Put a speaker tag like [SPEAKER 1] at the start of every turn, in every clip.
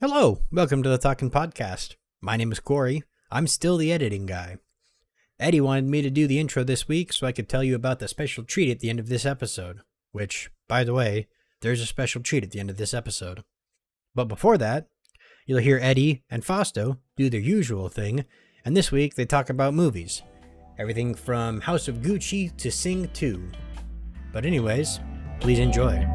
[SPEAKER 1] Hello, welcome to the Talking Podcast. My name is Corey. I'm still the editing guy. Eddie wanted me to do the intro this week so I could tell you about the special treat at the end of this episode, which, by the way, there's a special treat at the end of this episode. But before that, you'll hear Eddie and Fausto do their usual thing, and this week they talk about movies. Everything from House of Gucci to Sing 2. But, anyways, please enjoy.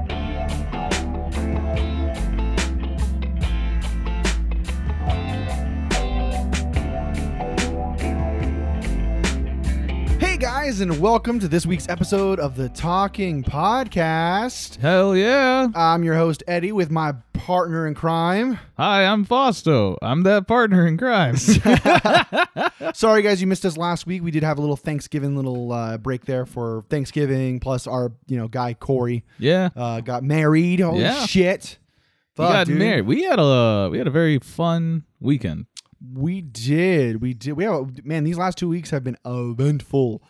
[SPEAKER 2] Hey guys, and welcome to this week's episode of the Talking Podcast.
[SPEAKER 3] Hell yeah.
[SPEAKER 2] I'm your host Eddie with my partner in crime.
[SPEAKER 3] Hi, I'm Fausto. I'm that partner in crime.
[SPEAKER 2] Sorry guys, you missed us last week. We did have a little Thanksgiving little uh, break there for Thanksgiving. Plus our you know guy Corey
[SPEAKER 3] yeah.
[SPEAKER 2] uh, got married. Holy
[SPEAKER 3] Yeah.
[SPEAKER 2] shit!
[SPEAKER 3] we
[SPEAKER 2] Fuck,
[SPEAKER 3] got
[SPEAKER 2] dude.
[SPEAKER 3] married. We had a we had a very fun weekend.
[SPEAKER 2] We did. We did. We have a, man. These last two weeks have been eventful.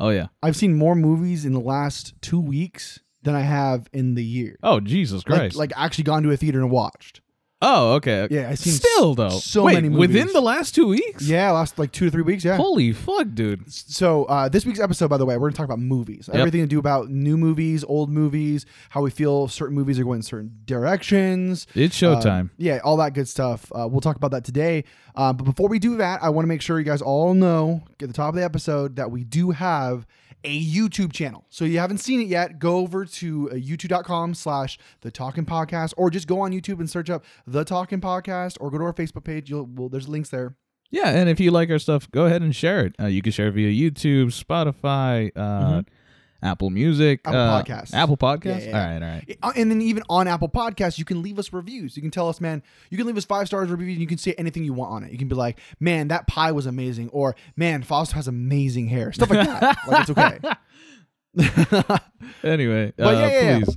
[SPEAKER 3] Oh yeah.
[SPEAKER 2] I've seen more movies in the last two weeks than I have in the year.
[SPEAKER 3] Oh Jesus
[SPEAKER 2] Like,
[SPEAKER 3] Christ.
[SPEAKER 2] like actually gone to a theater and watched.
[SPEAKER 3] oh okay.
[SPEAKER 2] Yeah, I've seen
[SPEAKER 3] still
[SPEAKER 2] s-
[SPEAKER 3] though.
[SPEAKER 2] so
[SPEAKER 3] Wait,
[SPEAKER 2] many movies.
[SPEAKER 3] within the last two weeks.
[SPEAKER 2] Yeah, last like two to three weeks. Yeah.
[SPEAKER 3] Holy fuck, dude.
[SPEAKER 2] So uh, this week's episode, by the way, we're gonna talk about movies. Everything to do about new movies, old movies, how we feel certain movies are going in certain directions.
[SPEAKER 3] It's
[SPEAKER 2] Uh,
[SPEAKER 3] showtime.
[SPEAKER 2] yeah, all that good stuff. Uh, we'll talk about that today. Uh, but before we do that, I want to make sure you guys all know at the top of the episode that we do have a YouTube channel. So if you haven't seen it yet, go over to uh, youtube.com slash the talking podcast or just go on YouTube and search up the talking podcast or go to our Facebook page. You'll well, there's links there.
[SPEAKER 3] yeah, and if you like our stuff, go ahead and share it. Uh, you can share it via YouTube, Spotify, uh, Apple Music,
[SPEAKER 2] Mm-hmm. Apple
[SPEAKER 3] uh,
[SPEAKER 2] Podcasts.
[SPEAKER 3] Apple Podcasts.
[SPEAKER 2] Yeah, yeah, yeah.
[SPEAKER 3] All right, all right.
[SPEAKER 2] Uh, and then even on Apple Podcasts, you can leave us reviews. You can tell us, man, you can leave us five stars reviews. And you can say anything you want on it. You can be like, man, that pie was amazing, or man, Foster has amazing hair, stuff like that. like it's okay.
[SPEAKER 3] Anyway,
[SPEAKER 2] But
[SPEAKER 3] uh,
[SPEAKER 2] yeah, yeah, yeah.
[SPEAKER 3] please.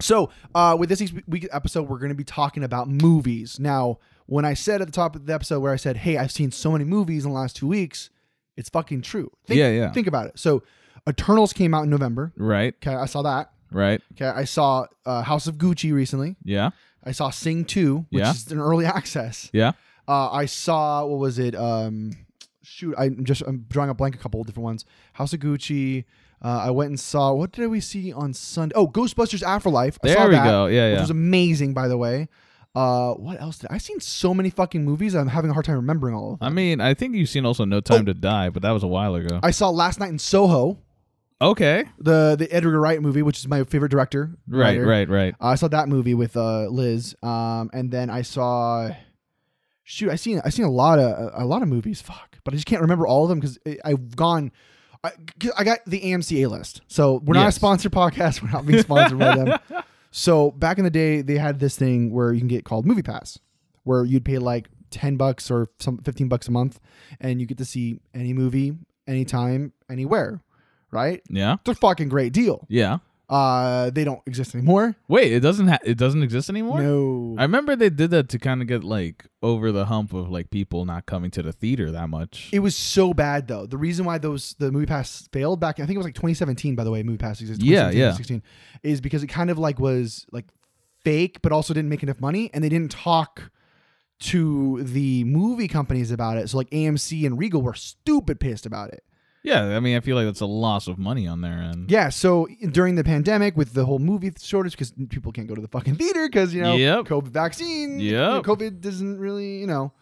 [SPEAKER 2] So, uh, with this week's- week's episode, we're going to be talking about movies. Now, when I said at the top of the episode where I said, "Hey, I've seen so many movies in the last two weeks," it's fucking true. Think,
[SPEAKER 3] Yeah, yeah.
[SPEAKER 2] Think about it. So, Eternals came out in November.
[SPEAKER 3] Right,
[SPEAKER 2] Okay, I saw that.
[SPEAKER 3] right.
[SPEAKER 2] Okay, I saw uh, House of Gucci recently.
[SPEAKER 3] Yeah,
[SPEAKER 2] I saw Sing Two, which
[SPEAKER 3] Yeah.
[SPEAKER 2] is an early access.
[SPEAKER 3] yeah.
[SPEAKER 2] Uh, I saw what was it? Um, shoot, I'm just I'm drawing a blank. A couple of different ones. House of Gucci. Uh, I went and saw what did we see on Sunday? Oh, Ghostbusters Afterlife. I saw
[SPEAKER 3] There we
[SPEAKER 2] that,
[SPEAKER 3] go. Yeah,
[SPEAKER 2] Which
[SPEAKER 3] yeah.
[SPEAKER 2] was amazing, by the way. Uh, what else did I've seen so many fucking movies? I'm having a hard time remembering all of them.
[SPEAKER 3] I mean, I think you've seen also No
[SPEAKER 2] Oh.
[SPEAKER 3] Time to Die, but that was a while ago.
[SPEAKER 2] I saw Last Night in Soho,
[SPEAKER 3] okay.
[SPEAKER 2] the the Edgar Wright movie, which is my favorite director.
[SPEAKER 3] Right,
[SPEAKER 2] writer.
[SPEAKER 3] right, right.
[SPEAKER 2] I saw that movie with uh, Liz, um, and then I saw. Shoot, I seen I seen a lot of a, a lot of movies. Fuck, but I just can't remember all of them because I've gone. I, 'cause I got the AMC A list, so we're not a
[SPEAKER 3] Yes.
[SPEAKER 2] sponsored podcast. We're not being sponsored by them. So back in the day, they had this thing where you can get called Movie Pass, where you'd pay like ten bucks or some fifteen bucks a month, and you get to see any movie, anytime, anywhere. Right?
[SPEAKER 3] Yeah.
[SPEAKER 2] It's a fucking great deal.
[SPEAKER 3] Yeah.
[SPEAKER 2] Uh, they don't exist anymore.
[SPEAKER 3] Wait, it doesn't ha- it doesn't exist anymore?
[SPEAKER 2] No.
[SPEAKER 3] I remember they did that to kind of get like over the hump of like people not coming to the theater that much.
[SPEAKER 2] It was so bad though. The reason why those the movie pass failed back, I think it was like 2017. By the way, movie pass existed.
[SPEAKER 3] Yeah,
[SPEAKER 2] 2017,
[SPEAKER 3] yeah.
[SPEAKER 2] 2016, is because it kind of like was like fake, but also didn't make enough money, and they didn't talk to the movie companies about it. So like AMC and Regal were stupid pissed about it.
[SPEAKER 3] yeah, I mean, I feel like that's a loss of money on their end.
[SPEAKER 2] Yeah. So during the pandemic, with the whole movie shortage, because people can't go to the fucking theater because you know
[SPEAKER 3] Yep.
[SPEAKER 2] COVID vaccine.
[SPEAKER 3] Yep.
[SPEAKER 2] you know, COVID doesn't really you know.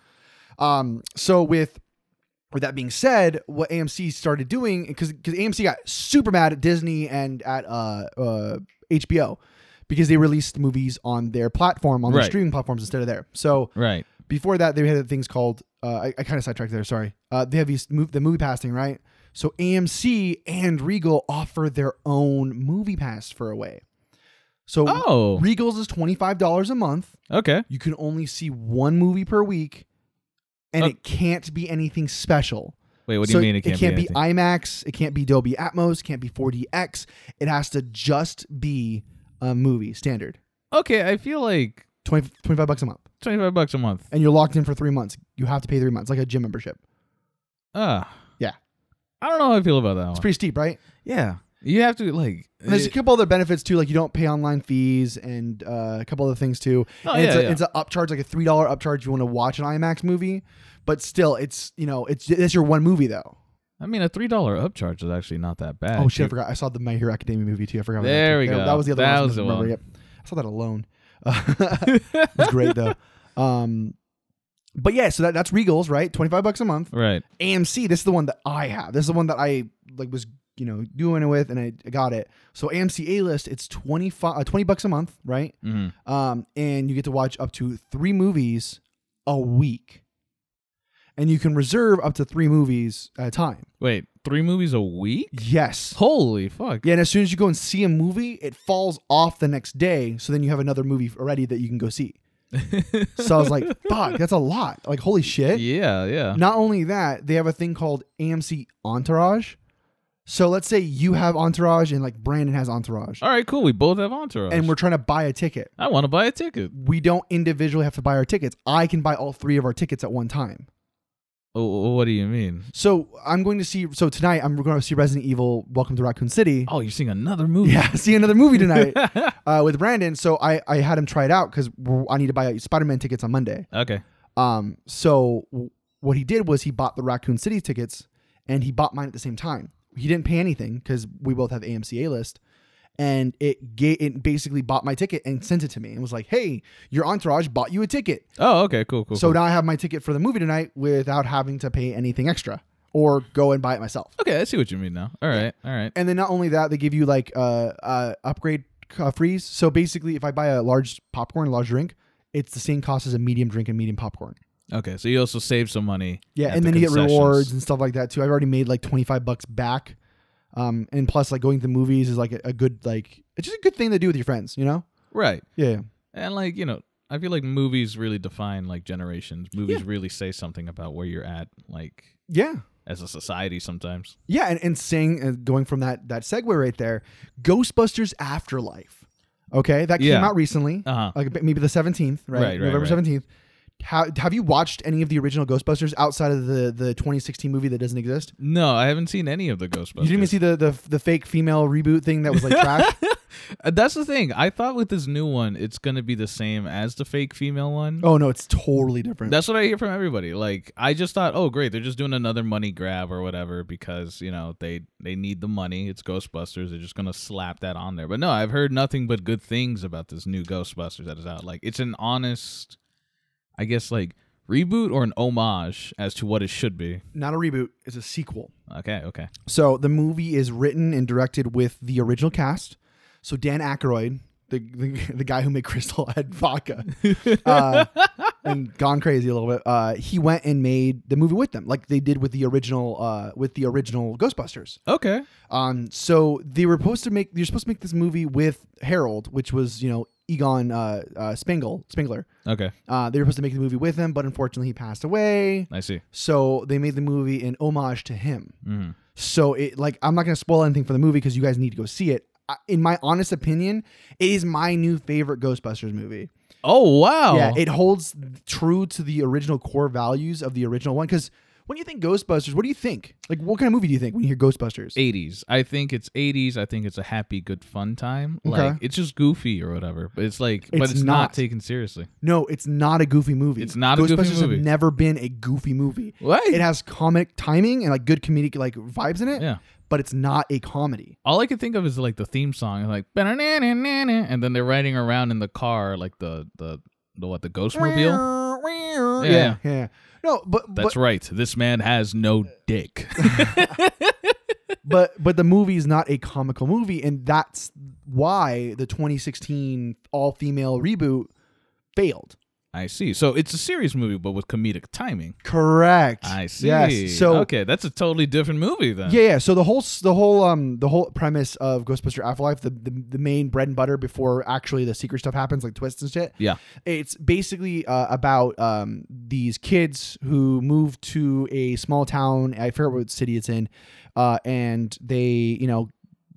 [SPEAKER 2] Um. So with with that being said, what AMC started doing because because AMC got super mad at Disney and at uh, uh HBO because they released movies on their platform on their
[SPEAKER 3] Right.
[SPEAKER 2] streaming platforms instead of there. So
[SPEAKER 3] Right.
[SPEAKER 2] before that they had things called uh, I, I kind of sidetracked there sorry uh, they have these mov- the movie pass thing right so amc and regal offer their own movie pass for a way so
[SPEAKER 3] Oh.
[SPEAKER 2] regal's is $25 a month
[SPEAKER 3] Okay.
[SPEAKER 2] you can only see one movie per week and
[SPEAKER 3] Oh.
[SPEAKER 2] it can't be anything special
[SPEAKER 3] Wait, what do
[SPEAKER 2] So
[SPEAKER 3] you mean it can't,
[SPEAKER 2] be,
[SPEAKER 3] anything?
[SPEAKER 2] imax it can't be dolby atmos it can't be 4dx it has to just be a movie standard
[SPEAKER 3] okay, I feel like
[SPEAKER 2] 20, 25 bucks a month
[SPEAKER 3] 25 bucks a month.
[SPEAKER 2] and you're locked in for three months you have to pay three months like a gym membership
[SPEAKER 3] Ah.
[SPEAKER 2] Yeah.
[SPEAKER 3] I don't know how I feel about that one.
[SPEAKER 2] It's pretty steep, right?
[SPEAKER 3] yeah. You have to like.
[SPEAKER 2] And there's a
[SPEAKER 3] it-
[SPEAKER 2] couple other benefits too, like you don't pay online fees and uh, a couple other things too.
[SPEAKER 3] Oh,
[SPEAKER 2] and it's,
[SPEAKER 3] yeah,
[SPEAKER 2] a,
[SPEAKER 3] yeah.
[SPEAKER 2] it's an upcharge, like a three dollar upcharge. If you want to watch an IMAX movie, but still, it's you know, it's it's your one movie though.
[SPEAKER 3] I mean, a three dollar upcharge is actually not that bad.
[SPEAKER 2] Oh shit, I
[SPEAKER 3] Dude,
[SPEAKER 2] forgot. I saw the My Hero Academia movie too. I forgot. about
[SPEAKER 3] Ah, There
[SPEAKER 2] that
[SPEAKER 3] we
[SPEAKER 2] too. That,
[SPEAKER 3] go.
[SPEAKER 2] that was the other
[SPEAKER 3] That
[SPEAKER 2] one. I
[SPEAKER 3] was the
[SPEAKER 2] remember,
[SPEAKER 3] one.
[SPEAKER 2] Yep. I saw that alone. it was great though. Um, but yeah, so that, that's Regals, right? Twenty five bucks a month.
[SPEAKER 3] Right.
[SPEAKER 2] AMC. This is the one that I have. This is the one that I like was you know doing it with, and I got it. So AMC A list. It's 25, uh, 20 bucks a month, right?
[SPEAKER 3] Mhm.
[SPEAKER 2] Um, and you get to watch up to three movies a week, and you can reserve up to three movies at a time.
[SPEAKER 3] Wait, three movies a week?
[SPEAKER 2] Yes.
[SPEAKER 3] Holy fuck!
[SPEAKER 2] Yeah, and as soon as you go and see a movie, it falls off the next day. So then you have another movie already that you can go see. so I was like, fuck, that's a lot. Like, holy shit.
[SPEAKER 3] Yeah, yeah.
[SPEAKER 2] Not only that, they have a thing called AMC Entourage. So let's say you have Entourage and like Brandon has Entourage,
[SPEAKER 3] All right, cool. We both have entourage,
[SPEAKER 2] and we're trying to buy a ticket.
[SPEAKER 3] I want to buy a ticket.
[SPEAKER 2] We don't individually have to buy our tickets. I can buy all three of our tickets at one time.
[SPEAKER 3] Oh, what do you mean?
[SPEAKER 2] So I'm going to see. So tonight I'm going to see Resident Evil: Welcome to Raccoon City.
[SPEAKER 3] Oh, you're seeing another movie.
[SPEAKER 2] Yeah, see another movie tonight. uh, with Brandon. So I, I had him try it out because I need to buy Spider Man tickets on Monday.
[SPEAKER 3] okay.
[SPEAKER 2] Um, so w- what he did was he bought the Raccoon City tickets and he bought mine at the same time. He didn't pay anything because we both have AMC A list. And it ga- it basically bought my ticket and sent it to me and was like, "Hey, your entourage bought you a ticket,
[SPEAKER 3] Oh, okay. Cool, cool.
[SPEAKER 2] so
[SPEAKER 3] cool.
[SPEAKER 2] now I have my ticket for the movie tonight without having to pay anything extra or go and buy it myself."
[SPEAKER 3] okay, I see what you mean now. All right, all right.
[SPEAKER 2] And then not only that, they give you like uh, uh upgrade uh, freeze. So basically, if I buy a large popcorn, a large drink, it's the same cost as a medium drink and medium popcorn.
[SPEAKER 3] Okay, so you also save some money.
[SPEAKER 2] Yeah,
[SPEAKER 3] at
[SPEAKER 2] and
[SPEAKER 3] the
[SPEAKER 2] then you get
[SPEAKER 3] concessions.
[SPEAKER 2] rewards and stuff like that too. I've already made like twenty five bucks back. Um, and plus, like going to the movies is like a, a good like it's just a good thing to do with your friends, you know?
[SPEAKER 3] Right,
[SPEAKER 2] Yeah.
[SPEAKER 3] and like you know, I feel like movies really define like generations. Movies
[SPEAKER 2] Yeah.
[SPEAKER 3] really say something about where you're at, like
[SPEAKER 2] Yeah.
[SPEAKER 3] as a society. Sometimes.
[SPEAKER 2] Yeah, and, and saying uh, going from that that segue right there, Ghostbusters Afterlife. Okay, that came
[SPEAKER 3] Yeah.
[SPEAKER 2] out recently.
[SPEAKER 3] Uh huh.
[SPEAKER 2] like maybe the seventeenth, right?
[SPEAKER 3] Right, right,
[SPEAKER 2] November
[SPEAKER 3] right.
[SPEAKER 2] seventeenth. Have Have you watched any of the original Ghostbusters outside of the the 2016 movie that doesn't exist?
[SPEAKER 3] No, I haven't seen any of the Ghostbusters.
[SPEAKER 2] You didn't even see the the the fake female reboot thing that was like trash.
[SPEAKER 3] Uh, That's the thing. I thought with this new one, it's gonna be the same as the fake female one.
[SPEAKER 2] oh no, it's totally different.
[SPEAKER 3] That's what I hear from everybody. Like, I just thought, oh, great, they're just doing another money grab or whatever because you know they they need the money. It's Ghostbusters. They're just gonna slap that on there. But no, I've heard nothing but good things about this new Ghostbusters that is out. Like, it's an honest, I guess, like reboot or an homage as to what it should be.
[SPEAKER 2] Not a reboot; it's a sequel.
[SPEAKER 3] Okay, okay.
[SPEAKER 2] So the movie is written and directed with the original cast. So Dan Aykroyd, the the, the guy who made Crystal had vodka uh, and gone crazy a little bit. Uh, he went and made the movie with them, like they did with the original uh, with the original Ghostbusters.
[SPEAKER 3] Okay.
[SPEAKER 2] Um, so they were supposed to make you're supposed to make this movie with Harold, which was you know Egon uh, uh, Spengler. Spengler.
[SPEAKER 3] Okay.
[SPEAKER 2] Uh, they were supposed to make the movie with him, but unfortunately he passed away.
[SPEAKER 3] I see.
[SPEAKER 2] So they made the movie in homage to him.
[SPEAKER 3] Mhm.
[SPEAKER 2] So it like I'm not gonna spoil anything for the movie because you guys need to go see it. I, in my honest opinion, it is my new favorite Ghostbusters movie.
[SPEAKER 3] Oh wow.
[SPEAKER 2] Yeah, it holds true to the original core values of the original one. Because when you think Ghostbusters, what do you think? Like, what kind of movie do you think when you hear Ghostbusters?
[SPEAKER 3] 80s. I think it's 80s. I think it's a happy, good, fun time.
[SPEAKER 2] Okay.
[SPEAKER 3] Like it's just goofy or whatever. But it's like, but
[SPEAKER 2] It's
[SPEAKER 3] it's not.
[SPEAKER 2] not.
[SPEAKER 3] taken seriously.
[SPEAKER 2] No, it's not a goofy movie.
[SPEAKER 3] It's not a goofy
[SPEAKER 2] Ghostbusters
[SPEAKER 3] movie.
[SPEAKER 2] have never been a goofy movie.
[SPEAKER 3] What?
[SPEAKER 2] It has comic timing and like good comedic like vibes in it,
[SPEAKER 3] yeah.
[SPEAKER 2] but it's not a comedy.
[SPEAKER 3] All I can think of is like the theme song, like "Ba-na-na-na-na-na," and then they're riding around in the car, like the the the what the Ghostmobile.
[SPEAKER 2] Yeah,
[SPEAKER 3] Yeah.
[SPEAKER 2] yeah. No, but
[SPEAKER 3] That's
[SPEAKER 2] but,
[SPEAKER 3] right. This man has no dick.
[SPEAKER 2] but but the movie is not a comical movie, and that's why the 2016 all female reboot failed.
[SPEAKER 3] I see. So it's a serious movie, but with comedic timing.
[SPEAKER 2] Correct.
[SPEAKER 3] I see.
[SPEAKER 2] Yes. So
[SPEAKER 3] okay, that's a totally different movie then.
[SPEAKER 2] Yeah, yeah. So the whole s- the whole um the whole premise of Ghostbuster Afterlife, the, the the main bread and butter before actually the secret stuff happens, like twists and shit.
[SPEAKER 3] Yeah.
[SPEAKER 2] it's basically uh, about um these kids who move to a small town. I forget what city it's in, uh, and they you know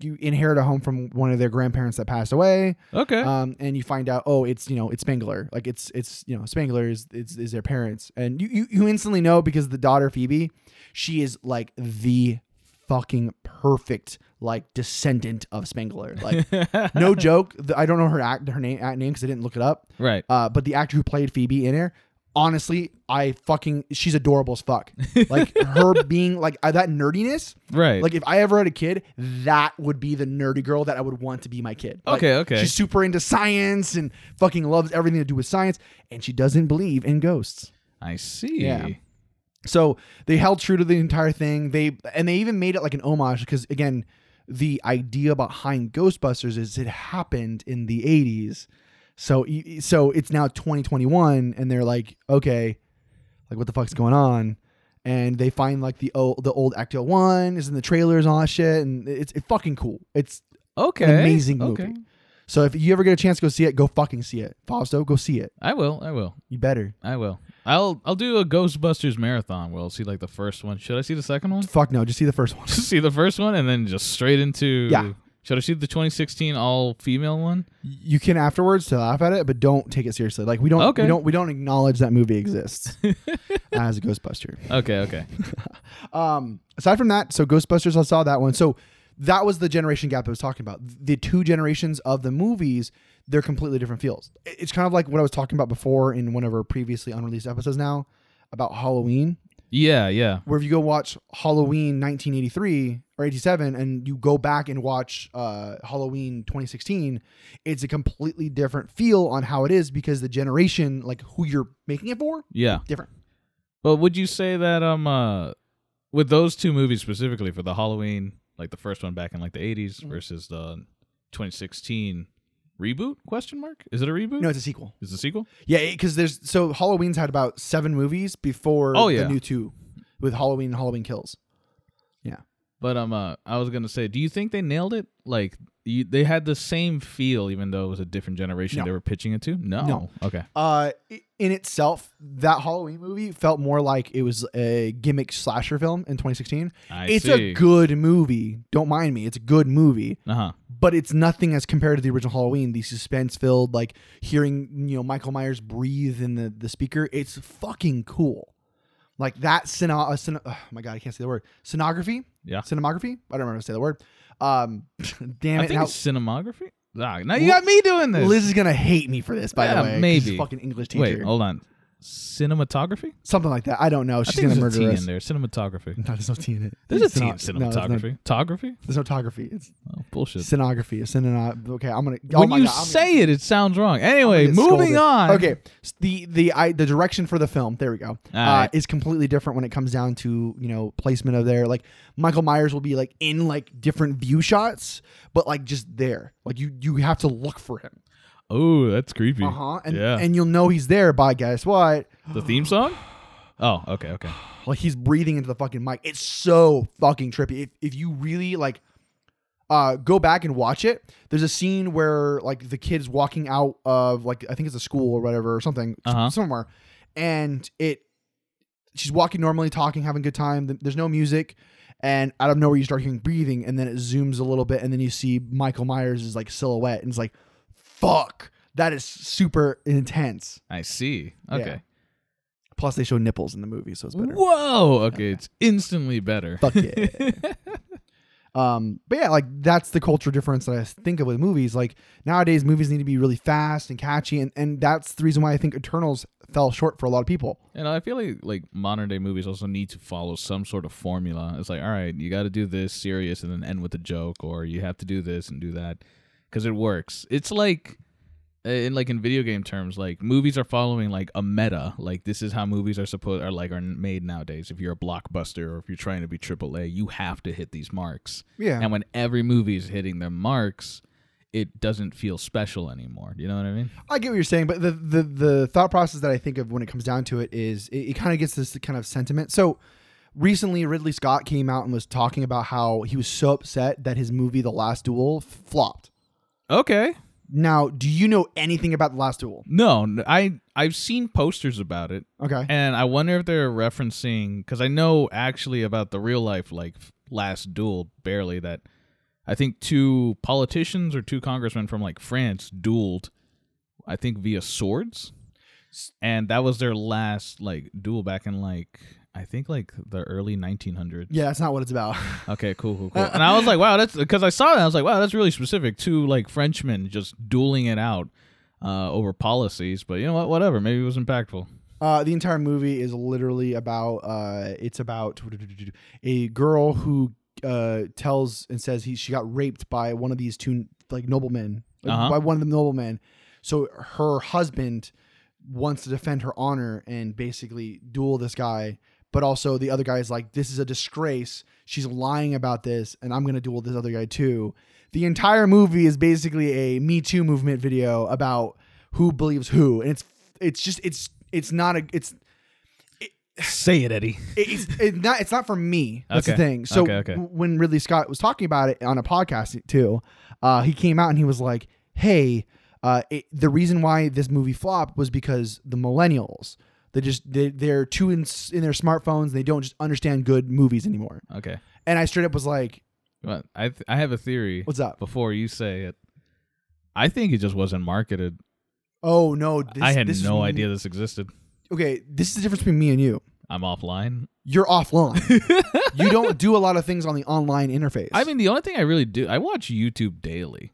[SPEAKER 2] you inherit a home from one of their grandparents that passed away.
[SPEAKER 3] Okay.
[SPEAKER 2] Um, and you find out, oh, it's you know, it's Spangler. Like it's it's you know, Spangler is is, is their parents, and you, you you instantly know because the daughter Phoebe, she is like the fucking perfect like descendant of Spengler. Like no joke. The, I don't know her act her name act name because I didn't look it up.
[SPEAKER 3] right.
[SPEAKER 2] Uh, but the actor who played Phoebe in her, honestly, I fucking she's adorable as fuck. Like her being like uh, that nerdiness.
[SPEAKER 3] Right.
[SPEAKER 2] Like if I ever had a kid, that would be the nerdy girl that I would want to be my kid. Like,
[SPEAKER 3] Okay, okay.
[SPEAKER 2] She's super into science and fucking loves everything to do with science, and she doesn't believe in ghosts.
[SPEAKER 3] I see.
[SPEAKER 2] Yeah. So they held true to the entire thing. They and they even made it like an homage because again, the idea behind Ghostbusters is it happened in the 80s. So y- so it's now 2021 and they're like, okay, like what the fuck's going on? And they find like the old the old Ecto One is in the trailers and all that shit, and it's it's fucking cool. It's
[SPEAKER 3] Okay.
[SPEAKER 2] amazing
[SPEAKER 3] okay.
[SPEAKER 2] movie. so if you ever get a chance to go see it, go fucking see it. Fausto, go see it.
[SPEAKER 3] I will. I will.
[SPEAKER 2] You better.
[SPEAKER 3] I will. I'll I'll do a Ghostbusters marathon where I'll see like the first one. Should I see the second one?
[SPEAKER 2] Fuck no, just see the first one.
[SPEAKER 3] Just see the first one and then just straight into
[SPEAKER 2] Yeah.
[SPEAKER 3] Should I see the 2016 all female one?
[SPEAKER 2] you can afterwards to laugh at it, but don't take it seriously. Like we don't,
[SPEAKER 3] Okay.
[SPEAKER 2] we don't, we don't acknowledge that movie exists as a Ghostbuster.
[SPEAKER 3] Okay, okay.
[SPEAKER 2] Um, aside from that, so Ghostbusters, I saw that one. So that was the generation gap I was talking about. The two generations of the movies, they're completely different feels. It- It's kind of like what I was talking about before in one of our previously unreleased episodes now about Halloween,
[SPEAKER 3] Yeah, yeah.
[SPEAKER 2] where if you go watch Halloween 1983 or 87 and you go back and watch uh, Halloween 2016, it's a completely different feel on how it is because the generation, like who you're making it for,
[SPEAKER 3] Yeah.
[SPEAKER 2] different.
[SPEAKER 3] But would you say that um uh with those two movies specifically for the Halloween, like the first one back in like the 80s
[SPEAKER 2] Mhm.
[SPEAKER 3] versus the 2016 reboot question mark? Is it a reboot?
[SPEAKER 2] No, it's a sequel.
[SPEAKER 3] Is it a sequel?
[SPEAKER 2] Yeah, because there's so Halloween's had about seven movies before
[SPEAKER 3] Oh, yeah.
[SPEAKER 2] the new two with Halloween and Halloween Kills.
[SPEAKER 3] But um, uh, I was gonna say, do you think they nailed it? Like you, they had the same feel, even though it was a different generation
[SPEAKER 2] No.
[SPEAKER 3] they were pitching it to. No.
[SPEAKER 2] No.
[SPEAKER 3] Okay.
[SPEAKER 2] Uh, i- in itself, that Halloween movie felt more like it was a gimmick slasher film in 2016.
[SPEAKER 3] I
[SPEAKER 2] it's
[SPEAKER 3] see.
[SPEAKER 2] a good movie. Don't mind me. It's a good movie,
[SPEAKER 3] Uh huh.
[SPEAKER 2] but it's nothing as compared to the original Halloween. The suspense filled, like hearing you know Michael Myers breathe in the the speaker. It's fucking cool. Like that cine, uh, cine- oh my god, I can't say the word scenography.
[SPEAKER 3] Yeah.
[SPEAKER 2] cinematography. I don't remember how to say the word. Um, damn
[SPEAKER 3] I
[SPEAKER 2] it!
[SPEAKER 3] think
[SPEAKER 2] Now,
[SPEAKER 3] it's cinematography. Ah, now you
[SPEAKER 2] Well,
[SPEAKER 3] got me doing this.
[SPEAKER 2] Liz is gonna hate me for this, by
[SPEAKER 3] Yeah,
[SPEAKER 2] the way. 'cause
[SPEAKER 3] maybe.
[SPEAKER 2] she's a fucking English teacher,
[SPEAKER 3] Wait, hold on. Cinematography?
[SPEAKER 2] something like that. I don't know.
[SPEAKER 3] I
[SPEAKER 2] She's
[SPEAKER 3] think
[SPEAKER 2] gonna
[SPEAKER 3] there's a T
[SPEAKER 2] murder us.
[SPEAKER 3] in there. Cinematography.
[SPEAKER 2] No, there's no T in it.
[SPEAKER 3] There's a
[SPEAKER 2] It's
[SPEAKER 3] T in
[SPEAKER 2] cino- no, there's no-
[SPEAKER 3] cinematography. Tography?
[SPEAKER 2] there's no tography. It's
[SPEAKER 3] Oh, bullshit.
[SPEAKER 2] stenography. It's cinema- Okay, I'm gonna. oh
[SPEAKER 3] when
[SPEAKER 2] my
[SPEAKER 3] you
[SPEAKER 2] God, I'm gonna-
[SPEAKER 3] say it, it sounds wrong. Anyway,
[SPEAKER 2] get
[SPEAKER 3] moving
[SPEAKER 2] scolded.
[SPEAKER 3] on.
[SPEAKER 2] Okay, s- the the I, the direction for the film, there we go, uh,
[SPEAKER 3] right.
[SPEAKER 2] is completely different when it comes down to you know placement of there. Like Michael Myers will be like in like different view shots, but like just there. Like you you have to look for him.
[SPEAKER 3] Oh, that's creepy.
[SPEAKER 2] Uh huh. And
[SPEAKER 3] yeah.
[SPEAKER 2] and you'll know he's there by guess what?
[SPEAKER 3] the theme song? Oh, okay, okay.
[SPEAKER 2] Like he's breathing into the fucking mic. It's so fucking trippy. If if you really like. Uh, go back and watch it. There's a scene where like the kid's walking out of like I think it's a school or whatever or something s-
[SPEAKER 3] Uh-huh.
[SPEAKER 2] somewhere, and it she's walking normally, talking, having a good time. th- There's no music, and out of nowhere you start hearing breathing, and then it zooms a little bit, and then you see Michael Myers is like silhouette, and it's like, fuck, that is super intense.
[SPEAKER 3] I see. Okay.
[SPEAKER 2] Plus, they show nipples in the movie, so it's better.
[SPEAKER 3] Whoa. Okay, it's instantly better.
[SPEAKER 2] Fuck yeah. um, but yeah, like that's the culture difference that I think of with movies. Like nowadays, movies need to be really fast and catchy, and and that's the reason why I think Eternals fell short for a lot of people.
[SPEAKER 3] And I feel like like modern day movies also need to follow some sort of formula. It's like, all right, you got to do this serious and then end with a joke, or you have to do this and do that because it works. It's like uh, in like in video game terms, like movies are following like a meta. Like this is how movies are supposed are like are made nowadays. If you're a blockbuster or if you're trying to be AAA, you have to hit these marks.
[SPEAKER 2] Yeah.
[SPEAKER 3] And when every movie is hitting their marks, it doesn't feel special anymore. Do you know what I mean?
[SPEAKER 2] I get what you're saying, but the the the thought process that I think of when it comes down to it is it, it kind of gets this kind of sentiment. So recently, Ridley Scott came out and was talking about how he was so upset that his movie The Last Duel f- flopped.
[SPEAKER 3] Okay.
[SPEAKER 2] Now, do you know anything about The Last Duel?
[SPEAKER 3] No, n- I I've seen posters about it.
[SPEAKER 2] Okay.
[SPEAKER 3] And I wonder if they're referencing because I know actually about the real life like f- last duel barely that I think two politicians or two congressmen from like France dueled, I think via swords, and that was their last like duel back in like I think like the early 1900s.
[SPEAKER 2] Yeah, that's not what it's about.
[SPEAKER 3] Okay, cool, cool,
[SPEAKER 2] Uh,
[SPEAKER 3] cool. And I was like, wow, that's because I saw that. I was like, wow, that's really specific. Two like Frenchmen just dueling it out uh, over policies. But you know what? Whatever. Maybe it was impactful.
[SPEAKER 2] Uh, the entire movie is literally about uh, it's about a girl who uh, tells and says he she got raped by one of these two like noblemen like,
[SPEAKER 3] Uh-huh.
[SPEAKER 2] by one of the noblemen. So her husband wants to defend her honor and basically duel this guy, but also the other guy is like, "This is a disgrace. She's lying about this, and I'm gonna duel this other guy too." The entire movie is basically a Me Too movement video about who believes who, and it's it's just it's it's not a it's
[SPEAKER 3] Say it, Eddie.
[SPEAKER 2] it's, it's not it's not for me. That's
[SPEAKER 3] Okay.
[SPEAKER 2] the thing. So
[SPEAKER 3] Okay, okay.
[SPEAKER 2] w- when Ridley Scott was talking about it on a podcast too, uh, he came out and he was like, "Hey, uh, it, the reason why this movie flopped was because the millennials they just they, they're too in, in their smartphones. They don't just understand good movies anymore."
[SPEAKER 3] Okay.
[SPEAKER 2] And I straight up was like,
[SPEAKER 3] Well, I th- I have a theory.
[SPEAKER 2] "What's up?"
[SPEAKER 3] Before you say it, I think it just wasn't marketed.
[SPEAKER 2] Oh no, this,
[SPEAKER 3] I had
[SPEAKER 2] this is
[SPEAKER 3] no
[SPEAKER 2] me-
[SPEAKER 3] idea this existed.
[SPEAKER 2] Okay, this is the difference between me and you.
[SPEAKER 3] I'm offline.
[SPEAKER 2] You're offline. you don't do a lot of things on the online interface.
[SPEAKER 3] I mean, the only thing I really do, I watch YouTube daily.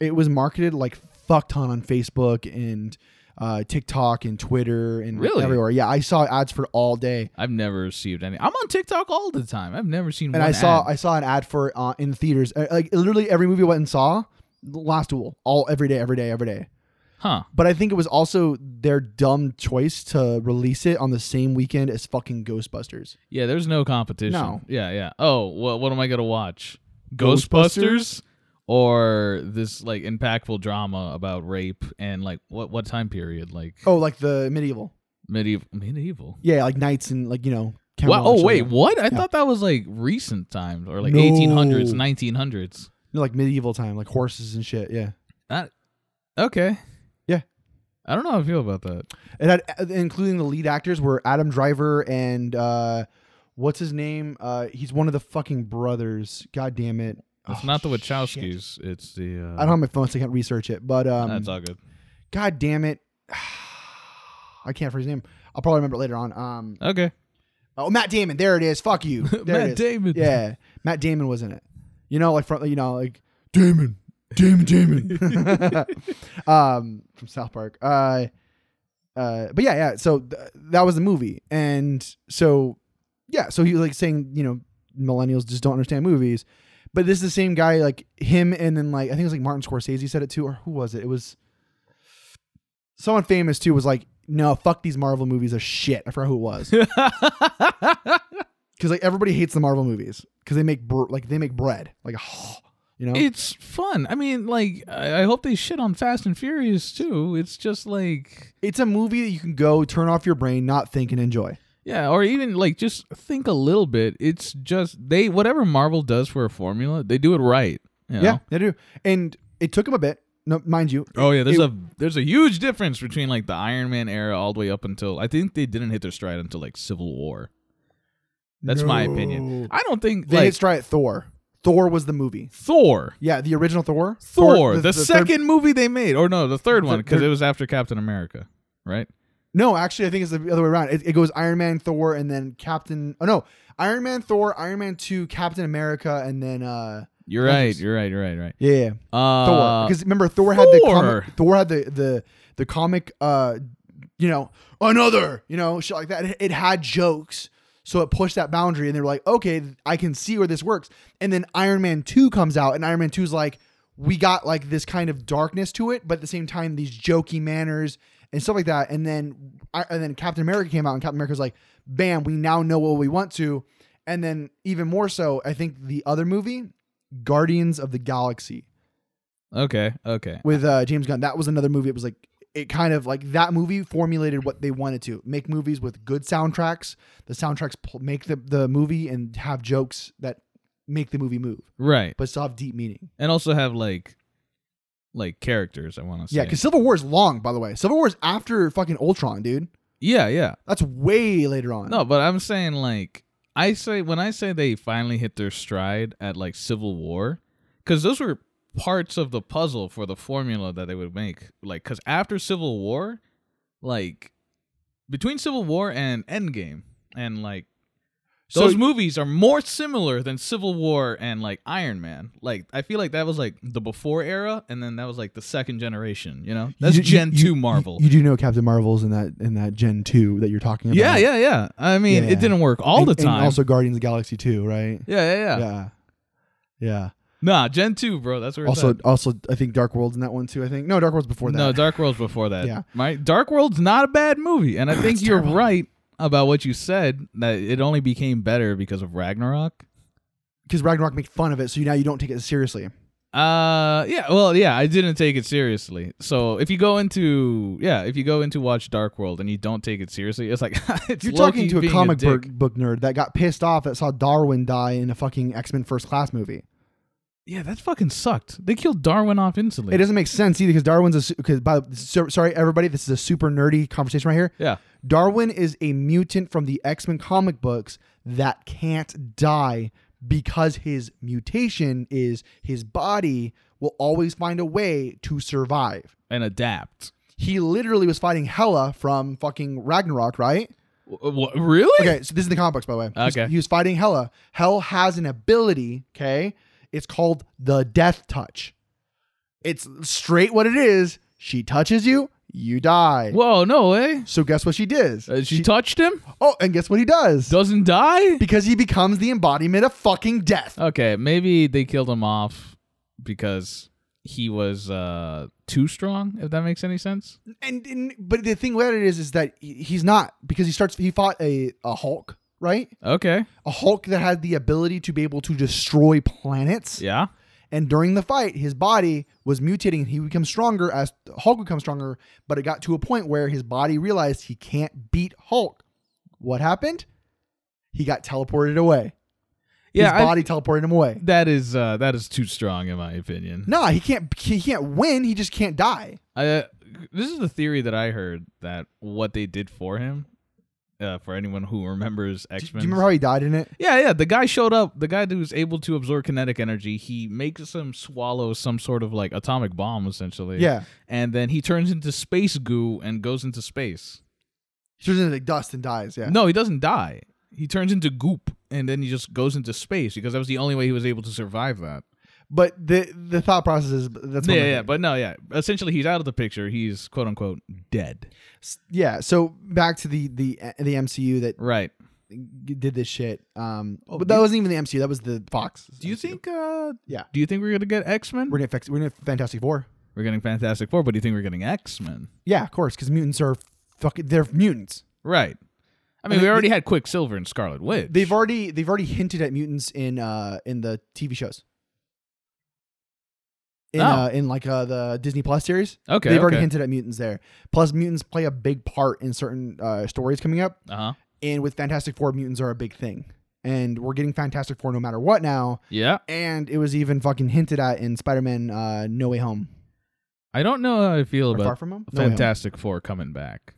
[SPEAKER 2] it was marketed like fuck ton on Facebook and uh, TikTok and Twitter and
[SPEAKER 3] Really?
[SPEAKER 2] everywhere. Yeah, I saw ads for it all day,
[SPEAKER 3] I've never received any. I'm on TikTok all the time. I've never seen.
[SPEAKER 2] and I saw I saw an ad for it uh, in theaters. Uh, Like literally every movie I went and saw, Last Duel, all every day, every day, every day.
[SPEAKER 3] huh?
[SPEAKER 2] But I think it was also their dumb choice to release it on the same weekend as fucking Ghostbusters.
[SPEAKER 3] Yeah, there's no competition.
[SPEAKER 2] No.
[SPEAKER 3] Yeah, yeah. Oh, well, what am I gonna watch?
[SPEAKER 2] Ghostbusters?
[SPEAKER 3] Ghostbusters or this like impactful drama about rape and like what what time period? Like
[SPEAKER 2] Oh, like the medieval.
[SPEAKER 3] medieval medieval.
[SPEAKER 2] Yeah, like knights and like you know.
[SPEAKER 3] Wow,
[SPEAKER 2] Camelot
[SPEAKER 3] oh
[SPEAKER 2] and
[SPEAKER 3] wait,
[SPEAKER 2] stuff.
[SPEAKER 3] what? I thought that was like recent times or like
[SPEAKER 2] No.
[SPEAKER 3] 1800s, 1900s.
[SPEAKER 2] No, like medieval time, like horses and shit. Yeah.
[SPEAKER 3] Okay.
[SPEAKER 2] Yeah.
[SPEAKER 3] I don't know how I feel about that.
[SPEAKER 2] It had uh, including the lead actors were Adam Driver and uh what's his name? Uh he's one of the fucking brothers. God damn it.
[SPEAKER 3] It's
[SPEAKER 2] Oh,
[SPEAKER 3] not the
[SPEAKER 2] shit.
[SPEAKER 3] Wachowskis. It's the. Uh,
[SPEAKER 2] I don't have my phone, so I can't research it. But um
[SPEAKER 3] That's all good.
[SPEAKER 2] God damn it. I can't for his name. I'll probably remember it later on. Um
[SPEAKER 3] Okay.
[SPEAKER 2] oh Matt Damon, there it is. Fuck you. There it
[SPEAKER 3] Matt
[SPEAKER 2] is.
[SPEAKER 3] Damon.
[SPEAKER 2] Yeah. Matt Damon was in it. You know, like from you know, like Damon. Damon Damon. um from South Park. Uh uh but yeah, yeah. So th- that was the movie. And so yeah, so he was like saying, you know, millennials just don't understand movies. But this is the same guy, like him and then like I think it was like Martin Scorsese said it too, or who was it? It was someone famous too was like, no, fuck these Marvel movies are shit. I forgot who it was because like everybody hates the Marvel movies because they make br- like they make bread like you know
[SPEAKER 3] It's fun. I mean, like, I I hope they shit on Fast and Furious too. It's just like,
[SPEAKER 2] it's a movie that you can go turn off your brain not think and enjoy
[SPEAKER 3] yeah, or even like just think a little bit. It's just they whatever Marvel does for a formula, they do it right. you
[SPEAKER 2] yeah
[SPEAKER 3] know?
[SPEAKER 2] they do and it took them a bit no mind you
[SPEAKER 3] Oh yeah, there's
[SPEAKER 2] It-
[SPEAKER 3] a there's a huge difference between like the Iron Man era all the way up until I think they didn't hit their stride until like Civil War. That's my opinion.
[SPEAKER 2] No.
[SPEAKER 3] I don't think
[SPEAKER 2] they
[SPEAKER 3] like
[SPEAKER 2] hit stride at Thor Thor was the movie
[SPEAKER 3] Thor.
[SPEAKER 2] yeah the original Thor
[SPEAKER 3] Thor, the,
[SPEAKER 2] third-
[SPEAKER 3] second movie they made, or no, the third
[SPEAKER 2] The
[SPEAKER 3] one because
[SPEAKER 2] third-
[SPEAKER 3] it was after Captain America, right?
[SPEAKER 2] no actually I think it's the other way around it, it goes Iron Man Thor and then Captain oh no Iron Man Thor Iron Man 2 Captain America and then uh
[SPEAKER 3] You're right.
[SPEAKER 2] Avengers.
[SPEAKER 3] You're right. You're right. Right.
[SPEAKER 2] yeah, yeah. Thor.
[SPEAKER 3] Uh,
[SPEAKER 2] Because remember, Thor, had the comic,
[SPEAKER 3] Thor.
[SPEAKER 2] Thor had the the the comic, uh, you know, another, you know, shit like that. It, it had jokes, so it pushed that boundary, and they were like, okay, I can see where this works. And then Iron Man two comes out, and Iron Man 2's like, we got like this kind of darkness to it, but at the same time, these jokey manners and stuff like that. And then I- and then Captain America came out, and Captain America's like, bam, we now know what we want to. And then even more so, I think the other movie, Guardians of the Galaxy
[SPEAKER 3] Okay. Okay.
[SPEAKER 2] with uh, James Gunn. That was another movie. It was like it kind of like that movie formulated what they wanted to make movies with good soundtracks. The soundtracks pl- make the the movie and have jokes that make the movie move,
[SPEAKER 3] Right.
[SPEAKER 2] but still have deep meaning.
[SPEAKER 3] And also have like like characters, I want to say.
[SPEAKER 2] Yeah, because Civil War is long, by the way. Civil War is after fucking Ultron, dude.
[SPEAKER 3] Yeah, yeah.
[SPEAKER 2] That's way later on.
[SPEAKER 3] No, but I'm saying like I say when I say they finally hit their stride at like Civil War cuz those were parts of the puzzle for the formula that they would make. Like cuz after Civil War, like between Civil War and Endgame, and like
[SPEAKER 2] So-
[SPEAKER 3] those movies are more similar than Civil War and like Iron Man. Like I feel like that was like the before era, and then that was like the second generation. You know, that's
[SPEAKER 2] You- you-
[SPEAKER 3] Gen
[SPEAKER 2] you-
[SPEAKER 3] Two
[SPEAKER 2] you-
[SPEAKER 3] Marvel.
[SPEAKER 2] You, do know Captain Marvel's in that in that Gen two that you're talking about.
[SPEAKER 3] yeah, yeah, yeah. I mean,
[SPEAKER 2] Yeah.
[SPEAKER 3] it didn't work all
[SPEAKER 2] And-
[SPEAKER 3] the time.
[SPEAKER 2] And also Guardians of the Galaxy two, right?
[SPEAKER 3] yeah, yeah, yeah,
[SPEAKER 2] yeah. Yeah.
[SPEAKER 3] Nah, Gen Two, bro. That's where it's
[SPEAKER 2] Also,
[SPEAKER 3] at.
[SPEAKER 2] also, I think Dark World's in that one too. I think no, Dark World's before that.
[SPEAKER 3] No, Dark World's before that.
[SPEAKER 2] Yeah.
[SPEAKER 3] My Dark World's not a bad movie, and I think
[SPEAKER 2] It's
[SPEAKER 3] you're
[SPEAKER 2] terrible.
[SPEAKER 3] right about what you said that it only became better because of Ragnarok.
[SPEAKER 2] because Ragnarok make fun of it, so you, now you don't take it seriously.
[SPEAKER 3] Uh yeah, well yeah, I didn't take it seriously. So if you go into yeah, if you go into watch Dark World and you don't take it seriously, it's like it's
[SPEAKER 2] You're talking
[SPEAKER 3] Loki
[SPEAKER 2] to a
[SPEAKER 3] being
[SPEAKER 2] comic
[SPEAKER 3] dick.
[SPEAKER 2] book, book nerd that got pissed off that saw Darwin die in a fucking X Men First Class movie.
[SPEAKER 3] Yeah, that fucking sucked. They killed Darwin off instantly.
[SPEAKER 2] It doesn't make sense either because Darwin's a because by so, sorry everybody, this is a super nerdy conversation right here.
[SPEAKER 3] Yeah.
[SPEAKER 2] Darwin is a mutant from the X Men comic books that can't die because his mutation is his body will always find a way to survive.
[SPEAKER 3] and adapt.
[SPEAKER 2] He literally was fighting Hela from fucking Ragnarok, right?
[SPEAKER 3] W- what, really?
[SPEAKER 2] Okay, so this is the comic books, by the way. He was-
[SPEAKER 3] Okay.
[SPEAKER 2] He was fighting Hela. Hell has an ability, okay? It's called the death touch. It's straight what it is. She touches you, you die.
[SPEAKER 3] Whoa, no way.
[SPEAKER 2] So guess what she does?
[SPEAKER 3] Uh, she, touched him?
[SPEAKER 2] oh, and guess what he does?
[SPEAKER 3] Doesn't die?
[SPEAKER 2] because he becomes the embodiment of fucking death.
[SPEAKER 3] Okay, maybe they killed him off because he was uh too strong, if that makes any sense.
[SPEAKER 2] And, and but the thing about it is is that he- he's not because he starts he fought a a Hulk, right?
[SPEAKER 3] Okay.
[SPEAKER 2] A Hulk that had the ability to be able to destroy planets.
[SPEAKER 3] Yeah.
[SPEAKER 2] And during the fight, his body was mutating and he becomes stronger as Hulk becomes stronger, but it got to a point where his body realized he can't beat Hulk. What happened? He got teleported away.
[SPEAKER 3] Yeah. I-
[SPEAKER 2] his body teleported him away.
[SPEAKER 3] that is uh that is too strong in my opinion.
[SPEAKER 2] Nah, he can't he can't win, he just can't die.
[SPEAKER 3] Uh, this is the theory that I heard that what they did for him, uh, for anyone who remembers
[SPEAKER 2] Do,
[SPEAKER 3] X
[SPEAKER 2] do
[SPEAKER 3] Men.
[SPEAKER 2] you remember how he died in it?
[SPEAKER 3] yeah, yeah. The guy showed up. The guy who's able to absorb kinetic energy. He makes him swallow some sort of like atomic bomb, essentially.
[SPEAKER 2] Yeah.
[SPEAKER 3] And then he turns into space goo and goes into space.
[SPEAKER 2] He turns into like dust and dies, yeah.
[SPEAKER 3] No, he doesn't die. He turns into goop and then he just goes into space because that was the only way he was able to survive that.
[SPEAKER 2] But the the thought process is that's
[SPEAKER 3] yeah,
[SPEAKER 2] one
[SPEAKER 3] yeah,
[SPEAKER 2] of the
[SPEAKER 3] yeah. But no, yeah. Essentially, he's out of the picture. He's quote unquote dead.
[SPEAKER 2] S- yeah, so back to the the the MCU that
[SPEAKER 3] Right.
[SPEAKER 2] did this shit. Um
[SPEAKER 3] Oh,
[SPEAKER 2] but
[SPEAKER 3] do
[SPEAKER 2] that
[SPEAKER 3] you-
[SPEAKER 2] wasn't even the MCU, that was the Fox.
[SPEAKER 3] Do you
[SPEAKER 2] MCU.
[SPEAKER 3] think? uh
[SPEAKER 2] Yeah.
[SPEAKER 3] Do you think we're gonna get X Men?
[SPEAKER 2] we're gonna fix, we're gonna Fantastic Four.
[SPEAKER 3] We're getting Fantastic Four, but do you think we're getting X Men?
[SPEAKER 2] Yeah, of course, because mutants are fucking they're mutants.
[SPEAKER 3] Right. I mean,
[SPEAKER 2] mean,
[SPEAKER 3] we already had Quicksilver and Scarlet Witch.
[SPEAKER 2] They've already they've already hinted at mutants in uh in the TV shows. In,
[SPEAKER 3] Oh.
[SPEAKER 2] uh, in like uh, the Disney Plus series,
[SPEAKER 3] okay.
[SPEAKER 2] they've
[SPEAKER 3] okay.
[SPEAKER 2] already hinted at mutants there. Plus, mutants play a big part in certain uh, stories coming up,
[SPEAKER 3] Uh huh.
[SPEAKER 2] and with Fantastic Four, mutants are a big thing. And we're getting Fantastic Four no matter what now.
[SPEAKER 3] Yeah.
[SPEAKER 2] And it was even fucking hinted at in Spider Man uh, No Way Home.
[SPEAKER 3] I don't know how I feel
[SPEAKER 2] Or Far
[SPEAKER 3] about
[SPEAKER 2] From Home? No Way Home.
[SPEAKER 3] Fantastic Four coming back.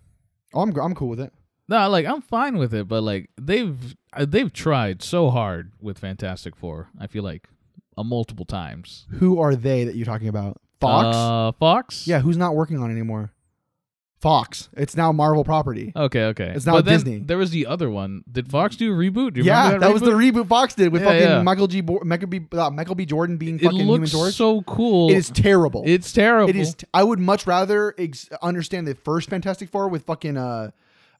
[SPEAKER 2] Oh, I'm, I'm cool with it.
[SPEAKER 3] No, like I'm fine with it, but like they've uh, they've tried so hard with Fantastic Four. I feel like uh, multiple times.
[SPEAKER 2] Who are they that you're talking about? Fox?
[SPEAKER 3] Uh, Fox.
[SPEAKER 2] Yeah, who's not working on it anymore? Fox. It's now Marvel property.
[SPEAKER 3] Okay. Okay.
[SPEAKER 2] It's not
[SPEAKER 3] But then
[SPEAKER 2] Disney.
[SPEAKER 3] There was the other one. Did Fox do a reboot? Do you
[SPEAKER 2] yeah,
[SPEAKER 3] remember
[SPEAKER 2] that,
[SPEAKER 3] that,
[SPEAKER 2] was the reboot Fox did with
[SPEAKER 3] Yeah,
[SPEAKER 2] fucking
[SPEAKER 3] yeah.
[SPEAKER 2] Michael G. Bo- Michael B. Uh, Michael B. Jordan being
[SPEAKER 3] it
[SPEAKER 2] fucking Human
[SPEAKER 3] looks
[SPEAKER 2] Torch.
[SPEAKER 3] so cool.
[SPEAKER 2] it is terrible.
[SPEAKER 3] It's terrible.
[SPEAKER 2] It is. T- I would much rather ex- understand the first Fantastic Four with fucking uh,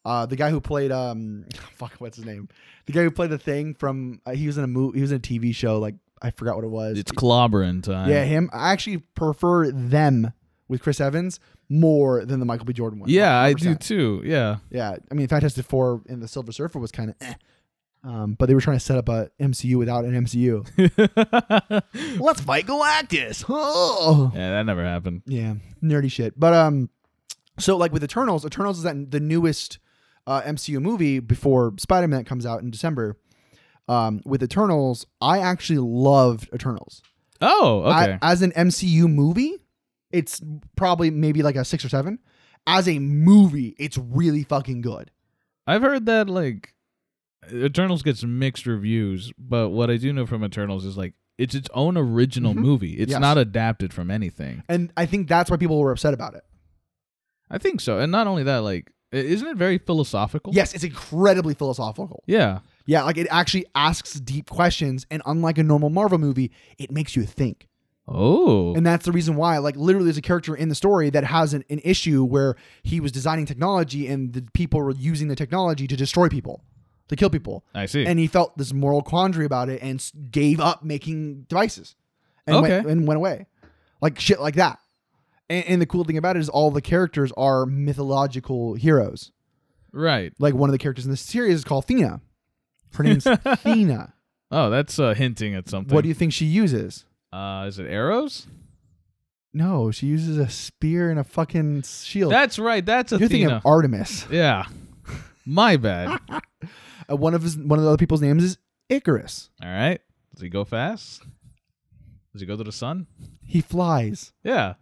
[SPEAKER 2] uh, the guy who played um, fuck, what's his name? The guy who played the thing from uh, he was in a movie. He was in a TV show. Like I forgot what it was.
[SPEAKER 3] It's clobbering time.
[SPEAKER 2] yeah, him. I actually prefer them with Chris Evans more than the Michael B. Jordan one.
[SPEAKER 3] Yeah, I
[SPEAKER 2] 100%.
[SPEAKER 3] do too. Yeah.
[SPEAKER 2] Yeah, I mean, Fantastic Four and the Silver Surfer was kind of, eh. um, but they were trying to set up a MCU without an MCU.
[SPEAKER 3] yeah,
[SPEAKER 2] Let's fight Galactus. Oh.
[SPEAKER 3] that never happened.
[SPEAKER 2] Yeah, nerdy shit. But um, so like with Eternals, Eternals is that the newest uh, MCU movie before Spider Man comes out in December. Um, with Eternals, I actually loved Eternals.
[SPEAKER 3] Oh, okay.
[SPEAKER 2] I, as an MCU movie, it's probably maybe like a six or seven. As a movie, it's really fucking good.
[SPEAKER 3] I, have heard that like Eternals gets mixed reviews, but what I do know from Eternals is like it's its own original
[SPEAKER 2] Mhm.
[SPEAKER 3] movie. It's
[SPEAKER 2] Yes.
[SPEAKER 3] not adapted from anything.
[SPEAKER 2] And I think that's why people were upset about it.
[SPEAKER 3] I think so. And not only that, like I- Isn't it very philosophical?
[SPEAKER 2] Yes, it's incredibly philosophical.
[SPEAKER 3] Yeah.
[SPEAKER 2] Yeah, like it actually asks deep questions, and unlike a normal Marvel movie, it makes you think.
[SPEAKER 3] Oh.
[SPEAKER 2] And that's the reason why, like, literally, there's a character in the story that has an, an issue where he was designing technology and the people were using the technology to destroy people, to kill people.
[SPEAKER 3] I see.
[SPEAKER 2] And he felt this moral quandary about it and s- gave up making devices and, went,
[SPEAKER 3] Okay.
[SPEAKER 2] and went away. Like, shit like that. And, and the cool thing about it is, all the characters are mythological heroes.
[SPEAKER 3] right.
[SPEAKER 2] Like, one of the characters in the series is called Thena. Her name's Thena.
[SPEAKER 3] Oh, that's uh, hinting at something.
[SPEAKER 2] What do you think she uses?
[SPEAKER 3] Uh, is it arrows?
[SPEAKER 2] No, she uses a spear and a fucking shield.
[SPEAKER 3] That's right. That's
[SPEAKER 2] Oh. You're thinking
[SPEAKER 3] Athena.
[SPEAKER 2] of Artemis.
[SPEAKER 3] yeah. My bad.
[SPEAKER 2] Uh, one of his, one of the other people's names is Icarus.
[SPEAKER 3] All right. Does he go fast? Does he go to the sun?
[SPEAKER 2] He flies.
[SPEAKER 3] Yeah.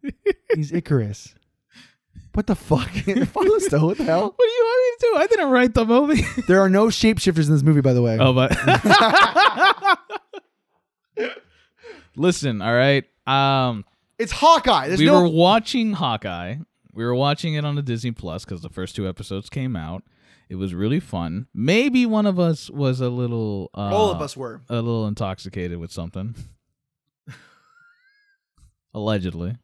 [SPEAKER 2] He's Icarus. what the fuck? Follow Stowe, what the hell?
[SPEAKER 3] What do you want me to do? I didn't write the movie.
[SPEAKER 2] There are no shapeshifters in this movie, by the way.
[SPEAKER 3] oh, but Oh, listen. All right. Um,
[SPEAKER 2] It's Hawkeye. There's
[SPEAKER 3] we
[SPEAKER 2] no
[SPEAKER 3] were watching Hawkeye. We were watching it on the Disney Plus because the first two episodes came out. It was really fun. Maybe one of us was a little. Uh,
[SPEAKER 2] all of us were.
[SPEAKER 3] a little intoxicated with something. Allegedly.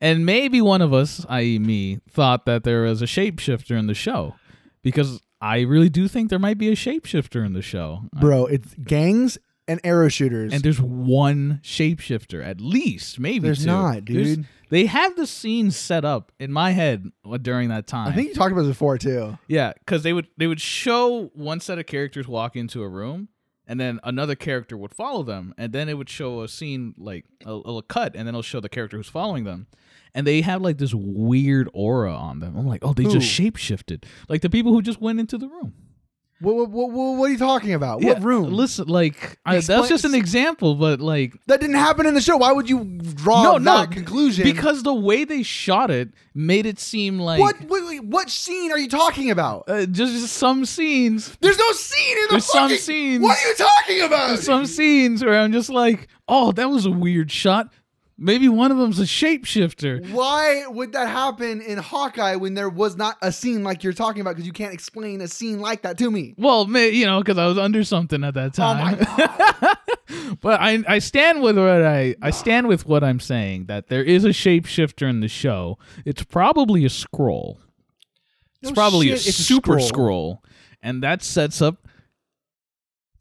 [SPEAKER 3] And maybe one of us, i.e., me, thought that there was a shapeshifter in the show. Because I really do think there might be a shapeshifter in the show.
[SPEAKER 2] Bro, it's gangs and arrow shooters.
[SPEAKER 3] And there's one shapeshifter, at least, maybe
[SPEAKER 2] There's
[SPEAKER 3] two.
[SPEAKER 2] not,
[SPEAKER 3] There's-
[SPEAKER 2] dude.
[SPEAKER 3] they had the scene set up in my head uh, during that time.
[SPEAKER 2] I think you talked about this before too.
[SPEAKER 3] Yeah, because they would they would show one set of characters walk into a room, and then another character would follow them, and then it would show a scene like a, a little cut, and then it'll show the character who's following them, and they have like this weird aura on them. I'm like, oh, they just
[SPEAKER 2] Who?
[SPEAKER 3] shapeshifted, like the people who just went into the room.
[SPEAKER 2] What, what, what, what are you talking about?
[SPEAKER 3] Yeah,
[SPEAKER 2] what room?
[SPEAKER 3] Listen, like I,
[SPEAKER 2] Explain-
[SPEAKER 3] that's just an example, but like
[SPEAKER 2] That didn't happen in the show. Why would you draw
[SPEAKER 3] no, no
[SPEAKER 2] that conclusion?
[SPEAKER 3] because the way they shot it made it seem like
[SPEAKER 2] what wait, wait, what scene are you talking about?
[SPEAKER 3] uh, just, just some scenes
[SPEAKER 2] There's no scene in the
[SPEAKER 3] There's some
[SPEAKER 2] fucking-
[SPEAKER 3] scenes.
[SPEAKER 2] What are you talking about?
[SPEAKER 3] some scenes where I'm just like, oh, that was a weird shot. Maybe one of them's a shapeshifter.
[SPEAKER 2] Why would that happen in Hawkeye when there was not a scene like you're talking about? Because you can't explain a scene like that to me.
[SPEAKER 3] Well, may, you know, because I was under something at that
[SPEAKER 2] Oh my
[SPEAKER 3] time. but I, I stand with what I, I stand with what I'm saying that there is a shapeshifter in the show. It's probably a scroll. It's
[SPEAKER 2] No
[SPEAKER 3] probably
[SPEAKER 2] shit,
[SPEAKER 3] a
[SPEAKER 2] it's a scroll.
[SPEAKER 3] super scroll, and that sets up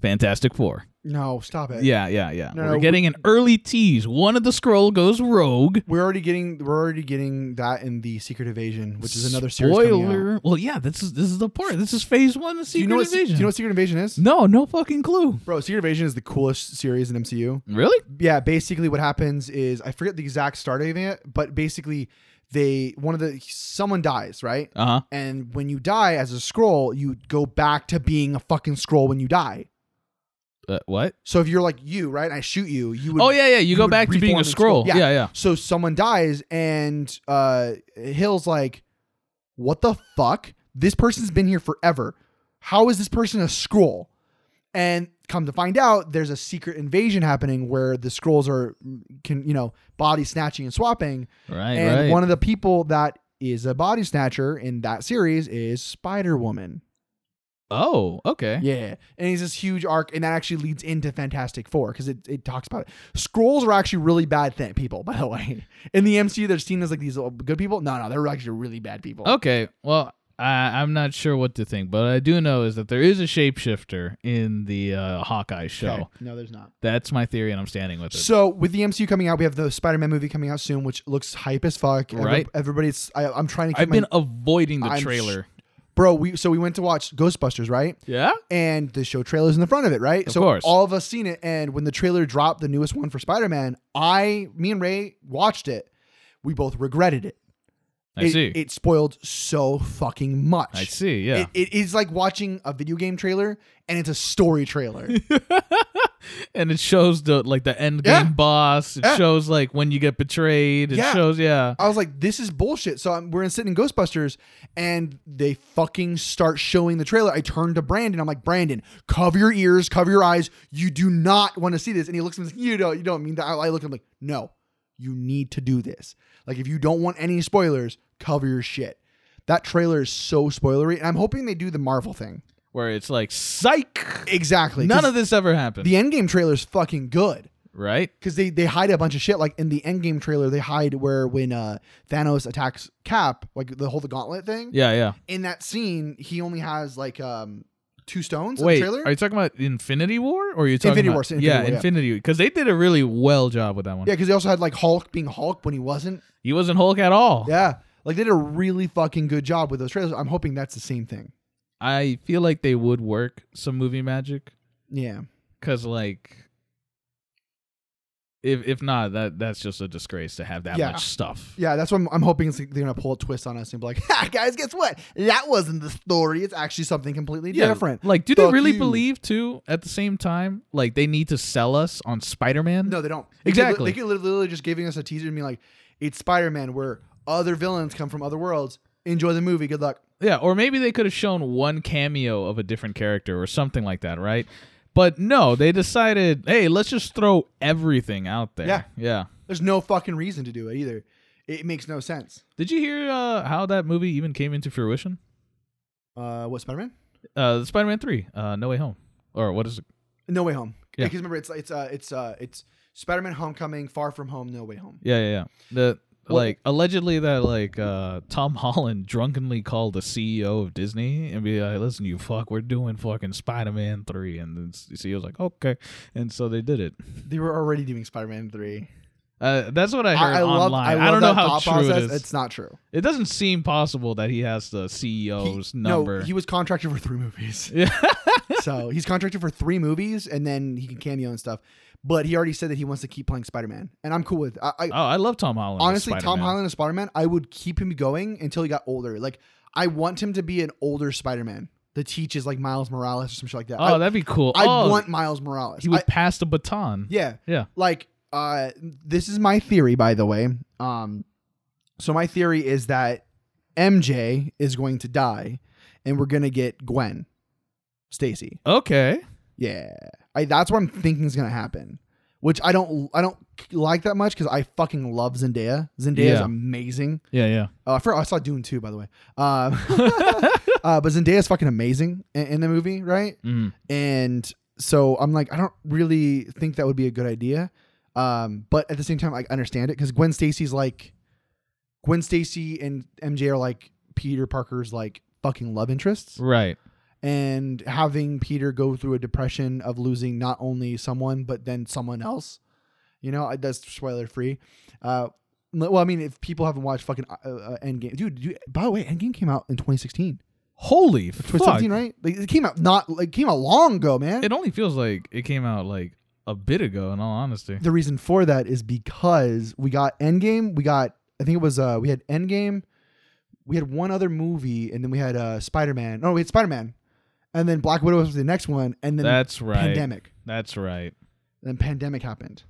[SPEAKER 3] Fantastic Four.
[SPEAKER 2] No, stop it.
[SPEAKER 3] Yeah, yeah, yeah.
[SPEAKER 2] No,
[SPEAKER 3] We're
[SPEAKER 2] no, we-
[SPEAKER 3] getting an early tease. One of the scroll goes rogue.
[SPEAKER 2] We're already getting we're already getting that in the Secret Invasion, which is another series. coming out.
[SPEAKER 3] spoiler. Well, yeah, this is this is the part. This is phase one
[SPEAKER 2] Do
[SPEAKER 3] of Secret
[SPEAKER 2] you know what
[SPEAKER 3] Invasion.
[SPEAKER 2] do you know what Secret Invasion is?
[SPEAKER 3] no, no fucking clue.
[SPEAKER 2] Bro, Secret Invasion is the coolest series in MCU.
[SPEAKER 3] Really?
[SPEAKER 2] yeah, basically what happens is I forget the exact start of it, but basically they one of the someone dies, right?
[SPEAKER 3] Uh huh.
[SPEAKER 2] And when you die as a scroll, you go back to being a fucking scroll when you die.
[SPEAKER 3] Uh, what?
[SPEAKER 2] So if you're like you, right, and I shoot you, you would
[SPEAKER 3] Oh yeah, yeah. You, go
[SPEAKER 2] would
[SPEAKER 3] back to being
[SPEAKER 2] reform
[SPEAKER 3] a
[SPEAKER 2] the
[SPEAKER 3] scroll.
[SPEAKER 2] scroll.
[SPEAKER 3] Yeah,
[SPEAKER 2] Yeah.
[SPEAKER 3] yeah.
[SPEAKER 2] So someone dies and uh Hill's like, What the fuck? This person's been here forever. How is this person a scroll? And come to find out, there's a secret invasion happening where the scrolls are mm, can, you know, body snatching and swapping.
[SPEAKER 3] Right,
[SPEAKER 2] and
[SPEAKER 3] right.
[SPEAKER 2] one of the people that is a body snatcher in that series is Spider Woman.
[SPEAKER 3] oh, okay.
[SPEAKER 2] Yeah. And he's this huge arc, and that actually leads into Fantastic Four because it, it talks about it. Scrolls are actually really bad th- people, by the way. In the MCU, they're seen as like these little good people. No, no, they're actually really bad people.
[SPEAKER 3] Okay. Well, I, I'm not sure what to think, but I do know is that there is a shapeshifter in the uh, Hawkeye show.
[SPEAKER 2] Okay. No, there's not.
[SPEAKER 3] That's my theory, and I'm standing with it.
[SPEAKER 2] So with the MCU coming out, we have the Spider-Man movie coming out soon, which looks hype as fuck. Every-
[SPEAKER 3] Right.
[SPEAKER 2] everybody's. I, I'm trying to. Keep
[SPEAKER 3] I've
[SPEAKER 2] my,
[SPEAKER 3] been avoiding the
[SPEAKER 2] I'm sh-
[SPEAKER 3] trailer.
[SPEAKER 2] bro. We so we went to watch Ghostbusters, right?
[SPEAKER 3] yeah.
[SPEAKER 2] and the show trailers in the front of it, right?
[SPEAKER 3] Of
[SPEAKER 2] so
[SPEAKER 3] course.
[SPEAKER 2] all of us seen it. And when the trailer dropped, the newest one for Spider Man, I, me and Ray watched it. We both regretted it.
[SPEAKER 3] I
[SPEAKER 2] it,
[SPEAKER 3] see.
[SPEAKER 2] It spoiled so fucking much.
[SPEAKER 3] I see. Yeah.
[SPEAKER 2] It, it is like watching a video game trailer and it's a story trailer.
[SPEAKER 3] and it shows the like the end game
[SPEAKER 2] Yeah.
[SPEAKER 3] boss. It
[SPEAKER 2] Yeah.
[SPEAKER 3] shows like when you get betrayed. It
[SPEAKER 2] Yeah.
[SPEAKER 3] shows yeah.
[SPEAKER 2] I was like, this is bullshit. So I'm, we're in sitting in Ghostbusters and they fucking start showing the trailer. I turned to Brandon. I'm like, Brandon, cover your ears, cover your eyes. You do not want to see this. And he looks at me like, you don't, you don't mean that. I, I look at him like, no, you need to do this. Like, if you don't want any spoilers, cover your shit. That trailer is so spoilery, and I'm hoping they do the Marvel thing.
[SPEAKER 3] where it's like psych.
[SPEAKER 2] Exactly.
[SPEAKER 3] None
[SPEAKER 2] 'cause
[SPEAKER 3] of this ever happened,
[SPEAKER 2] the Endgame trailer is fucking good
[SPEAKER 3] right?
[SPEAKER 2] because they they hide a bunch of shit. Like in the Endgame trailer, they hide where when uh, Thanos attacks Cap, like the whole the gauntlet thing.
[SPEAKER 3] Yeah, yeah.
[SPEAKER 2] In that scene, he only has like um two stones. in
[SPEAKER 3] Wait,
[SPEAKER 2] the trailer.
[SPEAKER 3] are you talking about Infinity War or are you talking
[SPEAKER 2] Infinity
[SPEAKER 3] about
[SPEAKER 2] War, so Infinity
[SPEAKER 3] yeah,
[SPEAKER 2] War, yeah.
[SPEAKER 3] Infinity because they did a really well job with that one.
[SPEAKER 2] yeah, because they also had like Hulk being Hulk when he wasn't.
[SPEAKER 3] He wasn't Hulk at all.
[SPEAKER 2] Yeah, like they did a really fucking good job with those trailers. I'm hoping that's the same thing.
[SPEAKER 3] I feel like they would work some movie magic
[SPEAKER 2] Yeah,
[SPEAKER 3] because like. If, if not, that that's just a disgrace to have that
[SPEAKER 2] Yeah.
[SPEAKER 3] much stuff.
[SPEAKER 2] yeah, that's what I'm, I'm hoping. is They're gonna pull a twist on us and be like, "Ha, guys, guess what? That wasn't the story. It's actually something completely different."
[SPEAKER 3] Like, do they
[SPEAKER 2] Fuck
[SPEAKER 3] really
[SPEAKER 2] you.
[SPEAKER 3] believe too? At the same time, like they need to sell us on Spider Man.
[SPEAKER 2] No, they don't.
[SPEAKER 3] Exactly.
[SPEAKER 2] They could, li- they could literally just giving us a teaser and be like, "It's Spider-Man, where other villains come from other worlds. Enjoy the movie. Good luck."
[SPEAKER 3] Yeah, or maybe they could have shown one cameo of a different character or something like that, right? But no, they decided, hey, let's just throw everything out there.
[SPEAKER 2] Yeah.
[SPEAKER 3] Yeah.
[SPEAKER 2] There's no fucking reason to do it either. It makes no sense.
[SPEAKER 3] Did you hear uh, how that movie even came into fruition?
[SPEAKER 2] Uh, what Spider-Man?
[SPEAKER 3] Uh, Spider Man 3, uh, No Way Home. Or what is it?
[SPEAKER 2] No Way Home.
[SPEAKER 3] Yeah.
[SPEAKER 2] Because remember, it's it's uh, it's uh, it's Spider-Man: Homecoming, Far From Home, No Way Home.
[SPEAKER 3] Yeah, yeah, yeah. The.
[SPEAKER 2] What-
[SPEAKER 3] Like allegedly that like uh Tom Holland drunkenly called the CEO of Disney and be like, listen, you fuck, we're doing fucking Spider Man three, and then the CEO's like, okay, and so they did it.
[SPEAKER 2] They were already doing Spider-Man three.
[SPEAKER 3] Uh, that's what I heard online. I,
[SPEAKER 2] love
[SPEAKER 3] don't know
[SPEAKER 2] that
[SPEAKER 3] how
[SPEAKER 2] thought
[SPEAKER 3] true
[SPEAKER 2] process.
[SPEAKER 3] it is.
[SPEAKER 2] It's not true.
[SPEAKER 3] It doesn't seem possible that he has the
[SPEAKER 2] He-
[SPEAKER 3] CEO's number.
[SPEAKER 2] no, he was contracted for three movies.
[SPEAKER 3] Yeah.
[SPEAKER 2] so he's contracted for three movies, and then he can cameo and stuff. But he already said that he wants to keep playing Spider-Man, and I'm cool with. I, I
[SPEAKER 3] oh, I love Tom Holland. as
[SPEAKER 2] honestly, Tom
[SPEAKER 3] Spider-Man.
[SPEAKER 2] Holland as Spider-Man, I would keep him going until he got older. Like I want him to be an older Spider-Man that teaches like Miles Morales or some shit like that.
[SPEAKER 3] Oh,
[SPEAKER 2] I,
[SPEAKER 3] that'd be cool.
[SPEAKER 2] I
[SPEAKER 3] oh,
[SPEAKER 2] want Miles Morales.
[SPEAKER 3] he would
[SPEAKER 2] I-
[SPEAKER 3] pass the baton.
[SPEAKER 2] yeah,
[SPEAKER 3] Yeah.
[SPEAKER 2] like uh this is my theory by the way um so my theory is that mj is going to die and we're gonna get gwen stacy
[SPEAKER 3] Okay.
[SPEAKER 2] yeah I, that's what i'm thinking is gonna happen which i don't i don't like that much because i fucking love zendaya zendaya is
[SPEAKER 3] Yeah.
[SPEAKER 2] amazing
[SPEAKER 3] Yeah, yeah.
[SPEAKER 2] uh, I forgot- I saw Dune too, by the way. Uh, uh, but Zendaya is fucking amazing in, in the movie, right?
[SPEAKER 3] Mm.
[SPEAKER 2] and so I'm like, I don't really think that would be a good idea. Um, but at the same time, I understand it because Gwen Stacy's like, Gwen Stacy and MJ are like Peter Parker's like fucking love interests,
[SPEAKER 3] Right.
[SPEAKER 2] and having Peter go through a depression of losing not only someone but then someone else. You know, I- that's spoiler free. Uh, well, I mean, if people haven't watched fucking uh, uh, Endgame, dude, dude. By the way, Endgame came out in 2016,
[SPEAKER 3] Holy fuck!
[SPEAKER 2] 2017, right? Like, it came out not like it came out long ago, man.
[SPEAKER 3] It only feels like it came out like a bit ago. In all honesty.
[SPEAKER 2] the reason for that is because we got Endgame, we got I think it was uh we had Endgame, we had one other movie, and then we had uh Spider Man. No, we had Spider Man, and then Black Widow was the next one, and then
[SPEAKER 3] That's right.
[SPEAKER 2] pandemic.
[SPEAKER 3] That's right.
[SPEAKER 2] Then pandemic happened,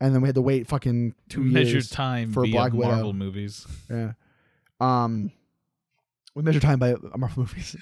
[SPEAKER 2] and then we had to wait fucking two
[SPEAKER 3] measure
[SPEAKER 2] years.
[SPEAKER 3] time
[SPEAKER 2] for
[SPEAKER 3] via
[SPEAKER 2] Black Widow.
[SPEAKER 3] Marvel movies.
[SPEAKER 2] Yeah. Um, we measure time by Marvel movies.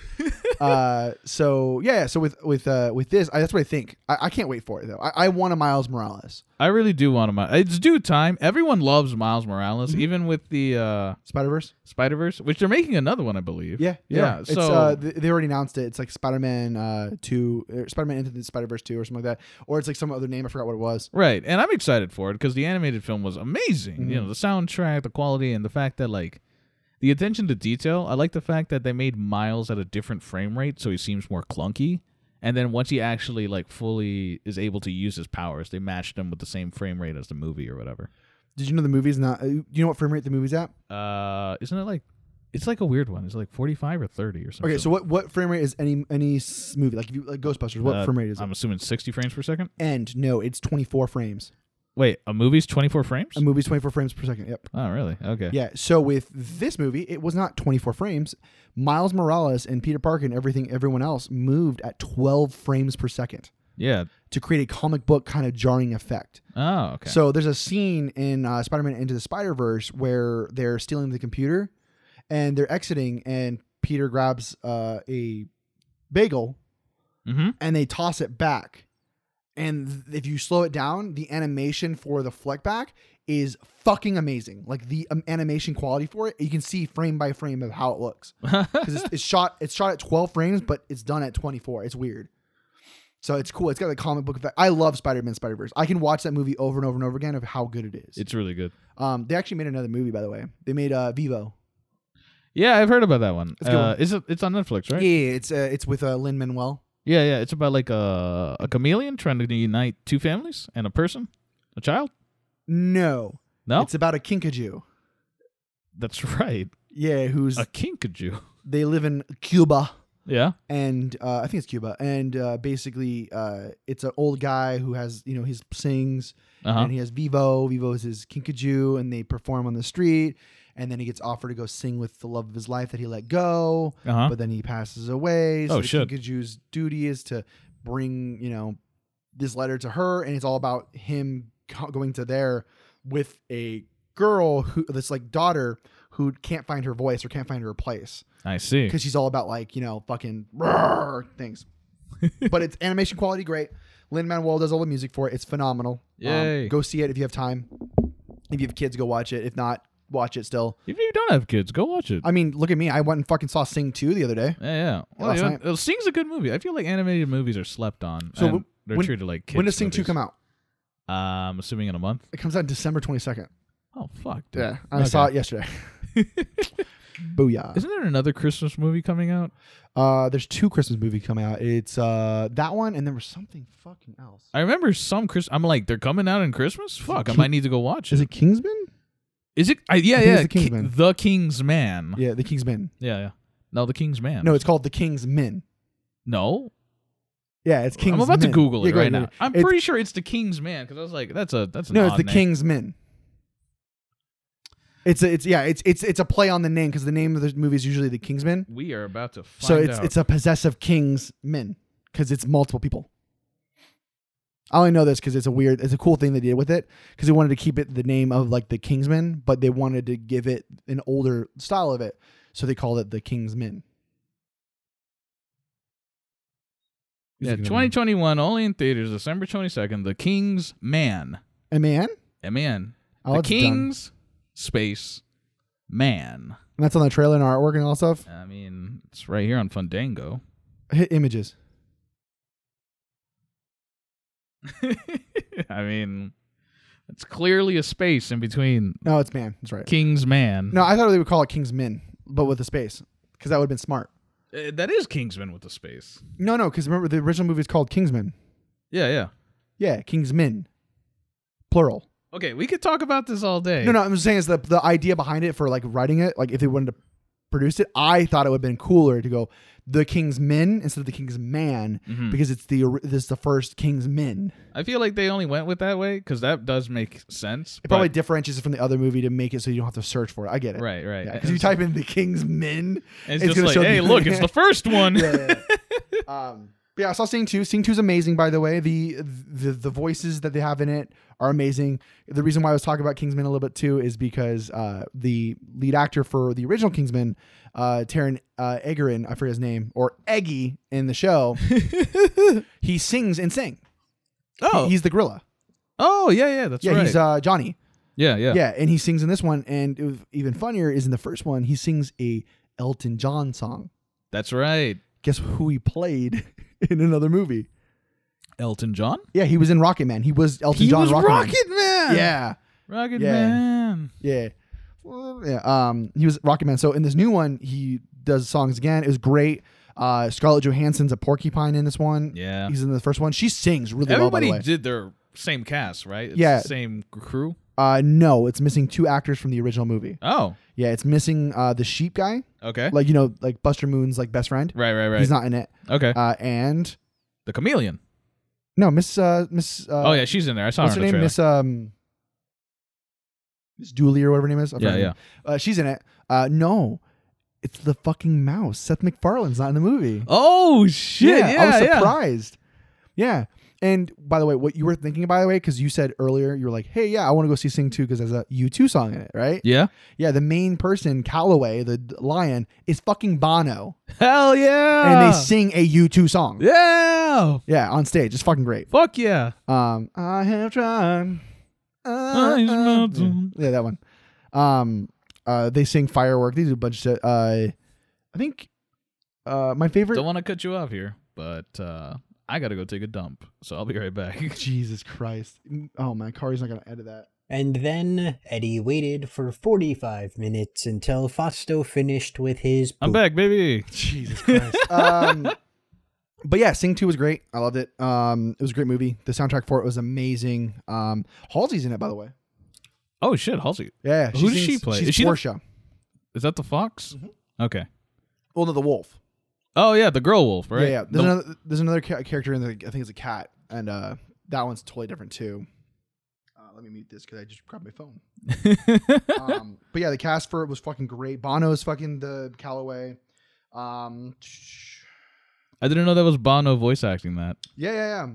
[SPEAKER 2] uh, so yeah, so with with uh with this, I, that's what I think. I, I can't wait for it though. I, I want a Miles Morales
[SPEAKER 3] I really do want to. Mi- it's due time. Everyone loves Miles Morales,
[SPEAKER 2] Mhm.
[SPEAKER 3] even with the uh,
[SPEAKER 2] Spider Verse.
[SPEAKER 3] Spider Verse, which they're making another one, I believe.
[SPEAKER 2] Yeah,
[SPEAKER 3] Yeah,
[SPEAKER 2] It's,
[SPEAKER 3] so-
[SPEAKER 2] uh, th- they already announced it. It's like Spider Man uh, two, or Spider Man into the Spider Verse two, or something like that, or it's like some other name. I forgot what it was.
[SPEAKER 3] Right, and I'm excited for it because the animated film was amazing. You
[SPEAKER 2] Mhm.
[SPEAKER 3] know, the soundtrack, the quality, and the fact that like the attention to detail. I like the fact that they made Miles at a different frame rate, so he seems more clunky. And then once he actually like fully is able to use his powers, they matched him with the same frame rate as the movie or whatever.
[SPEAKER 2] Did you know the movie's not? Uh, you know what frame rate the movie's at?
[SPEAKER 3] Uh, isn't it like it's like a weird one? It's like 45 or 30 or something.
[SPEAKER 2] Okay, so what what frame rate is any any s- movie like? If you like Ghostbusters, what
[SPEAKER 3] Uh,
[SPEAKER 2] frame rate is it?
[SPEAKER 3] I'm assuming 60 frames per second.
[SPEAKER 2] And no, it's twenty four frames.
[SPEAKER 3] Wait, a movie's 24 frames?
[SPEAKER 2] A movie's twenty four frames per second. Yep.
[SPEAKER 3] oh, really? Okay.
[SPEAKER 2] Yeah. So with this movie, it was not twenty four frames. Miles Morales and Peter Parker and everything, everyone else moved at twelve frames per second
[SPEAKER 3] Yeah.
[SPEAKER 2] to create a comic book kind of jarring effect.
[SPEAKER 3] Oh, okay.
[SPEAKER 2] So there's a scene in uh, Spider-Man Into the Spider-Verse where they're stealing the computer, and they're exiting, and Peter grabs uh, a bagel
[SPEAKER 3] mm-hmm.
[SPEAKER 2] and they toss it back. And th- if you slow it down, the animation for the flick back is fucking amazing. Like the um, animation quality for it, you can see frame by frame of how it looks because it's, it's shot. It's shot at 12 frames, but it's done at 24. It's weird. So it's cool. It's got the comic book effect. I love Spider-Man Spider-Verse. I can watch that movie over and over and over again of how good it is.
[SPEAKER 3] it's really good.
[SPEAKER 2] um, they actually made another movie, by the way. They made uh, Vivo.
[SPEAKER 3] Yeah, I've heard about that one.
[SPEAKER 2] It's a good
[SPEAKER 3] Uh, is it? It's on Netflix, right?
[SPEAKER 2] Yeah, yeah, it's uh, it's with uh, Lin Manuel.
[SPEAKER 3] Yeah, yeah. It's about like a a chameleon trying to unite two families and a person, a child.
[SPEAKER 2] No,
[SPEAKER 3] No,
[SPEAKER 2] it's about a kinkajou.
[SPEAKER 3] that's right.
[SPEAKER 2] Yeah, who's
[SPEAKER 3] A kinkajou.
[SPEAKER 2] they live in Cuba.
[SPEAKER 3] Yeah.
[SPEAKER 2] and uh, I think it's Cuba. And uh, basically, uh, it's an old guy who has you know he sings
[SPEAKER 3] Uh
[SPEAKER 2] and he has Vivo. Vivo is his kinkajou, and they perform on the street. And then he gets offered to go sing with the love of his life that he let go,
[SPEAKER 3] huh. Uh huh.
[SPEAKER 2] but then he passes away. So
[SPEAKER 3] Oh,
[SPEAKER 2] the
[SPEAKER 3] shit.
[SPEAKER 2] kinkajou's duty is to bring you know this letter to her, and it's all about him co- going to there with a girl who this like daughter who can't find her voice or can't find her place
[SPEAKER 3] I see.
[SPEAKER 2] because she's all about like you know fucking roar things. but it's animation quality great. Lin Manuel does all the music for it. It's phenomenal. Um,
[SPEAKER 3] Yay.
[SPEAKER 2] go see it if you have time. If you have kids, go watch it. If not, watch it still.
[SPEAKER 3] If you don't have kids, go watch it.
[SPEAKER 2] I Oh, mean, look at me. I went and fucking saw Sing 2 the other day.
[SPEAKER 3] yeah, yeah. Well,
[SPEAKER 2] last
[SPEAKER 3] you know,
[SPEAKER 2] night.
[SPEAKER 3] uh, Sing's a good movie. I feel like animated movies are slept on.
[SPEAKER 2] So
[SPEAKER 3] So
[SPEAKER 2] when-
[SPEAKER 3] they're
[SPEAKER 2] when-
[SPEAKER 3] treated like kids.
[SPEAKER 2] when does Sing 2 come out?
[SPEAKER 3] Uh, I'm assuming in a month.
[SPEAKER 2] It comes out December 22nd.
[SPEAKER 3] Oh fuck. Dude.
[SPEAKER 2] Yeah. I
[SPEAKER 3] Okay.
[SPEAKER 2] saw it yesterday. Booyah.
[SPEAKER 3] Isn't there another Christmas movie coming out?
[SPEAKER 2] Uh, there's two Christmas movies coming out. It's uh, that one, and there was something fucking else.
[SPEAKER 3] I remember some Chris. I'm like, they're coming out in Christmas. Fuck, I might need to go watch
[SPEAKER 2] Is
[SPEAKER 3] it.
[SPEAKER 2] it Kingsman?
[SPEAKER 3] Is it? I, yeah,
[SPEAKER 2] I think
[SPEAKER 3] yeah.
[SPEAKER 2] it's The King's
[SPEAKER 3] Ki-
[SPEAKER 2] Man.
[SPEAKER 3] the King's Man.
[SPEAKER 2] Yeah, The Kingsman.
[SPEAKER 3] Yeah, yeah. No, the King's Man.
[SPEAKER 2] No, it's called The King's Men.
[SPEAKER 3] no.
[SPEAKER 2] Yeah, it's King's
[SPEAKER 3] I'm about
[SPEAKER 2] Men.
[SPEAKER 3] to Google
[SPEAKER 2] Yeah,
[SPEAKER 3] it
[SPEAKER 2] go
[SPEAKER 3] right
[SPEAKER 2] ahead, go
[SPEAKER 3] now.
[SPEAKER 2] ahead.
[SPEAKER 3] I'm
[SPEAKER 2] It's-
[SPEAKER 3] pretty sure it's the King's Man because I was like, that's a that's an
[SPEAKER 2] No, it's
[SPEAKER 3] odd
[SPEAKER 2] the
[SPEAKER 3] name.
[SPEAKER 2] King's Men. It's a, it's yeah, it's it's it's a play on the name because the name of the movie is usually the King's Men.
[SPEAKER 3] We are about to find
[SPEAKER 2] So it's
[SPEAKER 3] out.
[SPEAKER 2] it's a possessive King's Men because it's multiple people. I only know this because it's a weird, it's a cool thing they did with it because they wanted to keep it the name of like the Kingsmen, but they wanted to give it an older style of it, so they called it the King's Men.
[SPEAKER 3] yeah, 2021 only in theaters December 22nd. The King's Man.
[SPEAKER 2] A man.
[SPEAKER 3] M A N.
[SPEAKER 2] Oh,
[SPEAKER 3] the
[SPEAKER 2] it's done.
[SPEAKER 3] King's space man.
[SPEAKER 2] And that's on the trailer and our artwork and all that stuff.
[SPEAKER 3] I mean, it's right here on Fandango.
[SPEAKER 2] Hit images.
[SPEAKER 3] I mean, it's clearly a space in between
[SPEAKER 2] No, it's man. That's right.
[SPEAKER 3] King's Man.
[SPEAKER 2] No, I thought they would call it King's Men, but with a space, because that would have been smart.
[SPEAKER 3] Uh, that is Kingsman with the space.
[SPEAKER 2] No, no, because remember the original movie is called Kingsman.
[SPEAKER 3] Yeah, yeah.
[SPEAKER 2] Yeah, Kingsmen, plural.
[SPEAKER 3] Okay, we could talk about this all day.
[SPEAKER 2] No, no, I'm just saying it's the the idea behind it for like writing it. Like if they wanted to produce it, I thought it would have been cooler to go the King's Men instead of the King's Man
[SPEAKER 3] Mhm.
[SPEAKER 2] because it's the or- this is the first King's Men.
[SPEAKER 3] I feel like they only went with that way because that does make sense.
[SPEAKER 2] It probably differentiates it from the other movie to make it so you don't have to search for it. I get it.
[SPEAKER 3] but, right, right.
[SPEAKER 2] Because you type in the King's Men,
[SPEAKER 3] And
[SPEAKER 2] it's
[SPEAKER 3] it's,
[SPEAKER 2] gonna
[SPEAKER 3] just
[SPEAKER 2] show
[SPEAKER 3] like,
[SPEAKER 2] the-
[SPEAKER 3] hey, look, it's the first one.
[SPEAKER 2] yeah, yeah. um, but yeah, I saw Sing Two. Sing Two is amazing, by the way. The the the voices that they have in it are amazing. The reason why I was talking about Kingsman a little bit too is because uh, the lead actor for the original Kingsman, uh, Taron uh, Egerton, I forget his name, or Eggy in the show, he sings and sing.
[SPEAKER 3] oh,
[SPEAKER 2] he's the gorilla.
[SPEAKER 3] oh, yeah, yeah, that's
[SPEAKER 2] Yeah,
[SPEAKER 3] right.
[SPEAKER 2] he's uh, Johnny.
[SPEAKER 3] yeah, yeah,
[SPEAKER 2] Yeah, and he sings in this one, and it was even funnier is in the first one he sings a Elton John song.
[SPEAKER 3] That's right.
[SPEAKER 2] Guess who he played in another movie?
[SPEAKER 3] Elton John.
[SPEAKER 2] Yeah, he was in Rocket Man. He was Elton
[SPEAKER 3] he
[SPEAKER 2] John.
[SPEAKER 3] was
[SPEAKER 2] Rocket, Man.
[SPEAKER 3] Rocket Man.
[SPEAKER 2] Yeah,
[SPEAKER 3] Rocket
[SPEAKER 2] Yeah.
[SPEAKER 3] Man.
[SPEAKER 2] yeah, Well, yeah. Um, he was Rocket Man. So in this new one, he does songs again. It was great. Uh, Scarlett Johansson's a porcupine in this one.
[SPEAKER 3] Yeah.
[SPEAKER 2] he's in the first one. She sings really
[SPEAKER 3] Everybody
[SPEAKER 2] well. By the way,
[SPEAKER 3] did their same cast, right? It's
[SPEAKER 2] Yeah.
[SPEAKER 3] the same crew.
[SPEAKER 2] uh, no, it's missing two actors from the original movie.
[SPEAKER 3] Oh,
[SPEAKER 2] Yeah, it's missing uh, the sheep guy,
[SPEAKER 3] okay.
[SPEAKER 2] like you know, like Buster Moon's like best friend.
[SPEAKER 3] right, right, right.
[SPEAKER 2] He's not in it.
[SPEAKER 3] okay.
[SPEAKER 2] Uh, and
[SPEAKER 3] the Chameleon.
[SPEAKER 2] no, Miss uh, Miss. Uh,
[SPEAKER 3] oh yeah, she's in there. I saw her.
[SPEAKER 2] what's
[SPEAKER 3] In
[SPEAKER 2] her name?
[SPEAKER 3] the trailer.
[SPEAKER 2] Miss um, Miss Dooley or whatever her name is. I forgot
[SPEAKER 3] Yeah,
[SPEAKER 2] her name.
[SPEAKER 3] yeah.
[SPEAKER 2] Uh, she's in it. Uh, no, it's the fucking mouse. Seth MacFarlane's not in the movie.
[SPEAKER 3] Oh shit! Yeah,
[SPEAKER 2] I was
[SPEAKER 3] yeah.
[SPEAKER 2] surprised. Yeah. And by the way, what you were thinking, by the way, because you said earlier, you were like, "Hey, yeah, I want to go see Sing 2 because there's a U2 song in it, right?"
[SPEAKER 3] Yeah.
[SPEAKER 2] Yeah, the main person, Calloway, the d- lion, is fucking Bono,
[SPEAKER 3] Hell yeah.
[SPEAKER 2] and they sing a U2 song.
[SPEAKER 3] Ah. Yeah.
[SPEAKER 2] Yeah, on stage, it's fucking great.
[SPEAKER 3] Fuck yeah.
[SPEAKER 2] Um, I have tried uh,
[SPEAKER 3] Ice
[SPEAKER 2] uh.
[SPEAKER 3] mountain.
[SPEAKER 2] Yeah. Yeah, that one. Um, uh, they sing firework. They do a bunch of. stuff. Uh, I think uh, my favorite.
[SPEAKER 3] Don't want to cut you off here, but uh, I gotta go take a dump, so I'll be right back.
[SPEAKER 2] Jesus Christ! Oh man, Kari's not gonna edit that.
[SPEAKER 1] And then Eddie waited for 45 minutes until Fausto finished with his.
[SPEAKER 3] I'm
[SPEAKER 1] poop.
[SPEAKER 3] back, baby.
[SPEAKER 2] Jesus Christ. um, but yeah, Sing Two was great. I loved it. Um, it was a great movie. The soundtrack for it was amazing. Um, Halsey's in it, by the way.
[SPEAKER 3] Oh shit, Halsey.
[SPEAKER 2] Yeah.
[SPEAKER 3] Who does she
[SPEAKER 2] sings-
[SPEAKER 3] play?
[SPEAKER 2] She's
[SPEAKER 3] Is she the-
[SPEAKER 2] Portia.
[SPEAKER 3] Is that the fox?
[SPEAKER 2] Mm-hmm.
[SPEAKER 3] Okay.
[SPEAKER 2] well, no, the wolf.
[SPEAKER 3] Oh yeah, the girl wolf, right?
[SPEAKER 2] Yeah, yeah. There's
[SPEAKER 3] The-
[SPEAKER 2] another there's another ca- character in the I think it's a cat, and uh, that one's totally different too. Uh, let me mute this because I just grabbed my phone. um, but yeah, the cast for it was fucking great. Bono's fucking the Calloway. Um,
[SPEAKER 3] I didn't know that was Bono voice acting that.
[SPEAKER 2] yeah, yeah, yeah.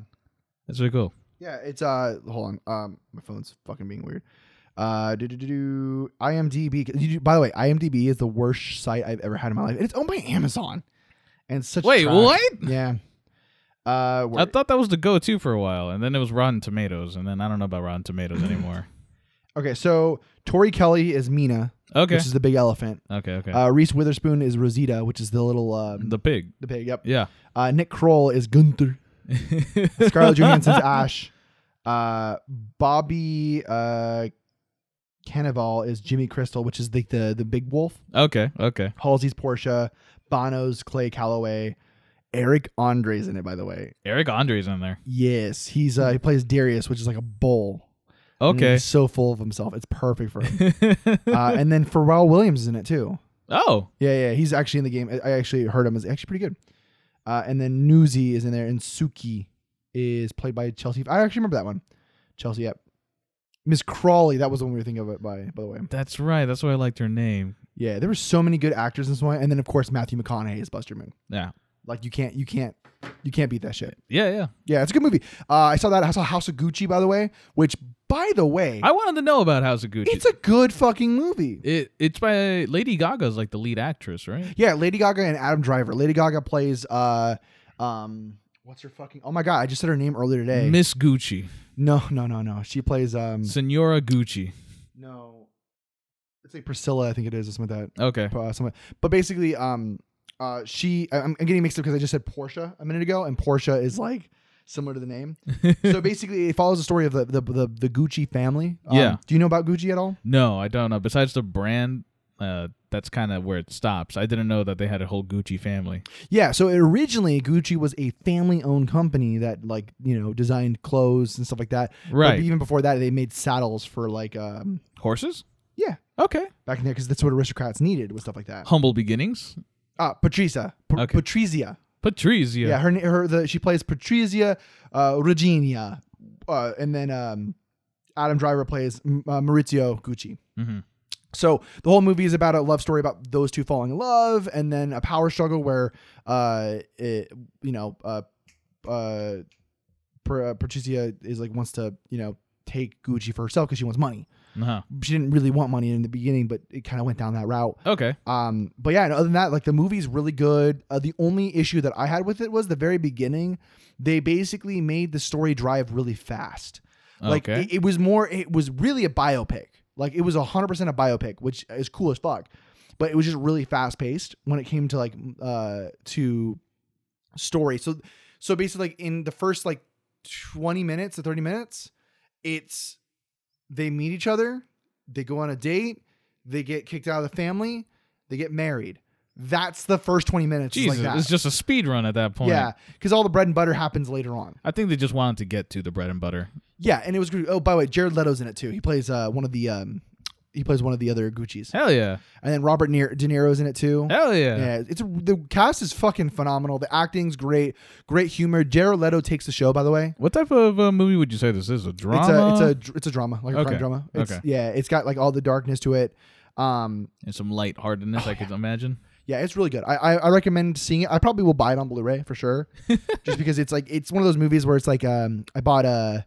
[SPEAKER 3] That's really cool.
[SPEAKER 2] Yeah, it's uh hold on. Um my phone's fucking being weird. Uh do do do do IMDb you do- by the way, IMDb is the worst site I've ever had in my life. And it's owned by Amazon. And it's such
[SPEAKER 3] Wait,
[SPEAKER 2] trash.
[SPEAKER 3] what?
[SPEAKER 2] Yeah. Uh
[SPEAKER 3] I
[SPEAKER 2] word.
[SPEAKER 3] thought that was the go-to for a while, and then it was Rotten Tomatoes, and then I don't know about Rotten Tomatoes anymore.
[SPEAKER 2] okay, so Tori Kelly is Mina,
[SPEAKER 3] okay.
[SPEAKER 2] which is the big elephant.
[SPEAKER 3] okay. Okay.
[SPEAKER 2] Uh Reese Witherspoon is Rosita, which is the little um, the,
[SPEAKER 3] the pig.
[SPEAKER 2] pig, yep.
[SPEAKER 3] Yeah.
[SPEAKER 2] Uh Nick Kroll is Gunther. Scarlett Johansson's Ash. Uh, Bobby uh, Cannavale is Jimmy Crystal, which is the, the the big wolf.
[SPEAKER 3] Okay. Okay.
[SPEAKER 2] Halsey's Portia. Bono's Clay Calloway. Eric Andre's in it, by the way.
[SPEAKER 3] Eric Andre's in there.
[SPEAKER 2] Yes, he's uh, he plays Darius, which is like a bull. And
[SPEAKER 3] Okay.
[SPEAKER 2] he's so full of himself, it's perfect for him. Mm. uh, and then Pharrell Williams is in it too.
[SPEAKER 3] oh.
[SPEAKER 2] Yeah, yeah, he's actually in the game. I- I actually heard him. He's actually pretty good. Uh, and then Newsy is in there, and Suki is played by Chelsea. I actually remember that one. Chelsea, yep. Miss Crawley, that was the one we were thinking of it by, by the way.
[SPEAKER 3] That's right. That's why I liked her name.
[SPEAKER 2] Yeah, there were so many good actors in this one. And then of course Matthew McConaughey is Buster Moon.
[SPEAKER 3] Yeah.
[SPEAKER 2] Like you can't you can't you can't beat that shit.
[SPEAKER 3] Yeah. Yeah.
[SPEAKER 2] Yeah, it's a good movie. Uh, I saw that I saw House of Gucci, by the way, which by the way,
[SPEAKER 3] I wanted to know about House of Gucci.
[SPEAKER 2] it's a good fucking movie.
[SPEAKER 3] it, it's by Lady Gaga's like the lead actress, right?
[SPEAKER 2] Yeah, Lady Gaga and Adam Driver. Lady Gaga plays uh um what's her fucking Oh my god, I just said her name earlier today.
[SPEAKER 3] Miss Gucci,
[SPEAKER 2] no, no, no, no. She plays um
[SPEAKER 3] Senora Gucci.
[SPEAKER 2] no. Let's say Priscilla, I think it is, or something like
[SPEAKER 3] Okay.
[SPEAKER 2] that. Uh, something. But basically um uh she I- I'm, I'm getting mixed up because I just said Portia a minute ago and Portia is like similar to the name. so basically it follows the story of the the the, the Gucci family. Um,
[SPEAKER 3] Yeah.
[SPEAKER 2] Do you know about Gucci at all?
[SPEAKER 3] No, I don't know. Besides the brand, uh, that's kind of where it stops. I didn't know that they had a whole Gucci family.
[SPEAKER 2] Yeah, so originally Gucci was a family-owned company that like, you know, designed clothes and stuff like that. But
[SPEAKER 3] Right.
[SPEAKER 2] even before that, they made saddles for like, um,
[SPEAKER 3] Horses?
[SPEAKER 2] yeah,
[SPEAKER 3] Okay.
[SPEAKER 2] back in there because that's what aristocrats needed was stuff like that.
[SPEAKER 3] Humble beginnings.
[SPEAKER 2] Ah, Patricia, Pa-
[SPEAKER 3] Okay.
[SPEAKER 2] Patrizia.
[SPEAKER 3] Patrizia.
[SPEAKER 2] Yeah, her her the she plays Patrizia uh, Regina, uh, and then um, Adam Driver plays M- uh, Maurizio Gucci.
[SPEAKER 3] Mhm.
[SPEAKER 2] So the whole movie is about a love story about those two falling in love, and then a power struggle where, uh, it, you know, uh, uh, Pra- Patricia is like wants to you know take Gucci for herself because she wants money.
[SPEAKER 3] Uh-huh.
[SPEAKER 2] she didn't really want money in the beginning, but it kind of went down that route.
[SPEAKER 3] Okay.
[SPEAKER 2] Um, but yeah, and other than that, like the movie's really good. Uh, the only issue that I had with it was the very beginning. They basically made the story drive really fast. Like
[SPEAKER 3] okay.
[SPEAKER 2] it, it was more, it was really a biopic. Like it was hundred percent a biopic, which is cool as fuck. But it was just really fast paced when it came to like uh to story. So so basically, like in the first like twenty minutes to thirty minutes, it's they meet each other, they go on a date, they get kicked out of the family, they get married. That's the first twenty minutes. is
[SPEAKER 3] Jesus,
[SPEAKER 2] like that.
[SPEAKER 3] it's just a speed run at that point.
[SPEAKER 2] yeah, because all the bread and butter happens later on.
[SPEAKER 3] I think they just wanted to get to the bread and butter.
[SPEAKER 2] Yeah, and it was. Oh, by the way, Jared Leto's in it too. He plays uh, one of the um, he plays one of the other Gucci's,
[SPEAKER 3] Hell yeah.
[SPEAKER 2] and then Robert ne- De Niro's in it too.
[SPEAKER 3] Hell yeah.
[SPEAKER 2] Yeah, it's the cast is fucking phenomenal. The acting's great, great humor. Jared Leto takes the show, by the way.
[SPEAKER 3] What type of uh, movie would you say this is? A drama?
[SPEAKER 2] It's a it's a it's a drama, like a
[SPEAKER 3] Okay.
[SPEAKER 2] crime drama. It's,
[SPEAKER 3] Okay.
[SPEAKER 2] Yeah, it's got like all the darkness to it. Um,
[SPEAKER 3] and some lightheartedness, I could imagine.
[SPEAKER 2] Oh, yeah, it's really good. I, I I recommend seeing it. I probably will buy it on Blu-ray for sure, just because it's like it's one of those movies where it's like um I bought a,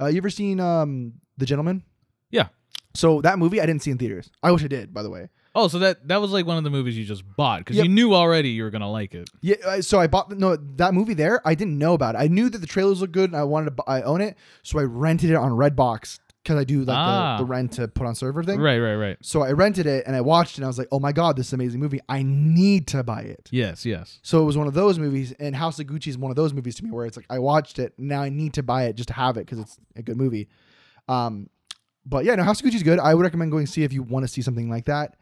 [SPEAKER 2] uh, you ever seen um The Gentleman?
[SPEAKER 3] Yeah.
[SPEAKER 2] So that movie I didn't see in theaters. I wish I did, by the way.
[SPEAKER 3] Oh, so that that was like one of the movies you just bought because
[SPEAKER 2] Yep.
[SPEAKER 3] you knew already you were gonna like it.
[SPEAKER 2] Yeah, uh, so I bought the, no that movie there. I didn't know about. it. I knew that the trailers looked good and I wanted to bu- I own it, so I rented it on Redbox because I do like
[SPEAKER 3] Ah.
[SPEAKER 2] the, the rent to put on server thing.
[SPEAKER 3] Right, right, right.
[SPEAKER 2] So I rented it and I watched it and I was like, oh my God, this is an amazing movie. I need to buy it.
[SPEAKER 3] Yes, yes.
[SPEAKER 2] So it was one of those movies, and House of Gucci is one of those movies to me where it's like I watched it now I need to buy it just to have it because it's a good movie. Um, but yeah, no, House of Gucci is good. I would recommend going to see if you want to see something like that.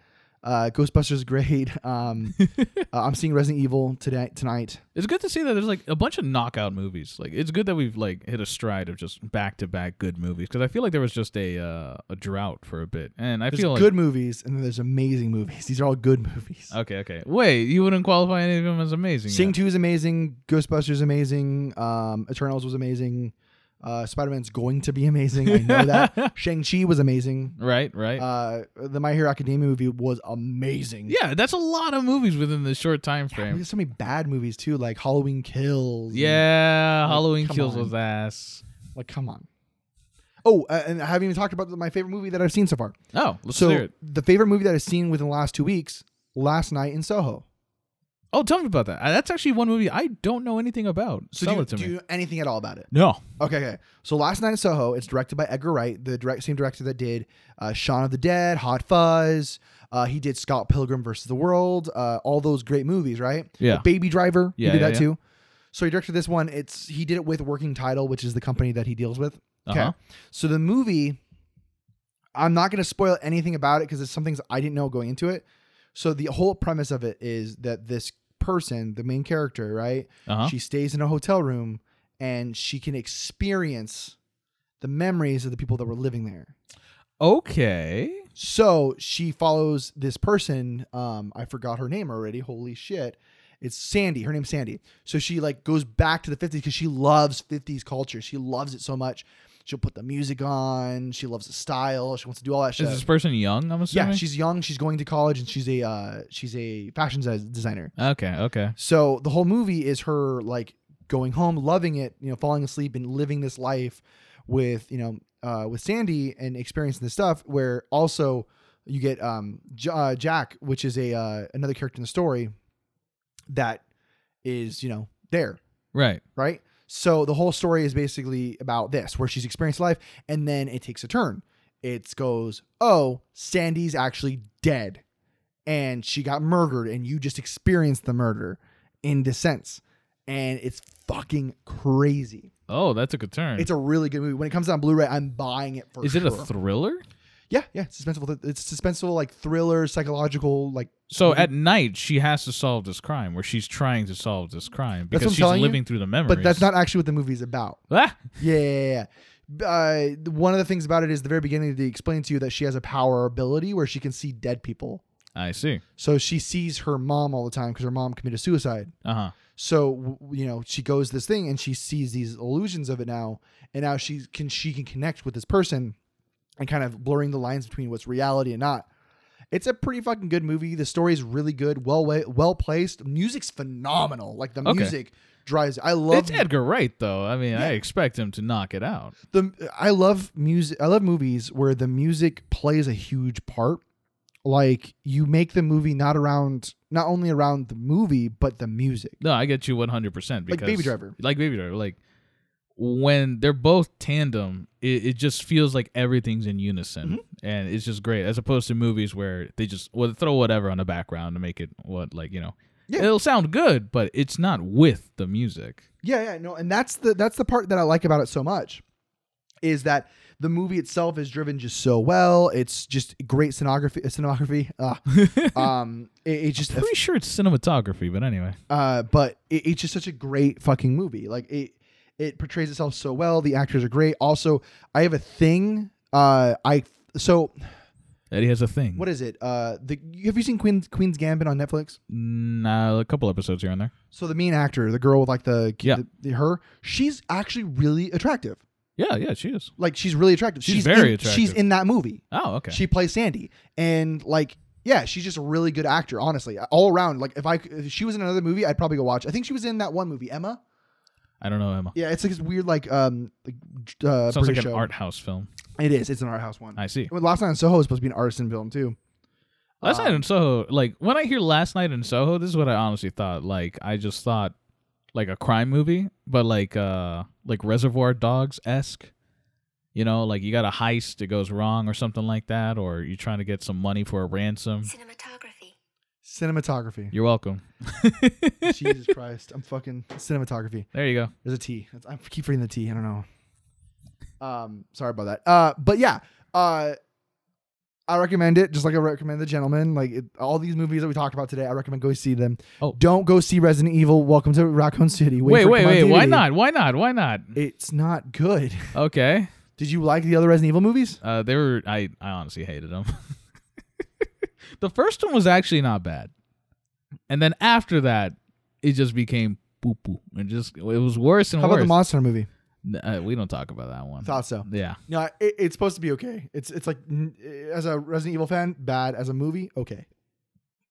[SPEAKER 2] Uh, Ghostbusters is great. Um, uh, I'm seeing Resident Evil today tonight.
[SPEAKER 3] It's good to see that there's like a bunch of knockout movies. Like it's good that we've like hit a stride of just back to back good movies because I feel like there was just a uh, a drought for a bit, and I
[SPEAKER 2] There's
[SPEAKER 3] feel like
[SPEAKER 2] good movies and then there's amazing movies. These are all good movies.
[SPEAKER 3] Okay, okay. Wait, you wouldn't qualify any of them as amazing.
[SPEAKER 2] Sing
[SPEAKER 3] then.
[SPEAKER 2] Two is amazing. Ghostbusters is amazing. Um, Eternals was amazing. Uh, Spider Man's going to be amazing. I know that. Shang Chi was amazing.
[SPEAKER 3] Right, right.
[SPEAKER 2] Uh, the My Hero Academia movie was amazing.
[SPEAKER 3] yeah, that's a lot of movies within the short time
[SPEAKER 2] Yeah, we
[SPEAKER 3] frame.
[SPEAKER 2] had so many bad movies too, like Halloween Kills. and-
[SPEAKER 3] Yeah,
[SPEAKER 2] Like,
[SPEAKER 3] Halloween
[SPEAKER 2] come
[SPEAKER 3] kills
[SPEAKER 2] on.
[SPEAKER 3] was ass.
[SPEAKER 2] like, come on. Oh, uh, and I haven't even talked about my favorite movie that I've seen so far.
[SPEAKER 3] Oh, let's
[SPEAKER 2] so,
[SPEAKER 3] hear it.
[SPEAKER 2] the favorite movie that I've seen within the last two weeks, Last Night in Soho.
[SPEAKER 3] Oh, tell me about that. Uh, That's actually one movie I don't know anything about.
[SPEAKER 2] So,
[SPEAKER 3] Sell
[SPEAKER 2] do, you,
[SPEAKER 3] it to
[SPEAKER 2] do
[SPEAKER 3] me.
[SPEAKER 2] you know anything at all about it?
[SPEAKER 3] no.
[SPEAKER 2] Okay, okay. So Last Night in Soho, it's directed by Edgar Wright, the direct, same director that did uh, Shaun of the Dead, Hot Fuzz. Uh, he did Scott Pilgrim versus the World, uh, all those great movies, right?
[SPEAKER 3] Yeah.
[SPEAKER 2] Baby Driver,
[SPEAKER 3] Yeah,
[SPEAKER 2] he did
[SPEAKER 3] yeah,
[SPEAKER 2] that
[SPEAKER 3] yeah.
[SPEAKER 2] too. So he directed this one. It's he did it with Working Title, which is the company that he deals with. Okay.
[SPEAKER 3] Uh-huh.
[SPEAKER 2] So the movie, I'm not going to spoil anything about it because there's some things I didn't know going into it. So the whole premise of it is that this person, the main character, right?
[SPEAKER 3] Uh-huh.
[SPEAKER 2] She stays in a hotel room and she can experience the memories of the people that were living there.
[SPEAKER 3] Okay.
[SPEAKER 2] So she follows this person. Um, I forgot her name already. Holy shit. It's Sandy. Her name's Sandy. So she like goes back to the 50s because she loves 50s culture. She loves it so much. She'll put the music on. She loves the style. She wants to do all that shit.
[SPEAKER 3] Is this person young? I'm assuming.
[SPEAKER 2] yeah, she's young. She's going to college and she's a uh, she's a fashion des- designer.
[SPEAKER 3] Okay. Okay.
[SPEAKER 2] So the whole movie is her like going home, loving it, you know, falling asleep and living this life with you know uh, with Sandy and experiencing this stuff. Where also you get um, J- uh, Jack, which is a uh, another character in the story that is you know there,
[SPEAKER 3] Right.
[SPEAKER 2] right? So the whole story is basically about this, where she's experienced life, and then it takes a turn. It goes, oh, Sandy's actually dead, and she got murdered, and you just experienced the murder in this sense, and it's fucking crazy.
[SPEAKER 3] Oh, that took a turn.
[SPEAKER 2] It's a really good movie. When it comes out on Blu-ray, I'm buying it for
[SPEAKER 3] Is
[SPEAKER 2] sure.
[SPEAKER 3] it a thriller?
[SPEAKER 2] yeah, yeah, it's suspenseful. It's suspenseful, like thriller, psychological, like
[SPEAKER 3] So
[SPEAKER 2] Mhm.
[SPEAKER 3] at night she has to solve this crime, where she's trying to solve this crime
[SPEAKER 2] what I'm
[SPEAKER 3] because she's
[SPEAKER 2] telling you.
[SPEAKER 3] living through the memories.
[SPEAKER 2] but that's not actually what the movie's about.
[SPEAKER 3] Ah!
[SPEAKER 2] Yeah, yeah, yeah. B- Uh, th- one of the things about it is the very beginning they explain to you that she has a power ability where she can see dead people.
[SPEAKER 3] Ah, I see.
[SPEAKER 2] So she sees her mom all the time because her mom committed suicide.
[SPEAKER 3] Uh huh.
[SPEAKER 2] So w- w- you know she goes this thing and she sees these illusions of it now, and now she can she can connect with this person, and kind of blurring the lines between what's reality and not. It's a pretty fucking good movie. The story is really good, well wa- well placed. Music's phenomenal. Like the
[SPEAKER 3] Okay.
[SPEAKER 2] music drives. I love
[SPEAKER 3] It's Edgar Wright, though. I mean, I expect him to knock it out.
[SPEAKER 2] the I love music. I love movies where the music plays a huge part. Like you make the movie not around, not only around the movie, but the music.
[SPEAKER 3] No, I get you 100 percent.
[SPEAKER 2] Like Baby Driver.
[SPEAKER 3] Like Baby Driver. Like when they're both tandem, it, it just feels like everything's in unison,
[SPEAKER 2] Mm-hmm.
[SPEAKER 3] and it's just great. As opposed to movies where they just well, throw whatever on the background to make it what like you know.
[SPEAKER 2] Yeah.
[SPEAKER 3] It'll sound good, but it's not with the music.
[SPEAKER 2] Yeah, yeah, no, and that's the that's the part that I like about it so much, is that the movie itself is driven just so well. It's just great scenography, cinematography. Uh, um, it, it's just a
[SPEAKER 3] Pretty sure it's cinematography, but anyway.
[SPEAKER 2] uh, but it, it's just such a great fucking movie. Like it, it portrays itself so well. The actors are great. Also, I have a thing. Uh, I so
[SPEAKER 3] Eddie has a thing.
[SPEAKER 2] what is it? Uh, the have you seen Queen's Queen's Gambit on Netflix?
[SPEAKER 3] Mm, Nah, a couple episodes here and there.
[SPEAKER 2] So the main actor, the girl with like the,
[SPEAKER 3] Yeah.
[SPEAKER 2] the, the- her, she's actually really attractive.
[SPEAKER 3] Yeah, yeah, she is.
[SPEAKER 2] Like she's really attractive.
[SPEAKER 3] She's very
[SPEAKER 2] in-
[SPEAKER 3] attractive.
[SPEAKER 2] She's in that movie.
[SPEAKER 3] Oh, okay.
[SPEAKER 2] She plays Sandy, and like. Yeah, she's just a really good actor, honestly. All around, like if I c- if she was in another movie, I'd probably go watch. I think she was in that one movie, Emma.
[SPEAKER 3] I don't know Emma.
[SPEAKER 2] Yeah, it's like this weird like um like, uh,
[SPEAKER 3] Sounds
[SPEAKER 2] British
[SPEAKER 3] like an
[SPEAKER 2] show.
[SPEAKER 3] art house film.
[SPEAKER 2] It is. It's an art house one.
[SPEAKER 3] I see.
[SPEAKER 2] Well, Last Night in Soho is supposed to be an artisan film too.
[SPEAKER 3] Last
[SPEAKER 2] Um,
[SPEAKER 3] night in Soho, like when I hear Last Night in Soho, this is what I honestly thought. Like I just thought like a crime movie, but like uh like Reservoir Dogs esque. You know, like you got a heist that goes wrong or something like that, or you're trying to get some money for a ransom.
[SPEAKER 4] Cinematography.
[SPEAKER 2] Cinematography.
[SPEAKER 3] You're welcome.
[SPEAKER 2] Jesus Christ. I'm fucking cinematography.
[SPEAKER 3] There you go.
[SPEAKER 2] There's a T. That's- I keep reading the T. I don't know. Um, sorry about that. Uh, but yeah, uh, I recommend it. Just like I recommend the gentleman. Like it, all these movies that we talked about today, I recommend go see them.
[SPEAKER 3] Oh.
[SPEAKER 2] don't go see Resident Evil. Welcome to Raccoon City.
[SPEAKER 3] Wait,
[SPEAKER 2] for it
[SPEAKER 3] wait,
[SPEAKER 2] to come
[SPEAKER 3] wait.
[SPEAKER 2] on
[SPEAKER 3] Why
[SPEAKER 2] DVD.
[SPEAKER 3] not? Why not? Why not?
[SPEAKER 2] It's not good.
[SPEAKER 3] Okay.
[SPEAKER 2] Did you like the other Resident Evil movies?
[SPEAKER 3] Uh, they were. I, I honestly hated them. the first one was actually not bad, and then after that, it just became poo poo. It just it was worse and
[SPEAKER 2] How about
[SPEAKER 3] worse.
[SPEAKER 2] the Monster Hunter movie?
[SPEAKER 3] N- uh, we don't talk about that one.
[SPEAKER 2] Thought so.
[SPEAKER 3] Yeah.
[SPEAKER 2] No, it, it's supposed to be okay. It's it's like n- as a Resident Evil fan, bad as a movie, okay.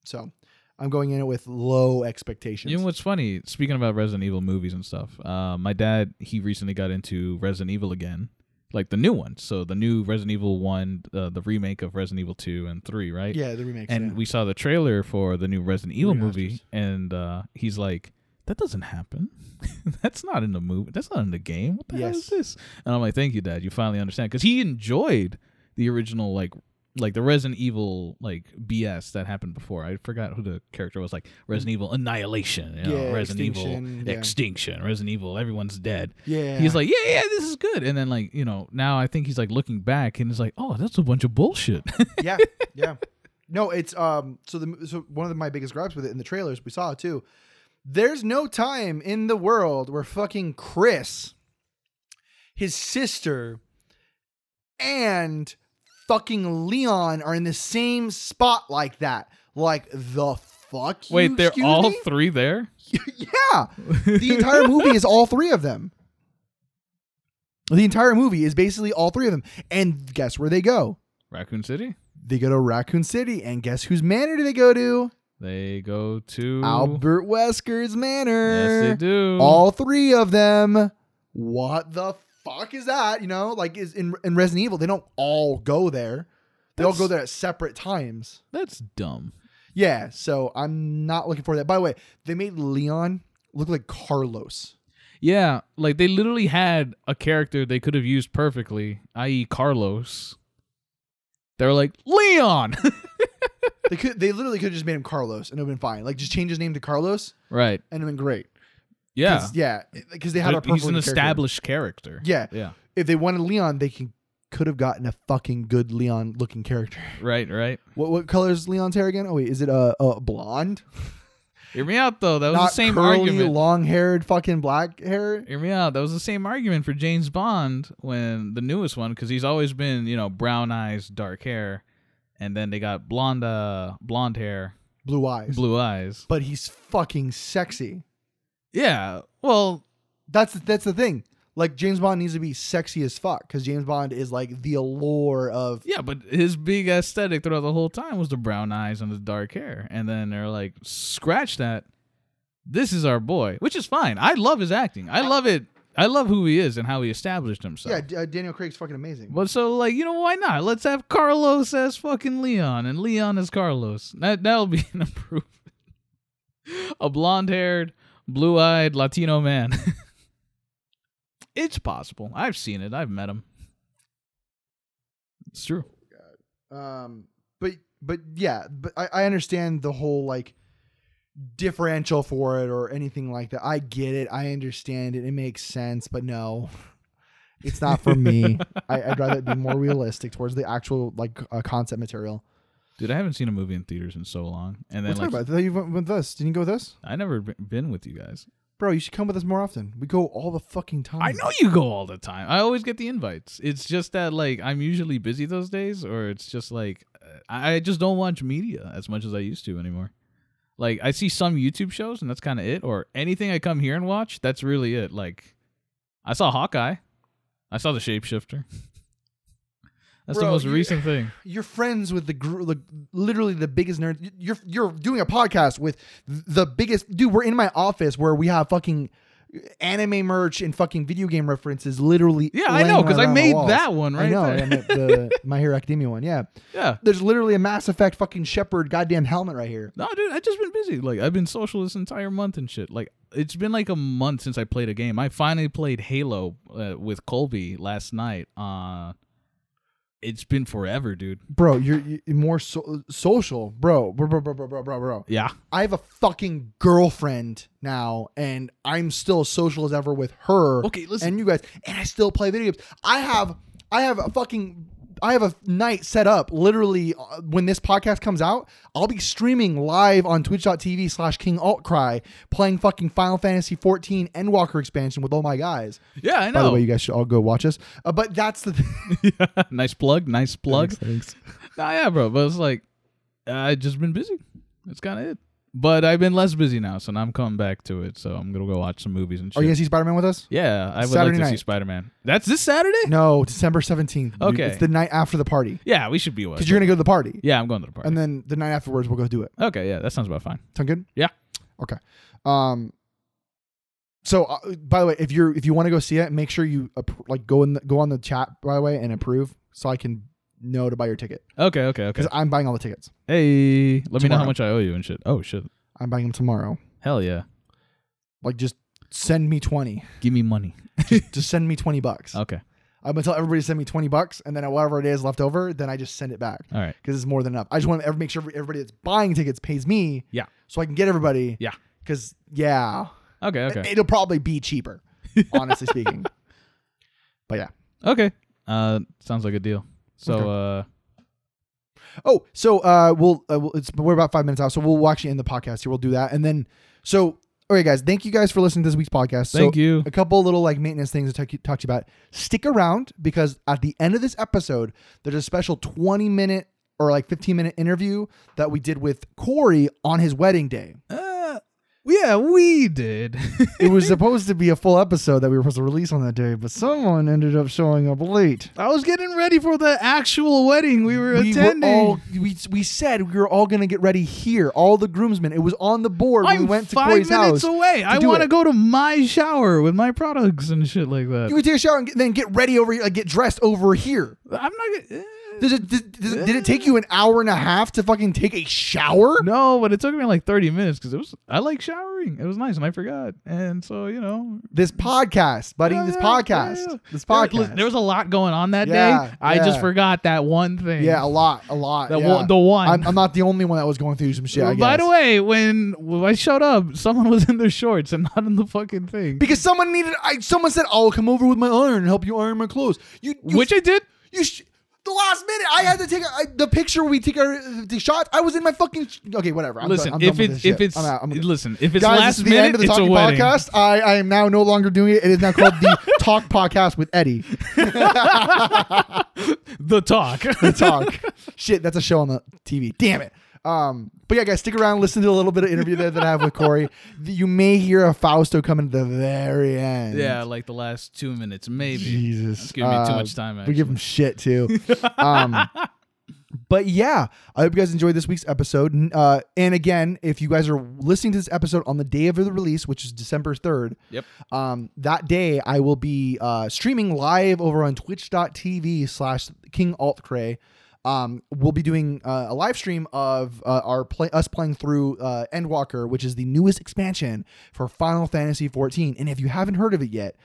[SPEAKER 2] So I'm going in it with low expectations.
[SPEAKER 3] You know what's funny? Speaking about Resident Evil movies and stuff, uh, my dad he recently got into Resident Evil again, like the new one. So the new Resident Evil one, uh, the remake of Resident Evil two and three, right?
[SPEAKER 2] yeah, the remakes.
[SPEAKER 3] And
[SPEAKER 2] yeah.
[SPEAKER 3] we saw the trailer for the new Resident Evil
[SPEAKER 2] Remasters.
[SPEAKER 3] movie, and uh, he's like, "That doesn't happen. That's not in the movie. That's not in the game. What the hell is
[SPEAKER 2] Yes.
[SPEAKER 3] this?" And I'm like, "Thank you, Dad. You finally understand." Because he enjoyed the original, like, like the Resident Evil like BS that happened before. I forgot who the character was. Like Resident Evil Annihilation, you know,
[SPEAKER 2] Yeah,
[SPEAKER 3] Resident
[SPEAKER 2] Extinction,
[SPEAKER 3] Evil
[SPEAKER 2] yeah.
[SPEAKER 3] Extinction, Resident Evil. Everyone's dead.
[SPEAKER 2] yeah,
[SPEAKER 3] He's like, yeah, yeah, this is good. And then like, you know, now I think he's like looking back and he's like, oh, that's a bunch of bullshit.
[SPEAKER 2] yeah, yeah. No, it's um. So the so one of the, my biggest gripes with it in the trailers, we saw it too. There's no time in the world where fucking Chris, his sister, and fucking Leon are in the same spot like that. Like the fuck? you-
[SPEAKER 3] Wait, they're
[SPEAKER 2] excuse
[SPEAKER 3] all
[SPEAKER 2] me?
[SPEAKER 3] three there.
[SPEAKER 2] yeah. The entire movie is all three of them. The entire movie is basically all three of them. And guess where they go?
[SPEAKER 3] Raccoon City.
[SPEAKER 2] They go to Raccoon City, and guess whose manor do they go to?
[SPEAKER 3] They go to
[SPEAKER 2] Albert Wesker's
[SPEAKER 3] Yes,
[SPEAKER 2] manor.
[SPEAKER 3] they do.
[SPEAKER 2] All three of them. What the fuck is that? You know, like is in in Resident Evil, they don't all go there. They all
[SPEAKER 3] That's-
[SPEAKER 2] go there at separate times.
[SPEAKER 3] That's dumb.
[SPEAKER 2] Yeah, so I'm not looking for that. By the way, they made Leon look like Carlos.
[SPEAKER 3] Yeah, like they literally had a character they could have used perfectly, i.e., Carlos. They were like Leon,
[SPEAKER 2] They could they literally could have just made him Carlos and it would have been fine. Like just change his name to Carlos
[SPEAKER 3] right?
[SPEAKER 2] and it would have been great.
[SPEAKER 3] Yeah,
[SPEAKER 2] 'Cause, yeah, because they had a
[SPEAKER 3] But he's
[SPEAKER 2] perfectly
[SPEAKER 3] an
[SPEAKER 2] character.
[SPEAKER 3] established character.
[SPEAKER 2] Yeah.
[SPEAKER 3] yeah,
[SPEAKER 2] if they wanted Leon, they can could have gotten a fucking good Leon looking character.
[SPEAKER 3] right, right.
[SPEAKER 2] What what color is Leon's hair again? Oh wait, is it uh, uh blonde?
[SPEAKER 3] Hear me out though. That was
[SPEAKER 2] Not
[SPEAKER 3] the same
[SPEAKER 2] curly,
[SPEAKER 3] argument.
[SPEAKER 2] long haired, fucking black hair.
[SPEAKER 3] Hear me out. That was the same argument for James Bond when the newest one, because he's always been, you know, brown eyes, dark hair, and then they got blonde, uh, blonde hair,
[SPEAKER 2] Blue eyes.
[SPEAKER 3] blue eyes.
[SPEAKER 2] But he's fucking sexy.
[SPEAKER 3] Yeah. Well,
[SPEAKER 2] That's that's the thing. Like James Bond needs to be sexy as fuck because James Bond is like the allure of
[SPEAKER 3] yeah, but his big aesthetic throughout the whole time was the brown eyes and the dark hair. And then they're like, scratch that. This is our boy, which is fine. I love his acting. I love it. I love who he is and how he established himself.
[SPEAKER 2] yeah. D- uh, Daniel Craig's fucking amazing.
[SPEAKER 3] But so like you know why not? Let's have Carlos as fucking Leon and Leon as Carlos. That that'll be an improvement. A blonde-haired, blue-eyed Latino man. it's possible. I've seen it. I've met him. It's true.
[SPEAKER 2] Um, but but yeah, but I, I understand the whole like differential for it or anything like that. I get it. I understand it. It makes sense. But no, it's not for me. I, I'd rather it be more realistic towards the actual like uh, concept material.
[SPEAKER 3] Dude, I haven't seen a movie in theaters in so long. And then
[SPEAKER 2] What's
[SPEAKER 3] like
[SPEAKER 2] about? I thought you went with us. Didn't you go with us,
[SPEAKER 3] I never b- been with you guys.
[SPEAKER 2] bro? You should come with us more often. We go all the fucking time.
[SPEAKER 3] I know you go all the time. I always get the invites. It's just that like I'm usually busy those days, or it's just like uh, I I just don't watch media as much as I used to anymore. Like I see some YouTube shows, and that's kind of it. Or anything I come here and watch, that's really it. Like I saw Hawkeye, I saw the Shapeshifter. that's the
[SPEAKER 2] Bro,
[SPEAKER 3] most
[SPEAKER 2] you-
[SPEAKER 3] recent thing.
[SPEAKER 2] You're friends with the group, like literally the biggest nerd. You're you're doing a podcast with the biggest dude. We're in my office where we have fucking anime merch and fucking video game references. Literally,
[SPEAKER 3] Yeah, I
[SPEAKER 2] laying
[SPEAKER 3] know because I
[SPEAKER 2] around the
[SPEAKER 3] made
[SPEAKER 2] walls.
[SPEAKER 3] that one right
[SPEAKER 2] I know,
[SPEAKER 3] there.
[SPEAKER 2] and the, the My Hero Academia one. Yeah,
[SPEAKER 3] yeah.
[SPEAKER 2] there's literally a Mass Effect fucking Shepard goddamn helmet right here.
[SPEAKER 3] No, dude, I just been busy. Like I've been social this entire month and shit. Like it's been like a month since I played a game. I finally played Halo uh, with Colby last night. Uh, it's been forever, dude.
[SPEAKER 2] bro. You're, you're more so- social, bro. Bro, bro, bro, bro, bro, bro, bro.
[SPEAKER 3] Yeah.
[SPEAKER 2] I have a fucking girlfriend now, and I'm still as social as ever with her.
[SPEAKER 3] Okay, listen.
[SPEAKER 2] and you guys, and I still play video games. I have, I have a fucking, I have a night set up. Literally, uh, when this podcast comes out, I'll be streaming live on Twitch.tv slash King Alt Cry, playing fucking Final Fantasy 14 Endwalker expansion with all my guys.
[SPEAKER 3] yeah, I know.
[SPEAKER 2] By the way, you guys should all go watch us. Uh, but that's the thing.
[SPEAKER 3] nice plug. Nice plug.
[SPEAKER 2] Thanks.
[SPEAKER 3] Nah, yeah, bro. But it's like I just been busy. That's kind of it. But I've been less busy now, so now I'm coming back to it. So I'm gonna go watch some movies and shit.
[SPEAKER 2] Are you gonna see Spider Man with us?
[SPEAKER 3] yeah, I would
[SPEAKER 2] Oh, Saturday
[SPEAKER 3] like to see
[SPEAKER 2] night.
[SPEAKER 3] Spider Man. That's this Saturday.
[SPEAKER 2] No, December 17th. dude.
[SPEAKER 3] Okay.
[SPEAKER 2] It's the night after the party.
[SPEAKER 3] Yeah, we should be away.
[SPEAKER 2] Because you're going to go to the party.
[SPEAKER 3] Yeah, I'm going to the party.
[SPEAKER 2] And then the night afterwards, we'll go do it.
[SPEAKER 3] okay, yeah, that sounds about fine.
[SPEAKER 2] Sound good?
[SPEAKER 3] Yeah.
[SPEAKER 2] Okay. Um. So, uh, by the way, if you're if you want to go see it, make sure you appro- like go in the, go on the chat by the way and approve, so I can know to buy your ticket
[SPEAKER 3] Okay, okay, okay.
[SPEAKER 2] because I'm buying all the tickets.
[SPEAKER 3] Hey, let me know how
[SPEAKER 2] Tomorrow.
[SPEAKER 3] much I owe you and shit. Oh shit.
[SPEAKER 2] I'm buying them tomorrow.
[SPEAKER 3] Hell yeah.
[SPEAKER 2] Like, just send me twenty.
[SPEAKER 3] Give me money.
[SPEAKER 2] just send me twenty bucks.
[SPEAKER 3] Okay.
[SPEAKER 2] I'm gonna tell everybody to send me twenty bucks, and then whatever it is left over, then I just send it back.
[SPEAKER 3] All right.
[SPEAKER 2] because it's more than enough. I just want to make sure everybody that's buying tickets pays me.
[SPEAKER 3] Yeah.
[SPEAKER 2] So I can get everybody.
[SPEAKER 3] Yeah.
[SPEAKER 2] Because yeah,
[SPEAKER 3] Okay, okay.
[SPEAKER 2] It, will probably be cheaper, honestly speaking. But yeah.
[SPEAKER 3] Okay. Uh sounds like a deal. So uh
[SPEAKER 2] Oh, so uh, we'll, uh, we'll it's we're about five minutes out, so we'll, we'll actually end the podcast here. We'll do that, and then so okay, guys, thank you guys for listening to this week's podcast.
[SPEAKER 3] thank
[SPEAKER 2] so,
[SPEAKER 3] you.
[SPEAKER 2] a couple little like maintenance things to talk, talk to you about. Stick around because at the end of this episode, there's a special 20 minute or like 15 minute interview that we did with Corey on his wedding day.
[SPEAKER 3] Uh, yeah, we did.
[SPEAKER 2] it was supposed to be a full episode that we were supposed to release on that day, but someone ended up showing up late.
[SPEAKER 3] I was getting ready for the actual wedding we were
[SPEAKER 2] We, were all, we, we said we were all going to get ready here, all the groomsmen. It was on the board when
[SPEAKER 3] I'm
[SPEAKER 2] we went to
[SPEAKER 3] five
[SPEAKER 2] Corey's
[SPEAKER 3] minutes
[SPEAKER 2] house.
[SPEAKER 3] away. I
[SPEAKER 2] do
[SPEAKER 3] want to
[SPEAKER 2] it.
[SPEAKER 3] go to my shower with my products and shit like
[SPEAKER 2] you
[SPEAKER 3] that.
[SPEAKER 2] could take a shower and get, then get ready over here, like get dressed over here.
[SPEAKER 3] I'm not. gonna- eh.
[SPEAKER 2] Does it, did, does it- did it take you an hour and a half to fucking take a shower?
[SPEAKER 3] No, but it took me like 30 minutes because it was. I like showering. It was nice, and I forgot. And so you know,
[SPEAKER 2] This podcast, buddy.
[SPEAKER 3] Yeah,
[SPEAKER 2] this
[SPEAKER 3] yeah,
[SPEAKER 2] podcast.
[SPEAKER 3] yeah, yeah.
[SPEAKER 2] This
[SPEAKER 3] There-
[SPEAKER 2] podcast.
[SPEAKER 3] look, There was a lot going on that
[SPEAKER 2] Yeah,
[SPEAKER 3] day. I just
[SPEAKER 2] yeah.
[SPEAKER 3] forgot that one thing.
[SPEAKER 2] yeah, oh, a lot, a lot.
[SPEAKER 3] The
[SPEAKER 2] yeah.
[SPEAKER 3] one- the one.
[SPEAKER 2] I'm, I'm not the only one that was going through some shit. I
[SPEAKER 3] By
[SPEAKER 2] guess.
[SPEAKER 3] the way, when, when I showed up, someone was in their shorts and not in the fucking thing,
[SPEAKER 2] because someone needed. I someone said, "I'll come over with my iron and help you iron my clothes." You, you
[SPEAKER 3] which I did.
[SPEAKER 2] you sh- the last minute. I had to take I, the picture. We take our the shot. I was in my fucking. Sh- okay, whatever. I'm
[SPEAKER 3] Listen,
[SPEAKER 2] done- I'm done
[SPEAKER 3] if
[SPEAKER 2] with
[SPEAKER 3] it's
[SPEAKER 2] this
[SPEAKER 3] if
[SPEAKER 2] shit.
[SPEAKER 3] it's
[SPEAKER 2] I'm out, I'm done.
[SPEAKER 3] listen, if it's
[SPEAKER 2] Guys,
[SPEAKER 3] last
[SPEAKER 2] this is the
[SPEAKER 3] minute,
[SPEAKER 2] end of the
[SPEAKER 3] it's a
[SPEAKER 2] talking
[SPEAKER 3] wedding.
[SPEAKER 2] podcast. I, I am now no longer doing it. It is now called the Talk Podcast with Eddie.
[SPEAKER 3] The talk.
[SPEAKER 2] the talk. Shit, that's a show on the TV. Damn it. Um, but yeah, guys, stick around, listen to a little bit of interview that, that I have with Corey. You may hear a Fausto come at the very end.
[SPEAKER 3] yeah, like the last two minutes, maybe.
[SPEAKER 2] Jesus.
[SPEAKER 3] That's giving me too
[SPEAKER 2] Uh,
[SPEAKER 3] much time.
[SPEAKER 2] We give him shit too. um, but yeah, I hope you guys enjoyed this week's episode. N- Uh, and again, if you guys are listening to this episode on the day of the release, which is December 3rd,
[SPEAKER 3] Yep.
[SPEAKER 2] um, that day I will be uh, streaming live over on twitch.tv slash King Alt Cray. Um, we'll be doing uh, a live stream of uh, our play us playing through uh, Endwalker, which is the newest expansion for Final Fantasy 14. And if you haven't heard of it yet,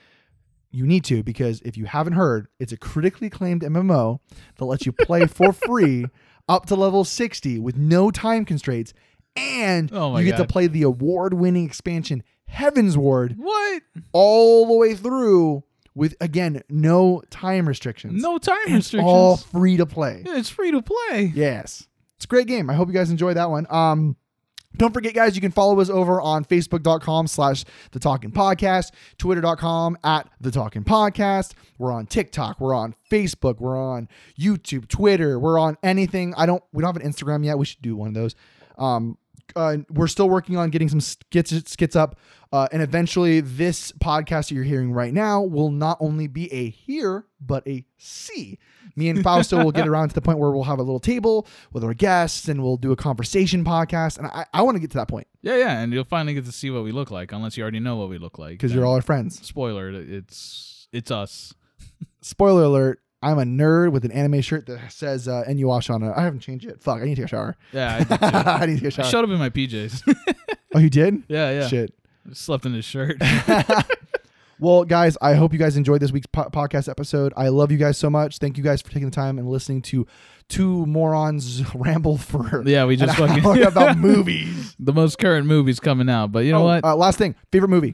[SPEAKER 2] you need to because if you haven't heard, it's a critically acclaimed MMO that lets you play for free up to level 60 with no time constraints. And
[SPEAKER 3] Oh my
[SPEAKER 2] you get to
[SPEAKER 3] God.
[SPEAKER 2] play the award winning expansion Heaven's Ward
[SPEAKER 3] What?
[SPEAKER 2] all the way through with, again, no time restrictions.
[SPEAKER 3] No time restrictions.
[SPEAKER 2] All free to play.
[SPEAKER 3] Yeah, it's free to play.
[SPEAKER 2] Yes. It's a great game. I hope you guys enjoy that one. Um don't forget, guys, you can follow us over on Facebook.com slash the Talking Podcast, Twitter.com at the Talking Podcast. We're on TikTok, we're on Facebook, we're on YouTube, Twitter, we're on anything. I don't we don't have an Instagram yet. We should do one of those. Um uh, we're still working on getting some skits skits up, uh, and eventually this podcast that you're hearing right now will not only be a here but a see. Me and Fausto will get around to the point where we'll have a little table with our guests and we'll do a conversation podcast, and I, I want to get to that point
[SPEAKER 3] Yeah, yeah, and you'll finally get to see what we look like, unless you already know what we look like.
[SPEAKER 2] because
[SPEAKER 3] Then-
[SPEAKER 2] you're all our friends.
[SPEAKER 3] spoiler. It's it's us.
[SPEAKER 2] Spoiler alert: I'm a nerd with an anime shirt that says uh, "Enuash" on it. I haven't changed it. Fuck, I need to take a shower.
[SPEAKER 3] Yeah, I, did too.
[SPEAKER 1] uh,
[SPEAKER 2] I need to take a
[SPEAKER 3] I
[SPEAKER 2] shower.
[SPEAKER 3] showed up in my PJs.
[SPEAKER 2] Oh, you did?
[SPEAKER 3] yeah, yeah.
[SPEAKER 2] Shit.
[SPEAKER 3] Slept in his shirt.
[SPEAKER 2] well, guys, I hope you guys enjoyed this week's po- podcast episode. I love you guys so much. Thank you guys for taking the time and listening to two morons ramble for
[SPEAKER 3] yeah, we
[SPEAKER 2] an
[SPEAKER 3] just fucking
[SPEAKER 2] hour about movies.
[SPEAKER 3] the most current movies coming out. But you know
[SPEAKER 2] Oh,
[SPEAKER 3] what?
[SPEAKER 2] Uh, last thing, favorite movie?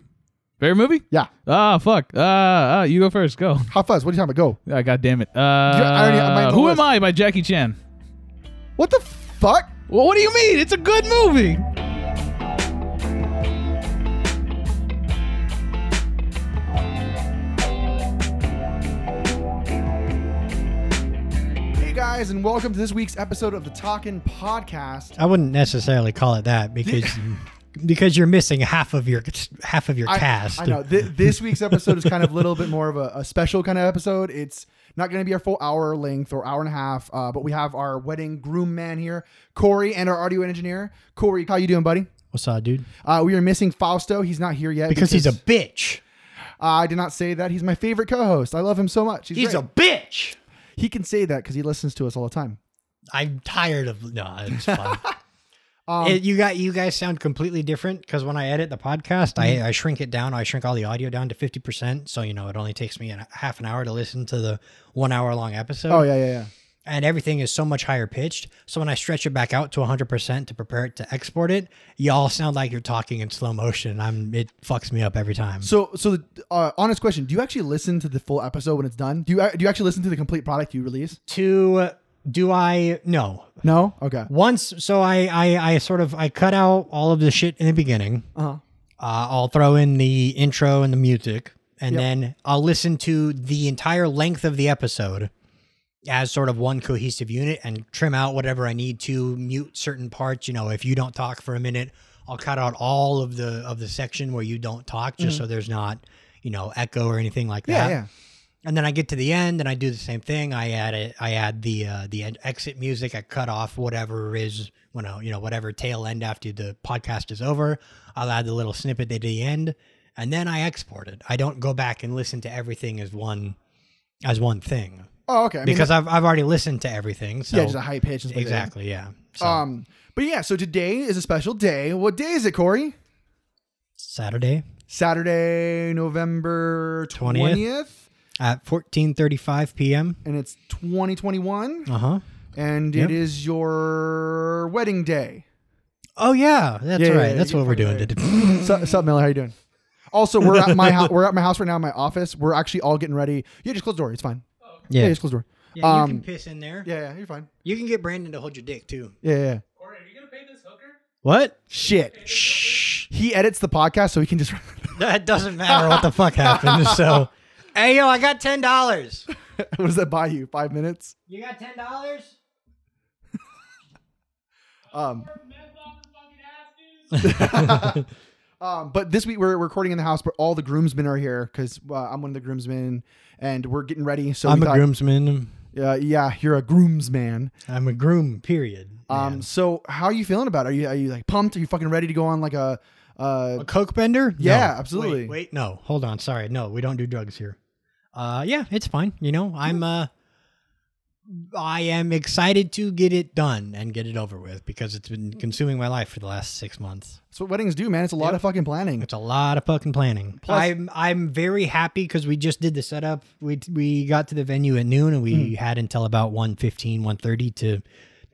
[SPEAKER 3] Favorite movie?
[SPEAKER 2] Yeah,
[SPEAKER 3] Ah, fuck. Ah, ah, you go first. Go.
[SPEAKER 2] Hot Fuzz. What are you talking about? Go.
[SPEAKER 3] Ah, God damn it. Uh,
[SPEAKER 2] already- mine's on the
[SPEAKER 3] Who
[SPEAKER 2] list.
[SPEAKER 3] Am I by Jackie Chan.
[SPEAKER 2] What the fuck?
[SPEAKER 3] Well, what do you mean? It's a good movie.
[SPEAKER 2] Hey guys, and welcome to this week's episode of the Talkin' Podcast.
[SPEAKER 1] I wouldn't necessarily call it that because because you're missing half of your half of your
[SPEAKER 2] I-
[SPEAKER 1] cast.
[SPEAKER 2] I, know. Th- this week's episode is kind of a little bit more of a, a special kind of episode. It's not going to be our full hour length or hour and a half, uh, but we have our wedding groom man here, Corey, and our audio engineer, Corey. How you doing, buddy?
[SPEAKER 1] What's up, dude?
[SPEAKER 2] Uh, we are missing Fausto. He's not here yet
[SPEAKER 1] Because he's a bitch.
[SPEAKER 2] I did not say that. He's my favorite co-host. I love him so much. He's,
[SPEAKER 1] He's
[SPEAKER 2] great.
[SPEAKER 1] a bitch.
[SPEAKER 2] he can say that because he listens to us all the time.
[SPEAKER 1] I'm tired of no. It's fine.
[SPEAKER 2] Um,
[SPEAKER 1] It- you got you guys sound completely different because when I edit the podcast,
[SPEAKER 2] Mm-hmm.
[SPEAKER 1] I, I shrink it down. I shrink all the audio down to fifty percent, so you know it only takes me a half an hour to listen to the one hour long episode.
[SPEAKER 2] oh yeah, yeah, yeah.
[SPEAKER 1] and everything is so much higher pitched. So when I stretch it back out to 100% to prepare it to export it, y'all sound like you're talking in slow motion. I'm it fucks me up every time.
[SPEAKER 2] So, so uh, honest question: Do you actually listen to the full episode when it's done? Do you do you actually listen to the complete product you release?
[SPEAKER 1] to do I no.
[SPEAKER 2] No. Okay.
[SPEAKER 1] Once so I I I sort of I cut out all of the shit in the beginning.
[SPEAKER 2] Uh-huh.
[SPEAKER 1] Uh, I'll throw in the intro and the music, and
[SPEAKER 2] Yep.
[SPEAKER 1] then I'll listen to the entire length of the episode as sort of one cohesive unit and trim out whatever I need to mute certain parts. You know, if you don't talk for a minute, I'll cut out all of the of the section where you don't talk, just so there's not you know echo or anything like
[SPEAKER 2] Mm-hmm. Yeah,
[SPEAKER 1] that.
[SPEAKER 2] yeah.
[SPEAKER 1] And then I get to the end and I do the same thing. I add it. I add the uh, the end exit music. I cut off whatever is you know you know whatever tail end after the podcast is over. I'll add the little snippet at the end, and then I export it. I don't go back and listen to everything as one as one thing
[SPEAKER 2] Oh, okay. I mean,
[SPEAKER 1] because I've I've already listened to everything. So
[SPEAKER 2] yeah, just a high pitch. is what they-
[SPEAKER 1] exactly, yeah. So
[SPEAKER 2] Um, but yeah, so today is a special day. What day is it, Corey?
[SPEAKER 1] Saturday
[SPEAKER 2] Saturday, November
[SPEAKER 1] 20th.
[SPEAKER 2] twentieth,
[SPEAKER 1] at fourteen thirty five p.m.
[SPEAKER 2] and it's twenty twenty one,
[SPEAKER 1] Uh huh.
[SPEAKER 2] and
[SPEAKER 1] Yep.
[SPEAKER 2] it is your wedding day.
[SPEAKER 1] Oh yeah, that's
[SPEAKER 2] Yeah, yeah,
[SPEAKER 1] right.
[SPEAKER 2] yeah,
[SPEAKER 1] that's
[SPEAKER 2] you're
[SPEAKER 1] what we're doing
[SPEAKER 2] fucking
[SPEAKER 1] today.
[SPEAKER 2] Sup, sup, Miller? How you doing? Also, we're at my house. We're at my house right now. in My office. We're actually all getting ready. Yeah, just close the door. It's fine. Yeah,
[SPEAKER 1] yeah.
[SPEAKER 2] just close the door.
[SPEAKER 1] yeah, you can
[SPEAKER 2] Um,
[SPEAKER 1] piss in there.
[SPEAKER 2] Yeah, yeah, you're fine.
[SPEAKER 1] You can get Brandon to hold your dick too.
[SPEAKER 2] Yeah, yeah. yeah.
[SPEAKER 3] Corey, are you gonna pay this hooker?
[SPEAKER 1] What?
[SPEAKER 2] Shit. He edits the podcast, so he can just.
[SPEAKER 1] That doesn't matter what the fuck happened. So, hey yo, I got ten dollars.
[SPEAKER 2] what does that buy you? Five minutes.
[SPEAKER 1] You got ten dollars?
[SPEAKER 2] Um, um, but this week we're recording in the house, but all the groomsmen are here because uh, I'm one of the groomsmen, and we're getting ready. So we
[SPEAKER 1] I'm a
[SPEAKER 2] thought-
[SPEAKER 1] groomsman.
[SPEAKER 2] Uh, yeah, you're a groomsman.
[SPEAKER 1] I'm a groom. Period.
[SPEAKER 2] Um,
[SPEAKER 1] man.
[SPEAKER 2] so how are you feeling about? It? Are you are you like pumped? Are you fucking ready to go on like a? Uh,
[SPEAKER 1] a coke bender? No.
[SPEAKER 2] Yeah, absolutely.
[SPEAKER 1] Wait, wait, no, hold on. Sorry, no, we don't do drugs here. Uh, yeah, it's fine. You know, I'm uh, I am excited to get it done and get it over with because it's been consuming my life for the last six months.
[SPEAKER 2] that's what weddings do, man. It's a lot of fucking planning.
[SPEAKER 1] It's a lot of fucking planning.
[SPEAKER 2] Plus-
[SPEAKER 1] I'm I'm very happy because we just did the setup. We we got to the venue at noon and we
[SPEAKER 2] Hmm.
[SPEAKER 1] had until about 1.15, 1.30 to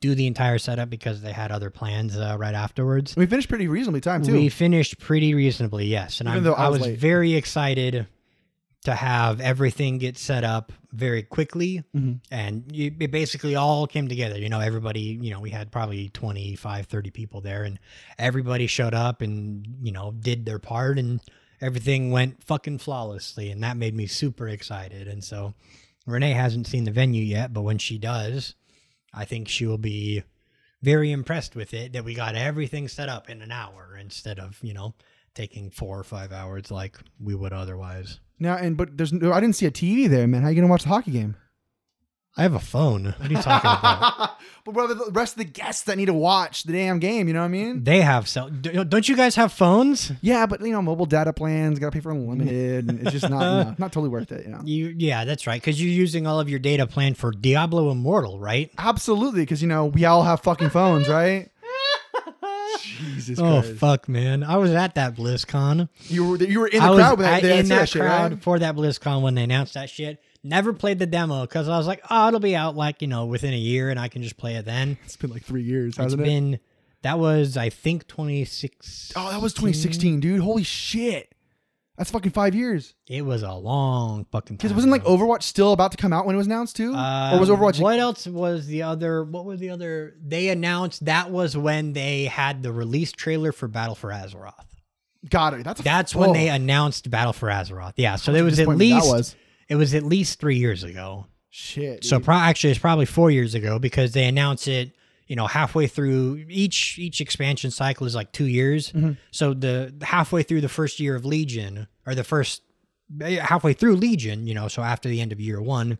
[SPEAKER 1] do the entire setup because they had other plans uh, right afterwards.
[SPEAKER 2] We finished pretty reasonably time too.
[SPEAKER 1] We finished pretty reasonably, yes. And
[SPEAKER 2] Even
[SPEAKER 1] I'm,
[SPEAKER 2] though I
[SPEAKER 1] I
[SPEAKER 2] was
[SPEAKER 1] was
[SPEAKER 2] late.
[SPEAKER 1] very excited to have everything get set up very quickly.
[SPEAKER 2] Mhm.
[SPEAKER 1] And you, it basically all came together. You know, everybody, you know, we had probably 25, 30 people there, and everybody showed up and, you know, did their part, and everything went fucking flawlessly. And that made me super excited. And so Renee hasn't seen the venue yet, but when she does, I think she will be very impressed with it that we got everything set up in an hour instead of, you know, taking four or five hours like we would otherwise.
[SPEAKER 2] now and but there's no, I didn't see a TV there, man. How you gonna watch the hockey game?
[SPEAKER 1] I have a phone. What are you talking about?
[SPEAKER 2] but what about the rest of the guests that need to watch the damn game? You know what I mean?
[SPEAKER 1] They have cell. d- Don't you guys have phones?
[SPEAKER 2] Yeah, but you know, mobile data plans gotta pay for unlimited, and it's just not you know, not totally worth it. You know,
[SPEAKER 1] You yeah, that's right. Because you're using all of your data plan for Diablo Immortal, right?
[SPEAKER 2] absolutely, because you know we all have fucking phones, right? Jesus
[SPEAKER 1] Oh
[SPEAKER 2] Christ.
[SPEAKER 1] fuck, man! I was at that BlizzCon.
[SPEAKER 2] You were you were in the
[SPEAKER 1] I was
[SPEAKER 2] crowd with that,
[SPEAKER 1] I-
[SPEAKER 2] they
[SPEAKER 1] in
[SPEAKER 2] said
[SPEAKER 1] that
[SPEAKER 2] shit,
[SPEAKER 1] crowd
[SPEAKER 2] right?
[SPEAKER 1] for that BlizzCon when they announced that shit. Never played the demo because I was like, oh, it'll be out like you know within a year, and I can just play it then.
[SPEAKER 2] It's been like three years,
[SPEAKER 1] It's
[SPEAKER 2] hasn't it?
[SPEAKER 1] been that was I think 26.
[SPEAKER 2] Oh, that was 2016, dude. Holy shit. That's fucking five years.
[SPEAKER 1] It was a long fucking.
[SPEAKER 2] Because
[SPEAKER 1] time
[SPEAKER 2] it wasn't like
[SPEAKER 1] ago.
[SPEAKER 2] Overwatch still about to come out when it was announced too,
[SPEAKER 1] Uh,
[SPEAKER 2] or was Overwatch?
[SPEAKER 1] What else was the other? What was the other? They announced that was when they had the release trailer for Battle for Azeroth.
[SPEAKER 2] Got it. That's a,
[SPEAKER 1] That's when
[SPEAKER 2] oh,
[SPEAKER 1] they announced Battle for Azeroth. Yeah, so it was at
[SPEAKER 2] disappointment
[SPEAKER 1] least
[SPEAKER 2] that was
[SPEAKER 1] it was at least three years ago.
[SPEAKER 2] shit.
[SPEAKER 1] So
[SPEAKER 2] dude.
[SPEAKER 1] pro- actually, it's probably four years ago because they announced it. You know, halfway through each each expansion cycle is like two years.
[SPEAKER 2] Mhm.
[SPEAKER 1] So the halfway through the first year of Legion, or the first eh, halfway through Legion, you know, so after the end of year one,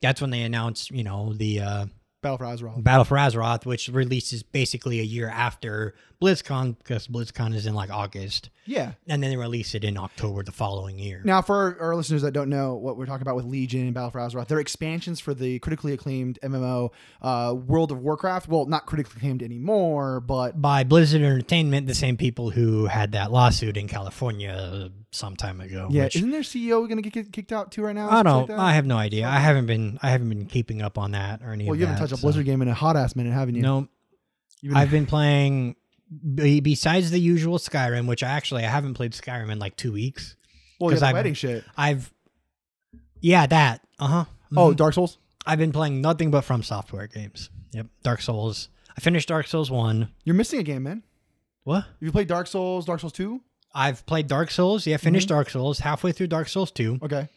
[SPEAKER 1] that's when they announced, you know, the uh,
[SPEAKER 2] Battle for Azeroth.
[SPEAKER 1] Battle for Azeroth, which releases basically a year after BlizzCon because BlizzCon is in like August,
[SPEAKER 2] Yeah.
[SPEAKER 1] and then they release it in October the following year.
[SPEAKER 2] Now, for our, our listeners that don't know what we're talking about with Legion and Battle for Azeroth, they're expansions for the critically acclaimed MMO uh, World of Warcraft. Well, not critically acclaimed anymore, but
[SPEAKER 1] by Blizzard Entertainment, the same people who had that lawsuit in California some time ago.
[SPEAKER 2] yeah,
[SPEAKER 1] which-
[SPEAKER 2] isn't their CEO going to get kicked out too right now?
[SPEAKER 1] I
[SPEAKER 2] Something
[SPEAKER 1] don't.
[SPEAKER 2] Like that?
[SPEAKER 1] I have no idea. I haven't been. I haven't been keeping up on that or any.
[SPEAKER 2] well,
[SPEAKER 1] of
[SPEAKER 2] you haven't
[SPEAKER 1] that,
[SPEAKER 2] touched a
[SPEAKER 1] so-
[SPEAKER 2] Blizzard game in a hot ass minute, haven't you?
[SPEAKER 1] No,
[SPEAKER 2] You've been-
[SPEAKER 1] I've been playing. be- Besides the usual Skyrim, which I actually I haven't played Skyrim in like two weeks.
[SPEAKER 2] well, yeah,
[SPEAKER 1] 'cause
[SPEAKER 2] the
[SPEAKER 1] I've-
[SPEAKER 2] wedding shit.
[SPEAKER 1] I've, yeah, that. Uh huh.
[SPEAKER 2] Oh, Dark Souls.
[SPEAKER 1] I've been playing nothing but From Software games. Yep, Dark Souls. I finished Dark Souls one.
[SPEAKER 2] You're missing a game, man.
[SPEAKER 1] What?
[SPEAKER 2] Have you played Dark Souls, Dark Souls Two?
[SPEAKER 1] I've played Dark Souls. Yeah, finished
[SPEAKER 2] Mm-hmm.
[SPEAKER 1] Dark Souls. Halfway through Dark Souls two.
[SPEAKER 2] Okay.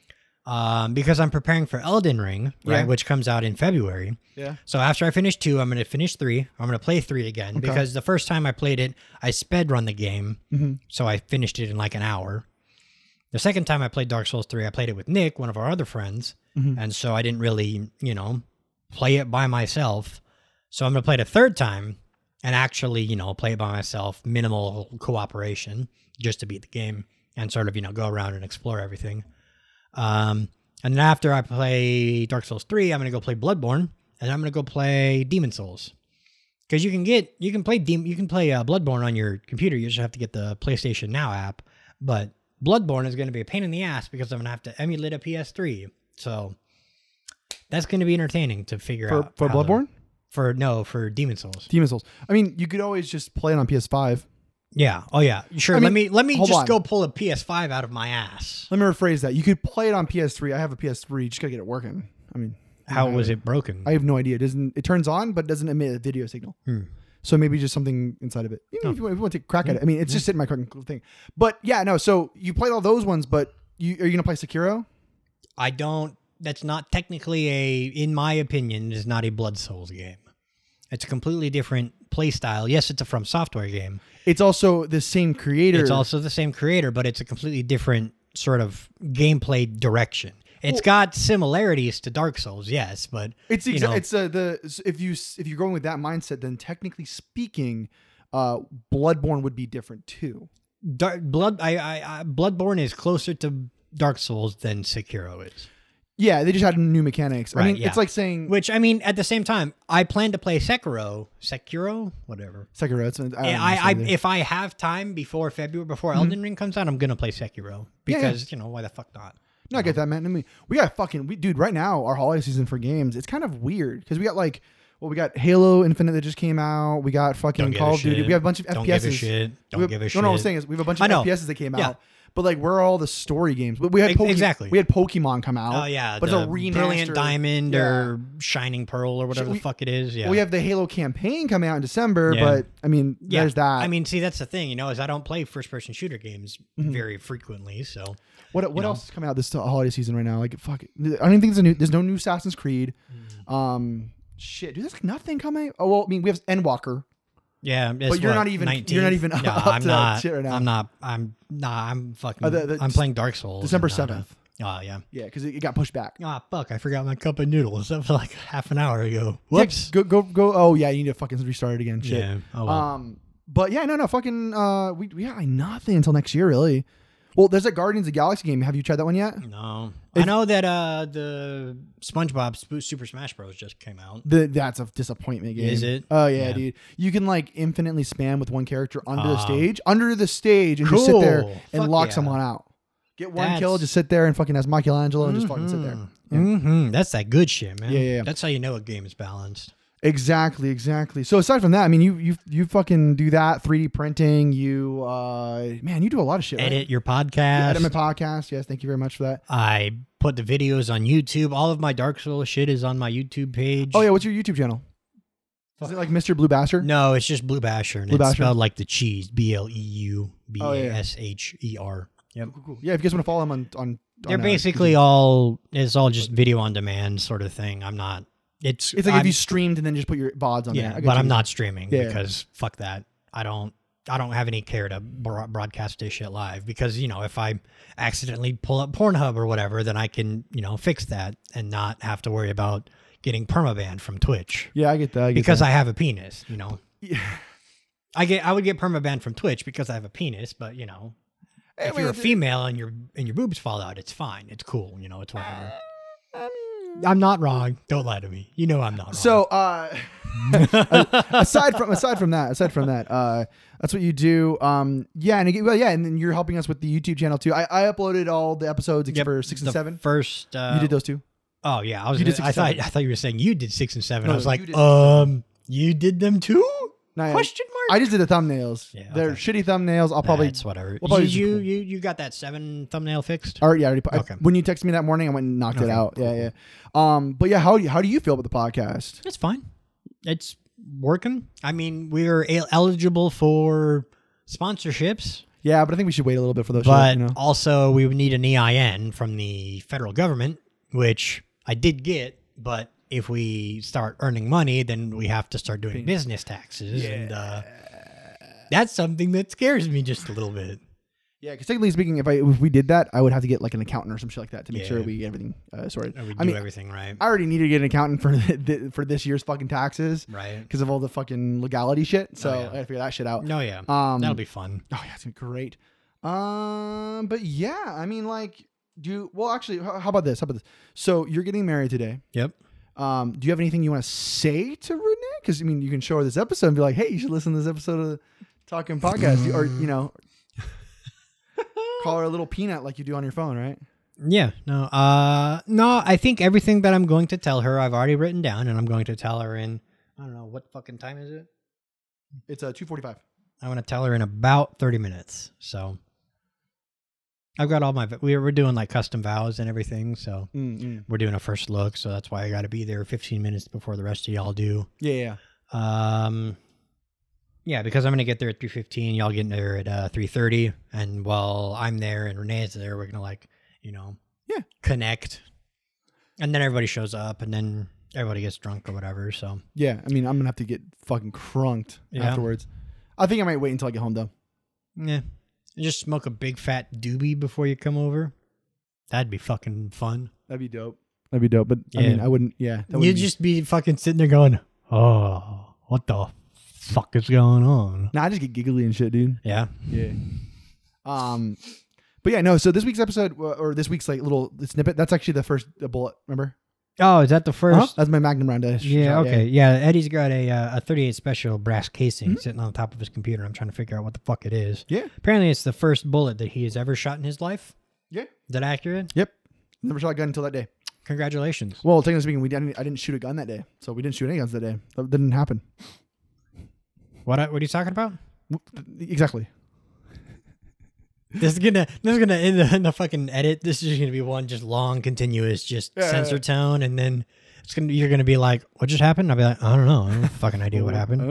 [SPEAKER 1] um, because I'm preparing for Elden Ring, right,
[SPEAKER 2] Yeah.
[SPEAKER 1] which comes out in February.
[SPEAKER 2] Yeah.
[SPEAKER 1] So after I finish two, I'm going to finish three. I'm going to play three again
[SPEAKER 2] Okay.
[SPEAKER 1] because the first time I played it, I sped run the game,
[SPEAKER 2] Mhm.
[SPEAKER 1] so I finished it in like an hour. The second time I played Dark Souls three, I played it with Nick, one of our other friends,
[SPEAKER 2] Mhm.
[SPEAKER 1] and so I didn't really, you know, play it by myself. So I'm going to play it a third time and actually, you know, play it by myself, minimal cooperation, just to beat the game and sort of, you know, go around and explore everything. Um, and then after I play Dark Souls 3, I'm going to go play Bloodborne and I'm going to go play Demon Souls. Cuz you can get you can play Dem- you can play uh, Bloodborne on your computer. You just have to get the PlayStation Now app, but Bloodborne is going to be a pain in the ass because I'm going to have to emulate a PS3. So that's going to be entertaining to figure
[SPEAKER 2] For
[SPEAKER 1] out
[SPEAKER 2] for
[SPEAKER 1] how to-
[SPEAKER 2] Bloodborne,
[SPEAKER 1] for no, for Demon Souls.
[SPEAKER 2] Demon Souls. I mean, you could always just play it on PS5.
[SPEAKER 1] Yeah. Oh yeah. Sure.
[SPEAKER 2] I
[SPEAKER 1] let
[SPEAKER 2] mean,
[SPEAKER 1] me let me
[SPEAKER 2] hold
[SPEAKER 1] just
[SPEAKER 2] on.
[SPEAKER 1] go pull a PS5 out of my ass.
[SPEAKER 2] Let me rephrase that. You could play it on PS3. I have a PS3. You just gotta get it working. I mean,
[SPEAKER 1] How
[SPEAKER 2] I-
[SPEAKER 1] was it broken?
[SPEAKER 2] I have no idea. It doesn't. It turns on, but it doesn't emit a video signal.
[SPEAKER 1] Hmm. Oh.
[SPEAKER 2] So maybe just something inside of it. You know, if, you want, if you want to take a crack at it, I
[SPEAKER 1] Hmm.
[SPEAKER 2] mean, it's just sitting in my current thing. But yeah, no. So you played all those ones, but you are you gonna play Sekiro?
[SPEAKER 1] I don't. That's not technically a, in my opinion, is not a Blood Souls game. It's a completely different play style. Yes, it's a From Software game.
[SPEAKER 2] It's also the same creator.
[SPEAKER 1] It's also the same creator, but it's a completely different sort of gameplay direction. It's got similarities to Dark Souls, yes, but
[SPEAKER 2] It's exa-
[SPEAKER 1] you know-
[SPEAKER 2] it's uh, the if you s- if you're going with that mindset, then technically speaking, uh, Bloodborne would be different too.
[SPEAKER 1] Dark, Blood I, I, I Bloodborne is closer to Dark Souls than Sekiro is.
[SPEAKER 2] Yeah, they just had new mechanics. I
[SPEAKER 1] Right,
[SPEAKER 2] mean,
[SPEAKER 1] yeah.
[SPEAKER 2] it's like saying
[SPEAKER 1] Which I mean, at the same time, I plan to play Sekiro, Sekiro, whatever.
[SPEAKER 2] Sekiro. It's, I, don't
[SPEAKER 1] Yeah, I, I
[SPEAKER 2] understand either.
[SPEAKER 1] if I have time before February, before Elden Ring comes out, I'm gonna play Sekiro
[SPEAKER 2] Yeah, yeah.
[SPEAKER 1] because you know why the fuck not?
[SPEAKER 2] No, I get that, man. I mean, we got fucking we, dude. Right now, our holiday season for games, it's kind of weird because we got like, well, we got Halo Infinite that just came out. We got fucking Call of Duty. We have a bunch of
[SPEAKER 1] Don't
[SPEAKER 2] FPSs.
[SPEAKER 1] give a shit. Don't
[SPEAKER 2] We have-
[SPEAKER 1] give a
[SPEAKER 2] no,
[SPEAKER 1] shit.
[SPEAKER 2] No, what I'm saying is we have a bunch
[SPEAKER 1] I
[SPEAKER 2] of
[SPEAKER 1] know.
[SPEAKER 2] FPSs that came
[SPEAKER 1] Yeah.
[SPEAKER 2] out. But like, where are all the story games? But we had
[SPEAKER 1] Ex-
[SPEAKER 2] Poke-
[SPEAKER 1] exactly.
[SPEAKER 2] We had Pokemon come out.
[SPEAKER 1] Oh yeah,
[SPEAKER 2] but
[SPEAKER 1] the
[SPEAKER 2] it's a remaster.
[SPEAKER 1] brilliant diamond
[SPEAKER 2] Yeah.
[SPEAKER 1] or shining pearl or whatever
[SPEAKER 2] we-
[SPEAKER 1] the fuck it is. Yeah,
[SPEAKER 2] Well, we have the Halo campaign coming out in December.
[SPEAKER 1] Yeah.
[SPEAKER 2] But I mean,
[SPEAKER 1] yeah.
[SPEAKER 2] there's that.
[SPEAKER 1] I mean, see, that's the thing, you know, is I don't play first-person shooter games
[SPEAKER 2] Mm-hmm.
[SPEAKER 1] very frequently, so
[SPEAKER 2] What what
[SPEAKER 1] know?
[SPEAKER 2] else is coming out this holiday season right now? Like fuck, I don't even think there's a new. There's no new Assassin's Creed.
[SPEAKER 1] Mm.
[SPEAKER 2] Um, shit, dude, there's nothing coming. Oh well, I mean we have Endwalker.
[SPEAKER 1] yeah. it's
[SPEAKER 2] But you're
[SPEAKER 1] what,
[SPEAKER 2] not even-
[SPEAKER 1] 19th?
[SPEAKER 2] you're not even
[SPEAKER 1] No,
[SPEAKER 2] up
[SPEAKER 1] I'm
[SPEAKER 2] to that
[SPEAKER 1] not.
[SPEAKER 2] shit right now.
[SPEAKER 1] I'm not. I'm nah. I'm fucking.
[SPEAKER 2] Uh, the- the-
[SPEAKER 1] I'm playing Dark Souls.
[SPEAKER 2] December
[SPEAKER 1] and not a-
[SPEAKER 2] seventh.
[SPEAKER 1] Oh yeah.
[SPEAKER 2] Yeah, because it, it got pushed back.
[SPEAKER 1] Ah, fuck! I forgot my cup of noodles. That was like half an hour ago. Whoops.
[SPEAKER 2] Go go go. Oh yeah, you need to fucking restart it again. Shit.
[SPEAKER 1] Yeah. Oh, well.
[SPEAKER 2] Um, but yeah, no no fucking uh we we got like nothing until next year really. Well, there's a Guardians of the Galaxy game. Have you tried that one yet?
[SPEAKER 1] No, I
[SPEAKER 2] If-
[SPEAKER 1] know that uh the SpongeBob Sp- Super Smash Bros just came out.
[SPEAKER 2] The, that's a disappointment game.
[SPEAKER 1] Is it?
[SPEAKER 2] Oh yeah,
[SPEAKER 1] Yeah.
[SPEAKER 2] dude. You can like infinitely spam with one character under the
[SPEAKER 1] Ah.
[SPEAKER 2] stage, under the stage, and just sit there
[SPEAKER 1] Cool.
[SPEAKER 2] and
[SPEAKER 1] Fuck
[SPEAKER 2] lock
[SPEAKER 1] yeah.
[SPEAKER 2] someone out. Get one kill,
[SPEAKER 1] That's-
[SPEAKER 2] just sit there and fucking as Michelangelo and just fucking sit there. Yeah.
[SPEAKER 1] hmm That's that good shit, man.
[SPEAKER 2] Yeah, yeah, yeah.
[SPEAKER 1] That's how you know a game is balanced.
[SPEAKER 2] Exactly, exactly. So aside from that, I mean, you you you fucking do that 3D printing. You uh, man, you do a lot of shit. right?
[SPEAKER 1] Edit your
[SPEAKER 2] You
[SPEAKER 1] podcast.
[SPEAKER 2] edit my podcast. Yes, thank you very much for that.
[SPEAKER 1] I put the videos on YouTube. All of my Dark Souls shit is on my YouTube page.
[SPEAKER 2] Oh yeah, what's your YouTube channel? Is it like Mr. Blue Basher?
[SPEAKER 1] No, it's just Blue Basher, and
[SPEAKER 2] Blue
[SPEAKER 1] it's
[SPEAKER 2] Basher.
[SPEAKER 1] spelled like the cheese. B L E U B
[SPEAKER 2] Oh,
[SPEAKER 1] A
[SPEAKER 2] yeah.
[SPEAKER 1] S H E R. Yep.
[SPEAKER 2] Cool, cool. Yeah, if you guys want to follow him on on,
[SPEAKER 1] They're
[SPEAKER 2] on, uh,
[SPEAKER 1] basically all. It's all just video on demand sort of thing. I'm not. It's.
[SPEAKER 2] it's like
[SPEAKER 1] I'm,
[SPEAKER 2] if you streamed and then just put your bods on
[SPEAKER 1] Yeah,
[SPEAKER 2] there. I got
[SPEAKER 1] but I'm
[SPEAKER 2] you.
[SPEAKER 1] not streaming
[SPEAKER 2] Yeah.
[SPEAKER 1] because fuck that. I don't. I don't have any care to bro- broadcast this shit live because you know if I accidentally pull up Pornhub or whatever, then I can you know fix that and not have to worry about getting permabanned from Twitch
[SPEAKER 2] Yeah, I get that. I get
[SPEAKER 1] because
[SPEAKER 2] that.
[SPEAKER 1] I have a penis. You know,
[SPEAKER 2] Yeah.
[SPEAKER 1] I get I would get permabanned from Twitch because I have a penis, but you know,
[SPEAKER 2] Hey,
[SPEAKER 1] if you're a
[SPEAKER 2] wait,
[SPEAKER 1] female and your and your boobs fall out, it's fine. It's cool. You know, it's whatever.
[SPEAKER 2] Uh, I mean-
[SPEAKER 1] I'm not wrong. Don't lie to me. You know I'm not wrong.
[SPEAKER 2] So, uh, aside from aside from that, aside from that, uh, that's what you do. Um, yeah, and again, well, yeah, and then you're helping us with the YouTube channel too. I, I uploaded all the episodes except
[SPEAKER 1] Yep,
[SPEAKER 2] for six and
[SPEAKER 1] the
[SPEAKER 2] seven.
[SPEAKER 1] First, uh,
[SPEAKER 2] you did those two.
[SPEAKER 1] Oh yeah, I was.
[SPEAKER 2] You did
[SPEAKER 1] gonna-
[SPEAKER 2] six
[SPEAKER 1] I
[SPEAKER 2] and
[SPEAKER 1] thought
[SPEAKER 2] seven.
[SPEAKER 1] I thought you were saying you did six and seven.
[SPEAKER 2] No,
[SPEAKER 1] I was
[SPEAKER 2] no,
[SPEAKER 1] like,
[SPEAKER 2] you did six
[SPEAKER 1] um, you did them too?
[SPEAKER 2] No, yeah.
[SPEAKER 1] Question mark.
[SPEAKER 2] I just did the thumbnails.
[SPEAKER 1] Yeah,
[SPEAKER 2] They're
[SPEAKER 1] okay.
[SPEAKER 2] shitty thumbnails. I'll probably.
[SPEAKER 1] That's whatever.
[SPEAKER 2] we'll probably
[SPEAKER 1] you you,
[SPEAKER 2] just-
[SPEAKER 1] you you got that seven thumbnail fixed?
[SPEAKER 2] All right, yeah, I already put, I-
[SPEAKER 1] Okay.
[SPEAKER 2] when you texted me that morning, I went and knocked it
[SPEAKER 1] Okay,
[SPEAKER 2] out.
[SPEAKER 1] cool,
[SPEAKER 2] Yeah, yeah. Um, but yeah, how do you, how do you feel about the podcast?
[SPEAKER 1] It's fine. It's working. I mean, we're el- eligible for sponsorships,
[SPEAKER 2] Yeah, but I think we should wait a little bit for those.
[SPEAKER 1] but
[SPEAKER 2] shows, you know?
[SPEAKER 1] also we would need an EIN from the federal government, which I did get, but. If we start earning money, then we have to start doing business taxes, and uh, that's something that scares me just a little bit.
[SPEAKER 2] Yeah, because technically speaking, if I if we did that, I would have to get like an accountant or some shit like that to make sure
[SPEAKER 1] Yeah.
[SPEAKER 2] we get everything uh, sorted.
[SPEAKER 1] And we do
[SPEAKER 2] I mean,
[SPEAKER 1] everything right.
[SPEAKER 2] I already need to get an accountant for the, for this year's fucking taxes
[SPEAKER 1] right.
[SPEAKER 2] because of all the fucking legality shit. So
[SPEAKER 1] Oh, yeah.
[SPEAKER 2] I gotta figure that shit out.
[SPEAKER 1] No, yeah.
[SPEAKER 2] Um,
[SPEAKER 1] That'll be fun.
[SPEAKER 2] Oh yeah, it's gonna be great. Um, but yeah, I mean, like, do you, well. Actually, how how about this? How about this? So you're getting married today.
[SPEAKER 1] Yep.
[SPEAKER 2] Um, do you have anything you want to say to Renee? Because I mean, you can show her this episode and be like, "Hey, you should listen to this episode of the Talking Podcast," You- or you know, call her a little peanut like you do on your phone, right?
[SPEAKER 1] Yeah. No. Uh no, I think everything that I'm going to tell her I've already written down and I'm going to tell her in I don't know, what fucking time is it?
[SPEAKER 2] It's uh, two forty-five.
[SPEAKER 1] I want to tell her in about 30 minutes. So I've got all my we we're doing like custom vows and everything, so
[SPEAKER 2] Mm-hmm.
[SPEAKER 1] we're doing a first look, so that's why I got to be there 15 minutes before the rest of y'all do.
[SPEAKER 2] Yeah, yeah.
[SPEAKER 1] Um yeah, because I'm gonna get there at three fifteen. Y'all getting there at uh, three thirty, and while I'm there and Renee's there, we're gonna like, you know,
[SPEAKER 2] Yeah.
[SPEAKER 1] connect, and then everybody shows up, and then everybody gets drunk or whatever. So
[SPEAKER 2] Yeah, I mean, I'm gonna have to get fucking crunked
[SPEAKER 1] Yeah.
[SPEAKER 2] afterwards. I think I might wait until I get home though.
[SPEAKER 1] yeah, And just smoke a big fat doobie before you come over. That'd be fucking fun.
[SPEAKER 2] That'd be dope. That'd be dope. But I
[SPEAKER 1] Yeah.
[SPEAKER 2] mean, I wouldn't. Yeah, that
[SPEAKER 1] You'd
[SPEAKER 2] wouldn't be-
[SPEAKER 1] just be fucking sitting there going, "Oh, what the fuck is going on?"
[SPEAKER 2] Nah, I just get giggly and shit, dude.
[SPEAKER 1] Yeah,
[SPEAKER 2] Yeah. Um, but yeah, no. So this week's episode uh, or this week's like little snippet. That's actually the first uh, bullet. Remember?
[SPEAKER 1] Oh, is that the 1st
[SPEAKER 2] Uh-huh. That's my magnum round. I sh-
[SPEAKER 1] Yeah,
[SPEAKER 2] shot,
[SPEAKER 1] okay. Yeah, Eddie's got a uh, a 38 special brass casing
[SPEAKER 2] Mm-hmm.
[SPEAKER 1] sitting on top of his computer. I'm trying to figure out what the fuck it is.
[SPEAKER 2] Yeah.
[SPEAKER 1] Apparently, it's the first bullet that he has ever shot in his life.
[SPEAKER 2] Yeah.
[SPEAKER 1] Is that accurate?
[SPEAKER 2] Yep. Never shot a gun until that day.
[SPEAKER 1] Congratulations.
[SPEAKER 2] Well, technically speaking, we didn't. I didn't shoot a gun that day, so we didn't shoot any guns that day. That didn't happen.
[SPEAKER 1] What are- what are you talking about?
[SPEAKER 2] Exactly.
[SPEAKER 1] This is gonna this is gonna in the, in the fucking edit. This is gonna be one just long, continuous, just
[SPEAKER 2] Yeah.
[SPEAKER 1] sensor tone, and then it's gonna you're gonna be like, "What just happened?" I'll be like, "I don't know. I have no fucking idea what happened."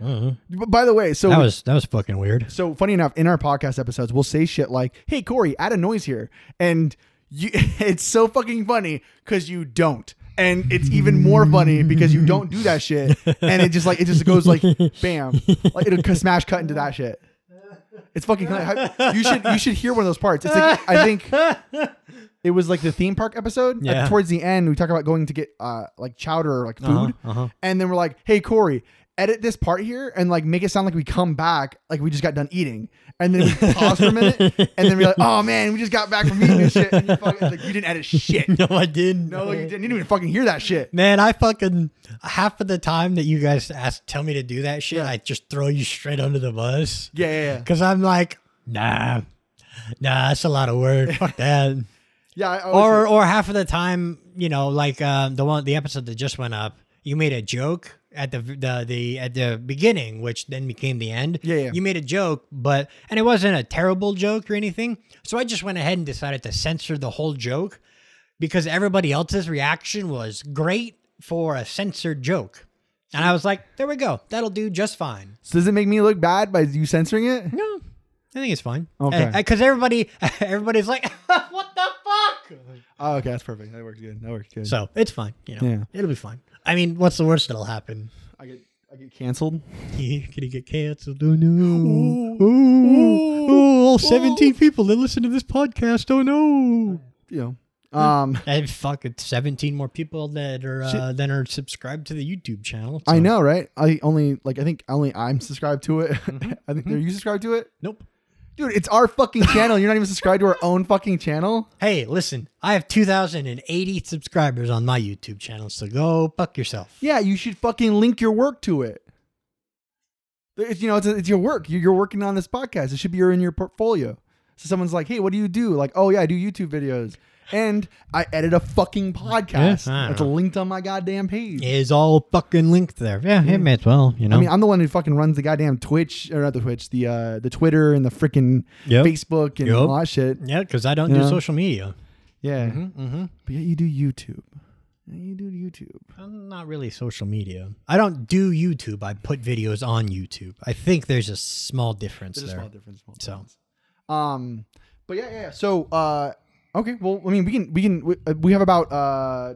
[SPEAKER 2] Uh,
[SPEAKER 1] Uh-huh.
[SPEAKER 2] but by the way, so
[SPEAKER 1] That was that was fucking weird.
[SPEAKER 2] So funny enough, in our podcast episodes, we'll say shit like, "Hey Corey, add a noise here," and you, it's so fucking funny because you don't, and it's even more funny because you don't do that shit, and it just like it just goes like, bam, like it'll c- smash cut into that shit. It's fucking. hilarious. You should you should hear one of those parts. It's like I think it was like the theme park episode. Like,
[SPEAKER 1] Yeah.
[SPEAKER 2] towards the end, we talk about going to get uh like chowder or like food,
[SPEAKER 1] Uh-huh, uh-huh.
[SPEAKER 2] and then we're like, "Hey Corey, edit this part here and like make it sound like we come back like we just got done eating and then we pause for a minute and then we're like oh man we just got back from eating this shit and you, fucking, like, you didn't edit shit
[SPEAKER 1] no, I didn't.
[SPEAKER 2] no you didn't you didn't even fucking hear that shit
[SPEAKER 1] Man, I fucking half of the time that you guys ask tell me to do that shit, I just throw you straight under the bus
[SPEAKER 2] yeah yeah yeah,
[SPEAKER 1] because I'm like, nah, nah, that's a lot of work. Fuck that.
[SPEAKER 2] yeah I always-
[SPEAKER 1] or or half of the time, you know, like um, the one the episode that just went up, you made a joke at the the, the at the beginning, which then became the end.
[SPEAKER 2] Yeah, yeah.
[SPEAKER 1] You made a joke, but and it wasn't a terrible joke or anything. So I just went ahead and decided to censor the whole joke because everybody else's reaction was great for a censored joke. And I was like, there we go. That'll do just fine.
[SPEAKER 2] so does it make me look bad by you censoring it
[SPEAKER 1] No, I think it's fine.
[SPEAKER 2] Okay.
[SPEAKER 1] Because Eh, everybody, everybody's like, what the fuck?
[SPEAKER 2] oh okay that's perfect that works good that works good
[SPEAKER 1] So it's fine. You know,
[SPEAKER 2] Yeah.
[SPEAKER 1] it'll be fine. I mean, what's the worst that'll happen?
[SPEAKER 2] I get I get canceled
[SPEAKER 1] You're gonna get canceled. Oh no! Ooh, ooh, all seventeen people that listen to this podcast. Oh no!
[SPEAKER 2] you know um
[SPEAKER 1] And fuck, it's seventeen more people that are uh, than are subscribed to the YouTube channel.
[SPEAKER 2] I
[SPEAKER 1] so-
[SPEAKER 2] know, right? I only like I think only I'm subscribed to it.
[SPEAKER 1] Mm-hmm.
[SPEAKER 2] I think are you subscribed to it?
[SPEAKER 1] Nope.
[SPEAKER 2] Dude, it's our fucking channel. You're not even subscribed to our own fucking channel.
[SPEAKER 1] Hey, listen, I have two thousand and eighty subscribers on my YouTube channel, so go fuck yourself.
[SPEAKER 2] Yeah, you should fucking link your work to it. It's, you know, it's, it's your work. You're, you're working on this podcast. It should be your, in your portfolio. So someone's like, "Hey, what do you do?" Like, "Oh yeah, I do YouTube videos, and I edit a fucking podcast.
[SPEAKER 1] Yeah, I
[SPEAKER 2] That's
[SPEAKER 1] know.
[SPEAKER 2] linked on my goddamn page."
[SPEAKER 1] Is all fucking linked there. Yeah, it may as well. You know.
[SPEAKER 2] I mean, I'm the one who fucking runs the goddamn Twitch or not the Twitch, the uh, the Twitter and the freaking
[SPEAKER 1] Yep.
[SPEAKER 2] Facebook and
[SPEAKER 1] Yep.
[SPEAKER 2] all that shit.
[SPEAKER 1] yeah, because I don't do
[SPEAKER 2] Yeah.
[SPEAKER 1] social media.
[SPEAKER 2] Yeah.
[SPEAKER 1] Mm-hmm.
[SPEAKER 2] But yet you do YouTube. And you do YouTube.
[SPEAKER 1] I'm not really social media. I don't do YouTube. I put videos on YouTube. I think there's a small difference there.
[SPEAKER 2] difference. Small
[SPEAKER 1] So- difference.
[SPEAKER 2] um, but yeah, yeah, yeah. So, uh, okay. Well, I mean, we can, we can, we, uh, we have about, uh,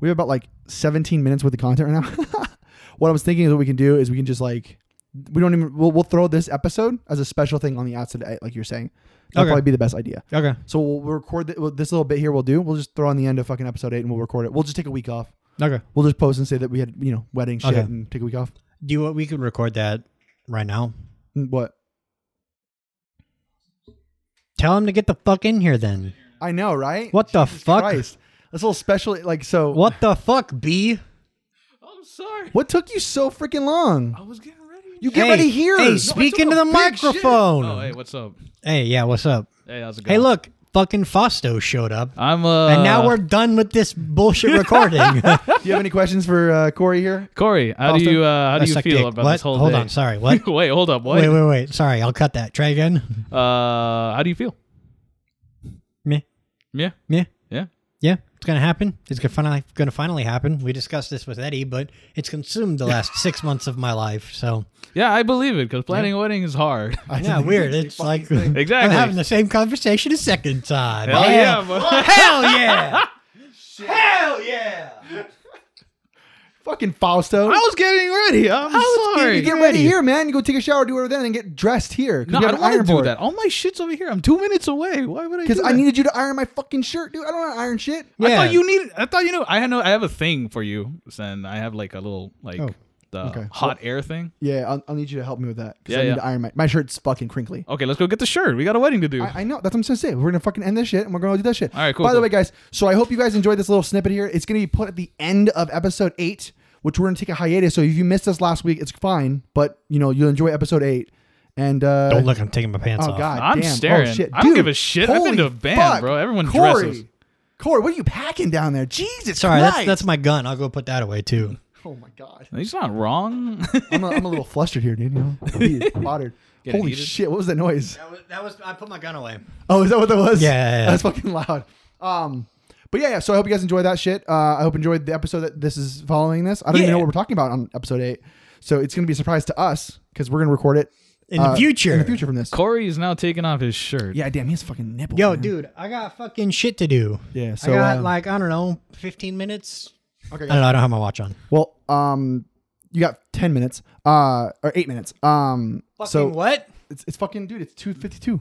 [SPEAKER 2] we have about like 17 minutes worth of content right now. what I was thinking is what we can do is we can just like, we don't even, we'll, we'll throw this episode as a special thing on the outside, eh, like you're saying. That'll
[SPEAKER 1] Okay.
[SPEAKER 2] probably be the best idea.
[SPEAKER 1] Okay.
[SPEAKER 2] So we'll we'll record th- well, this little bit here. We'll do. We'll just throw on the end of fucking episode eight, and we'll record it. We'll just take a week off.
[SPEAKER 1] Okay.
[SPEAKER 2] We'll just post and say that we had, you know, wedding shit
[SPEAKER 1] Okay.
[SPEAKER 2] and take a week off.
[SPEAKER 1] Do you what we could record that right now?
[SPEAKER 2] Mm, What?
[SPEAKER 1] Tell him to get the fuck in here then.
[SPEAKER 2] I know, right?
[SPEAKER 1] What the fuck?
[SPEAKER 2] Christ. This little special, like, so. What,
[SPEAKER 1] What the fuck, B?
[SPEAKER 3] I'm sorry.
[SPEAKER 2] took you so freaking long?
[SPEAKER 3] I was getting ready.
[SPEAKER 2] You get
[SPEAKER 1] hey,
[SPEAKER 2] ready here.
[SPEAKER 1] Hey, speak into the microphone.
[SPEAKER 3] Oh, hey, what's up?
[SPEAKER 1] hey, yeah, what's up?
[SPEAKER 3] Hey, how's it going?
[SPEAKER 1] Hey, look, fucking Fausto showed up.
[SPEAKER 3] I'm uh
[SPEAKER 1] and now we're done with this bullshit recording.
[SPEAKER 2] Do you have any questions for uh, Corey here?
[SPEAKER 3] Corey, how do
[SPEAKER 2] Austin?
[SPEAKER 3] you uh how do
[SPEAKER 1] I
[SPEAKER 3] you
[SPEAKER 1] suck
[SPEAKER 3] feel
[SPEAKER 1] dick.
[SPEAKER 3] about
[SPEAKER 1] What?
[SPEAKER 3] this whole
[SPEAKER 1] Hold
[SPEAKER 3] day?
[SPEAKER 1] on, sorry, what?
[SPEAKER 3] wait, hold up. What?
[SPEAKER 1] wait, wait, wait. Sorry, I'll cut that. Try again.
[SPEAKER 3] Uh how do you feel?
[SPEAKER 1] Meh.
[SPEAKER 3] Yeah.
[SPEAKER 1] Yeah.
[SPEAKER 3] Yeah.
[SPEAKER 1] Yeah, it's gonna happen. It's gonna finally gonna finally happen. We discussed this with Eddie, but it's consumed the last six months of my life. So
[SPEAKER 3] Yeah, I believe it cuz planning a wedding is hard.
[SPEAKER 1] yeah, weird. It's like I'm
[SPEAKER 3] Exactly.
[SPEAKER 1] having the same conversation a second time.
[SPEAKER 3] Hell yeah, bud.
[SPEAKER 1] Hell yeah! Hell yeah!
[SPEAKER 2] Fucking Fausto.
[SPEAKER 3] I was getting ready. I'm sorry.
[SPEAKER 2] You get ready here, man. You go take a shower, do whatever, then, and get dressed here. 'cause
[SPEAKER 3] No,
[SPEAKER 2] we
[SPEAKER 3] I
[SPEAKER 2] have
[SPEAKER 3] don't
[SPEAKER 2] an
[SPEAKER 3] want to
[SPEAKER 2] iron
[SPEAKER 3] do
[SPEAKER 2] board.
[SPEAKER 3] that. All my shit's over here. I'm two minutes away. Why would I?
[SPEAKER 2] Because
[SPEAKER 3] do
[SPEAKER 2] I
[SPEAKER 3] that?
[SPEAKER 2] needed you to iron my fucking shirt, dude. I don't want to iron shit.
[SPEAKER 3] I
[SPEAKER 1] Yeah.
[SPEAKER 3] thought you needed. I thought you knew. I had no. I have a thing for you, Sen. I have like a little like
[SPEAKER 1] Oh,
[SPEAKER 3] the
[SPEAKER 2] okay.
[SPEAKER 3] hot air thing.
[SPEAKER 2] Yeah, I'll, I'll need you to help me with that. 'cause
[SPEAKER 3] Yeah,
[SPEAKER 2] I need
[SPEAKER 3] yeah.
[SPEAKER 2] to iron my my shirt's fucking crinkly.
[SPEAKER 3] Okay, let's go get the shirt. We got a wedding to do.
[SPEAKER 2] I, I know. That's what I'm gonna say. We're gonna fucking end this shit, and we're gonna do that shit.
[SPEAKER 3] All right, cool,
[SPEAKER 2] By the
[SPEAKER 3] cool.
[SPEAKER 2] way, guys. So I hope you guys enjoyed this little snippet here. It's gonna be put at the end of episode eight, which we're gonna take a hiatus. So if you missed us last week, it's fine. But you know you'll enjoy episode eight. And uh,
[SPEAKER 1] Don't look, I'm taking my pants
[SPEAKER 2] Oh
[SPEAKER 1] off.
[SPEAKER 2] god,
[SPEAKER 3] I'm
[SPEAKER 2] damn.
[SPEAKER 3] staring.
[SPEAKER 2] Oh, shit.
[SPEAKER 3] I don't
[SPEAKER 2] Dude,
[SPEAKER 3] give a shit. I've been
[SPEAKER 2] holy
[SPEAKER 3] to a band,
[SPEAKER 2] fuck.
[SPEAKER 3] bro. Everyone
[SPEAKER 2] Corey.
[SPEAKER 3] dresses.
[SPEAKER 2] Corey, what are you packing down there? Jesus
[SPEAKER 1] Sorry, that's
[SPEAKER 2] Christ.
[SPEAKER 1] that's my gun. I'll go put that away too.
[SPEAKER 2] oh my god.
[SPEAKER 3] He's not wrong.
[SPEAKER 2] I'm a, I'm a little flustered here, dude. You know, I'm being bothered.
[SPEAKER 3] Getting
[SPEAKER 2] Holy
[SPEAKER 3] heated?
[SPEAKER 2] shit! What was that noise?
[SPEAKER 1] That was, that was I put my gun away.
[SPEAKER 2] Oh, is that what that was?
[SPEAKER 1] Yeah, yeah, yeah.
[SPEAKER 2] That's fucking loud. Um, but yeah, yeah. So I hope you guys enjoyed that shit. Uh, I hope you enjoyed the episode that this is following this. I don't even
[SPEAKER 3] Yeah.
[SPEAKER 2] know what we're talking about on episode eight, so it's gonna be a surprise to us because we're gonna record it
[SPEAKER 1] In the
[SPEAKER 2] uh,
[SPEAKER 1] future.
[SPEAKER 2] In the future from this.
[SPEAKER 3] Corey is now taking off his shirt.
[SPEAKER 2] Yeah, damn, he has fucking nipple.
[SPEAKER 1] Yo,
[SPEAKER 2] man.
[SPEAKER 1] dude, I got fucking shit to do.
[SPEAKER 2] Yeah. So
[SPEAKER 1] I got
[SPEAKER 2] uh,
[SPEAKER 1] like I don't know, 15 minutes.
[SPEAKER 2] okay,
[SPEAKER 1] I don't know. I don't have my watch on.
[SPEAKER 2] well, um, you got ten minutes, uh, or eight minutes. Um,
[SPEAKER 1] Fucking
[SPEAKER 2] so
[SPEAKER 1] what?
[SPEAKER 2] it's it's fucking dude. It's two fifty two.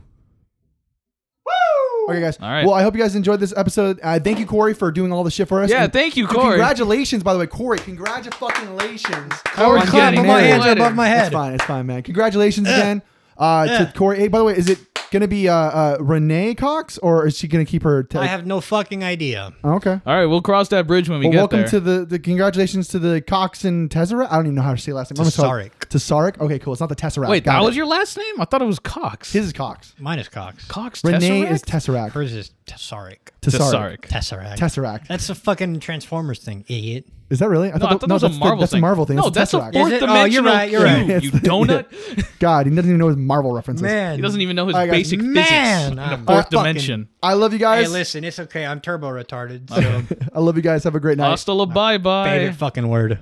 [SPEAKER 1] Woo!
[SPEAKER 2] Okay, guys.
[SPEAKER 3] All right.
[SPEAKER 2] Well, I hope you guys enjoyed this episode. Uh, thank you, Corey, for doing all the shit for us.
[SPEAKER 3] Yeah,
[SPEAKER 2] And-
[SPEAKER 3] thank you,
[SPEAKER 2] Dude,
[SPEAKER 3] Corey.
[SPEAKER 2] Oh, Congratulations, by the way, Corey. Congratulations.
[SPEAKER 3] Corey
[SPEAKER 2] on
[SPEAKER 1] Clap,
[SPEAKER 2] getting
[SPEAKER 1] my
[SPEAKER 2] married.
[SPEAKER 1] hands are above my
[SPEAKER 2] It's
[SPEAKER 1] head.
[SPEAKER 2] fine. It's fine, man. Congratulations again uh, to Corey. Hey, by the way, is it gonna be uh, uh, Renee Cox or is she gonna keep her? T-
[SPEAKER 1] I have no fucking idea.
[SPEAKER 2] Oh, okay.
[SPEAKER 3] All right, we'll cross that bridge when we
[SPEAKER 2] Well,
[SPEAKER 3] get
[SPEAKER 2] welcome
[SPEAKER 3] there.
[SPEAKER 2] to the, the congratulations to the Cox and Tesseract. I don't even know how to say your last name. I'm gonna call it- Tesseract. Okay, cool. It's not the Tesseract.
[SPEAKER 3] Wait,
[SPEAKER 2] Got
[SPEAKER 3] that
[SPEAKER 2] it.
[SPEAKER 3] was your last name? I thought it was Cox.
[SPEAKER 2] His is Cox.
[SPEAKER 1] Mine is Cox.
[SPEAKER 3] Cox
[SPEAKER 2] Renee
[SPEAKER 3] Tesseract?
[SPEAKER 2] is Tesseract.
[SPEAKER 1] Hers is Tessaric.
[SPEAKER 2] Tesseract.
[SPEAKER 3] Tessaric.
[SPEAKER 1] Tesseract.
[SPEAKER 2] Tesseract.
[SPEAKER 1] That's a fucking Transformers thing, idiot.
[SPEAKER 2] Is that really? I
[SPEAKER 3] No, I
[SPEAKER 2] that-
[SPEAKER 3] thought that was a
[SPEAKER 2] that's the-
[SPEAKER 3] Marvel
[SPEAKER 2] that's
[SPEAKER 3] thing.
[SPEAKER 2] a Marvel thing.
[SPEAKER 3] No,
[SPEAKER 2] that's
[SPEAKER 3] that's
[SPEAKER 2] the
[SPEAKER 3] a
[SPEAKER 2] Tesseract.
[SPEAKER 1] Is
[SPEAKER 3] fourth
[SPEAKER 1] it?
[SPEAKER 3] dimensional.
[SPEAKER 1] Oh, you're right, you're right.
[SPEAKER 3] cube,
[SPEAKER 2] It's
[SPEAKER 3] You
[SPEAKER 2] the-
[SPEAKER 3] donut.
[SPEAKER 2] God, he doesn't even know his Marvel references.
[SPEAKER 3] He doesn't even know his
[SPEAKER 2] All right, guys.
[SPEAKER 3] basic
[SPEAKER 1] Man,
[SPEAKER 3] physics. in the
[SPEAKER 1] I'm-
[SPEAKER 3] fourth
[SPEAKER 2] All right,
[SPEAKER 3] dimension.
[SPEAKER 2] I love you
[SPEAKER 1] Hey,
[SPEAKER 2] guys.
[SPEAKER 1] listen, it's okay. I'm turbo retarded. So
[SPEAKER 2] I love you guys. Have a great night.
[SPEAKER 3] Hasta la bye bye.
[SPEAKER 1] favorite fucking word.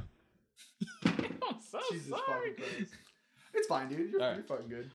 [SPEAKER 2] It's fine, dude. You're, you're fucking good.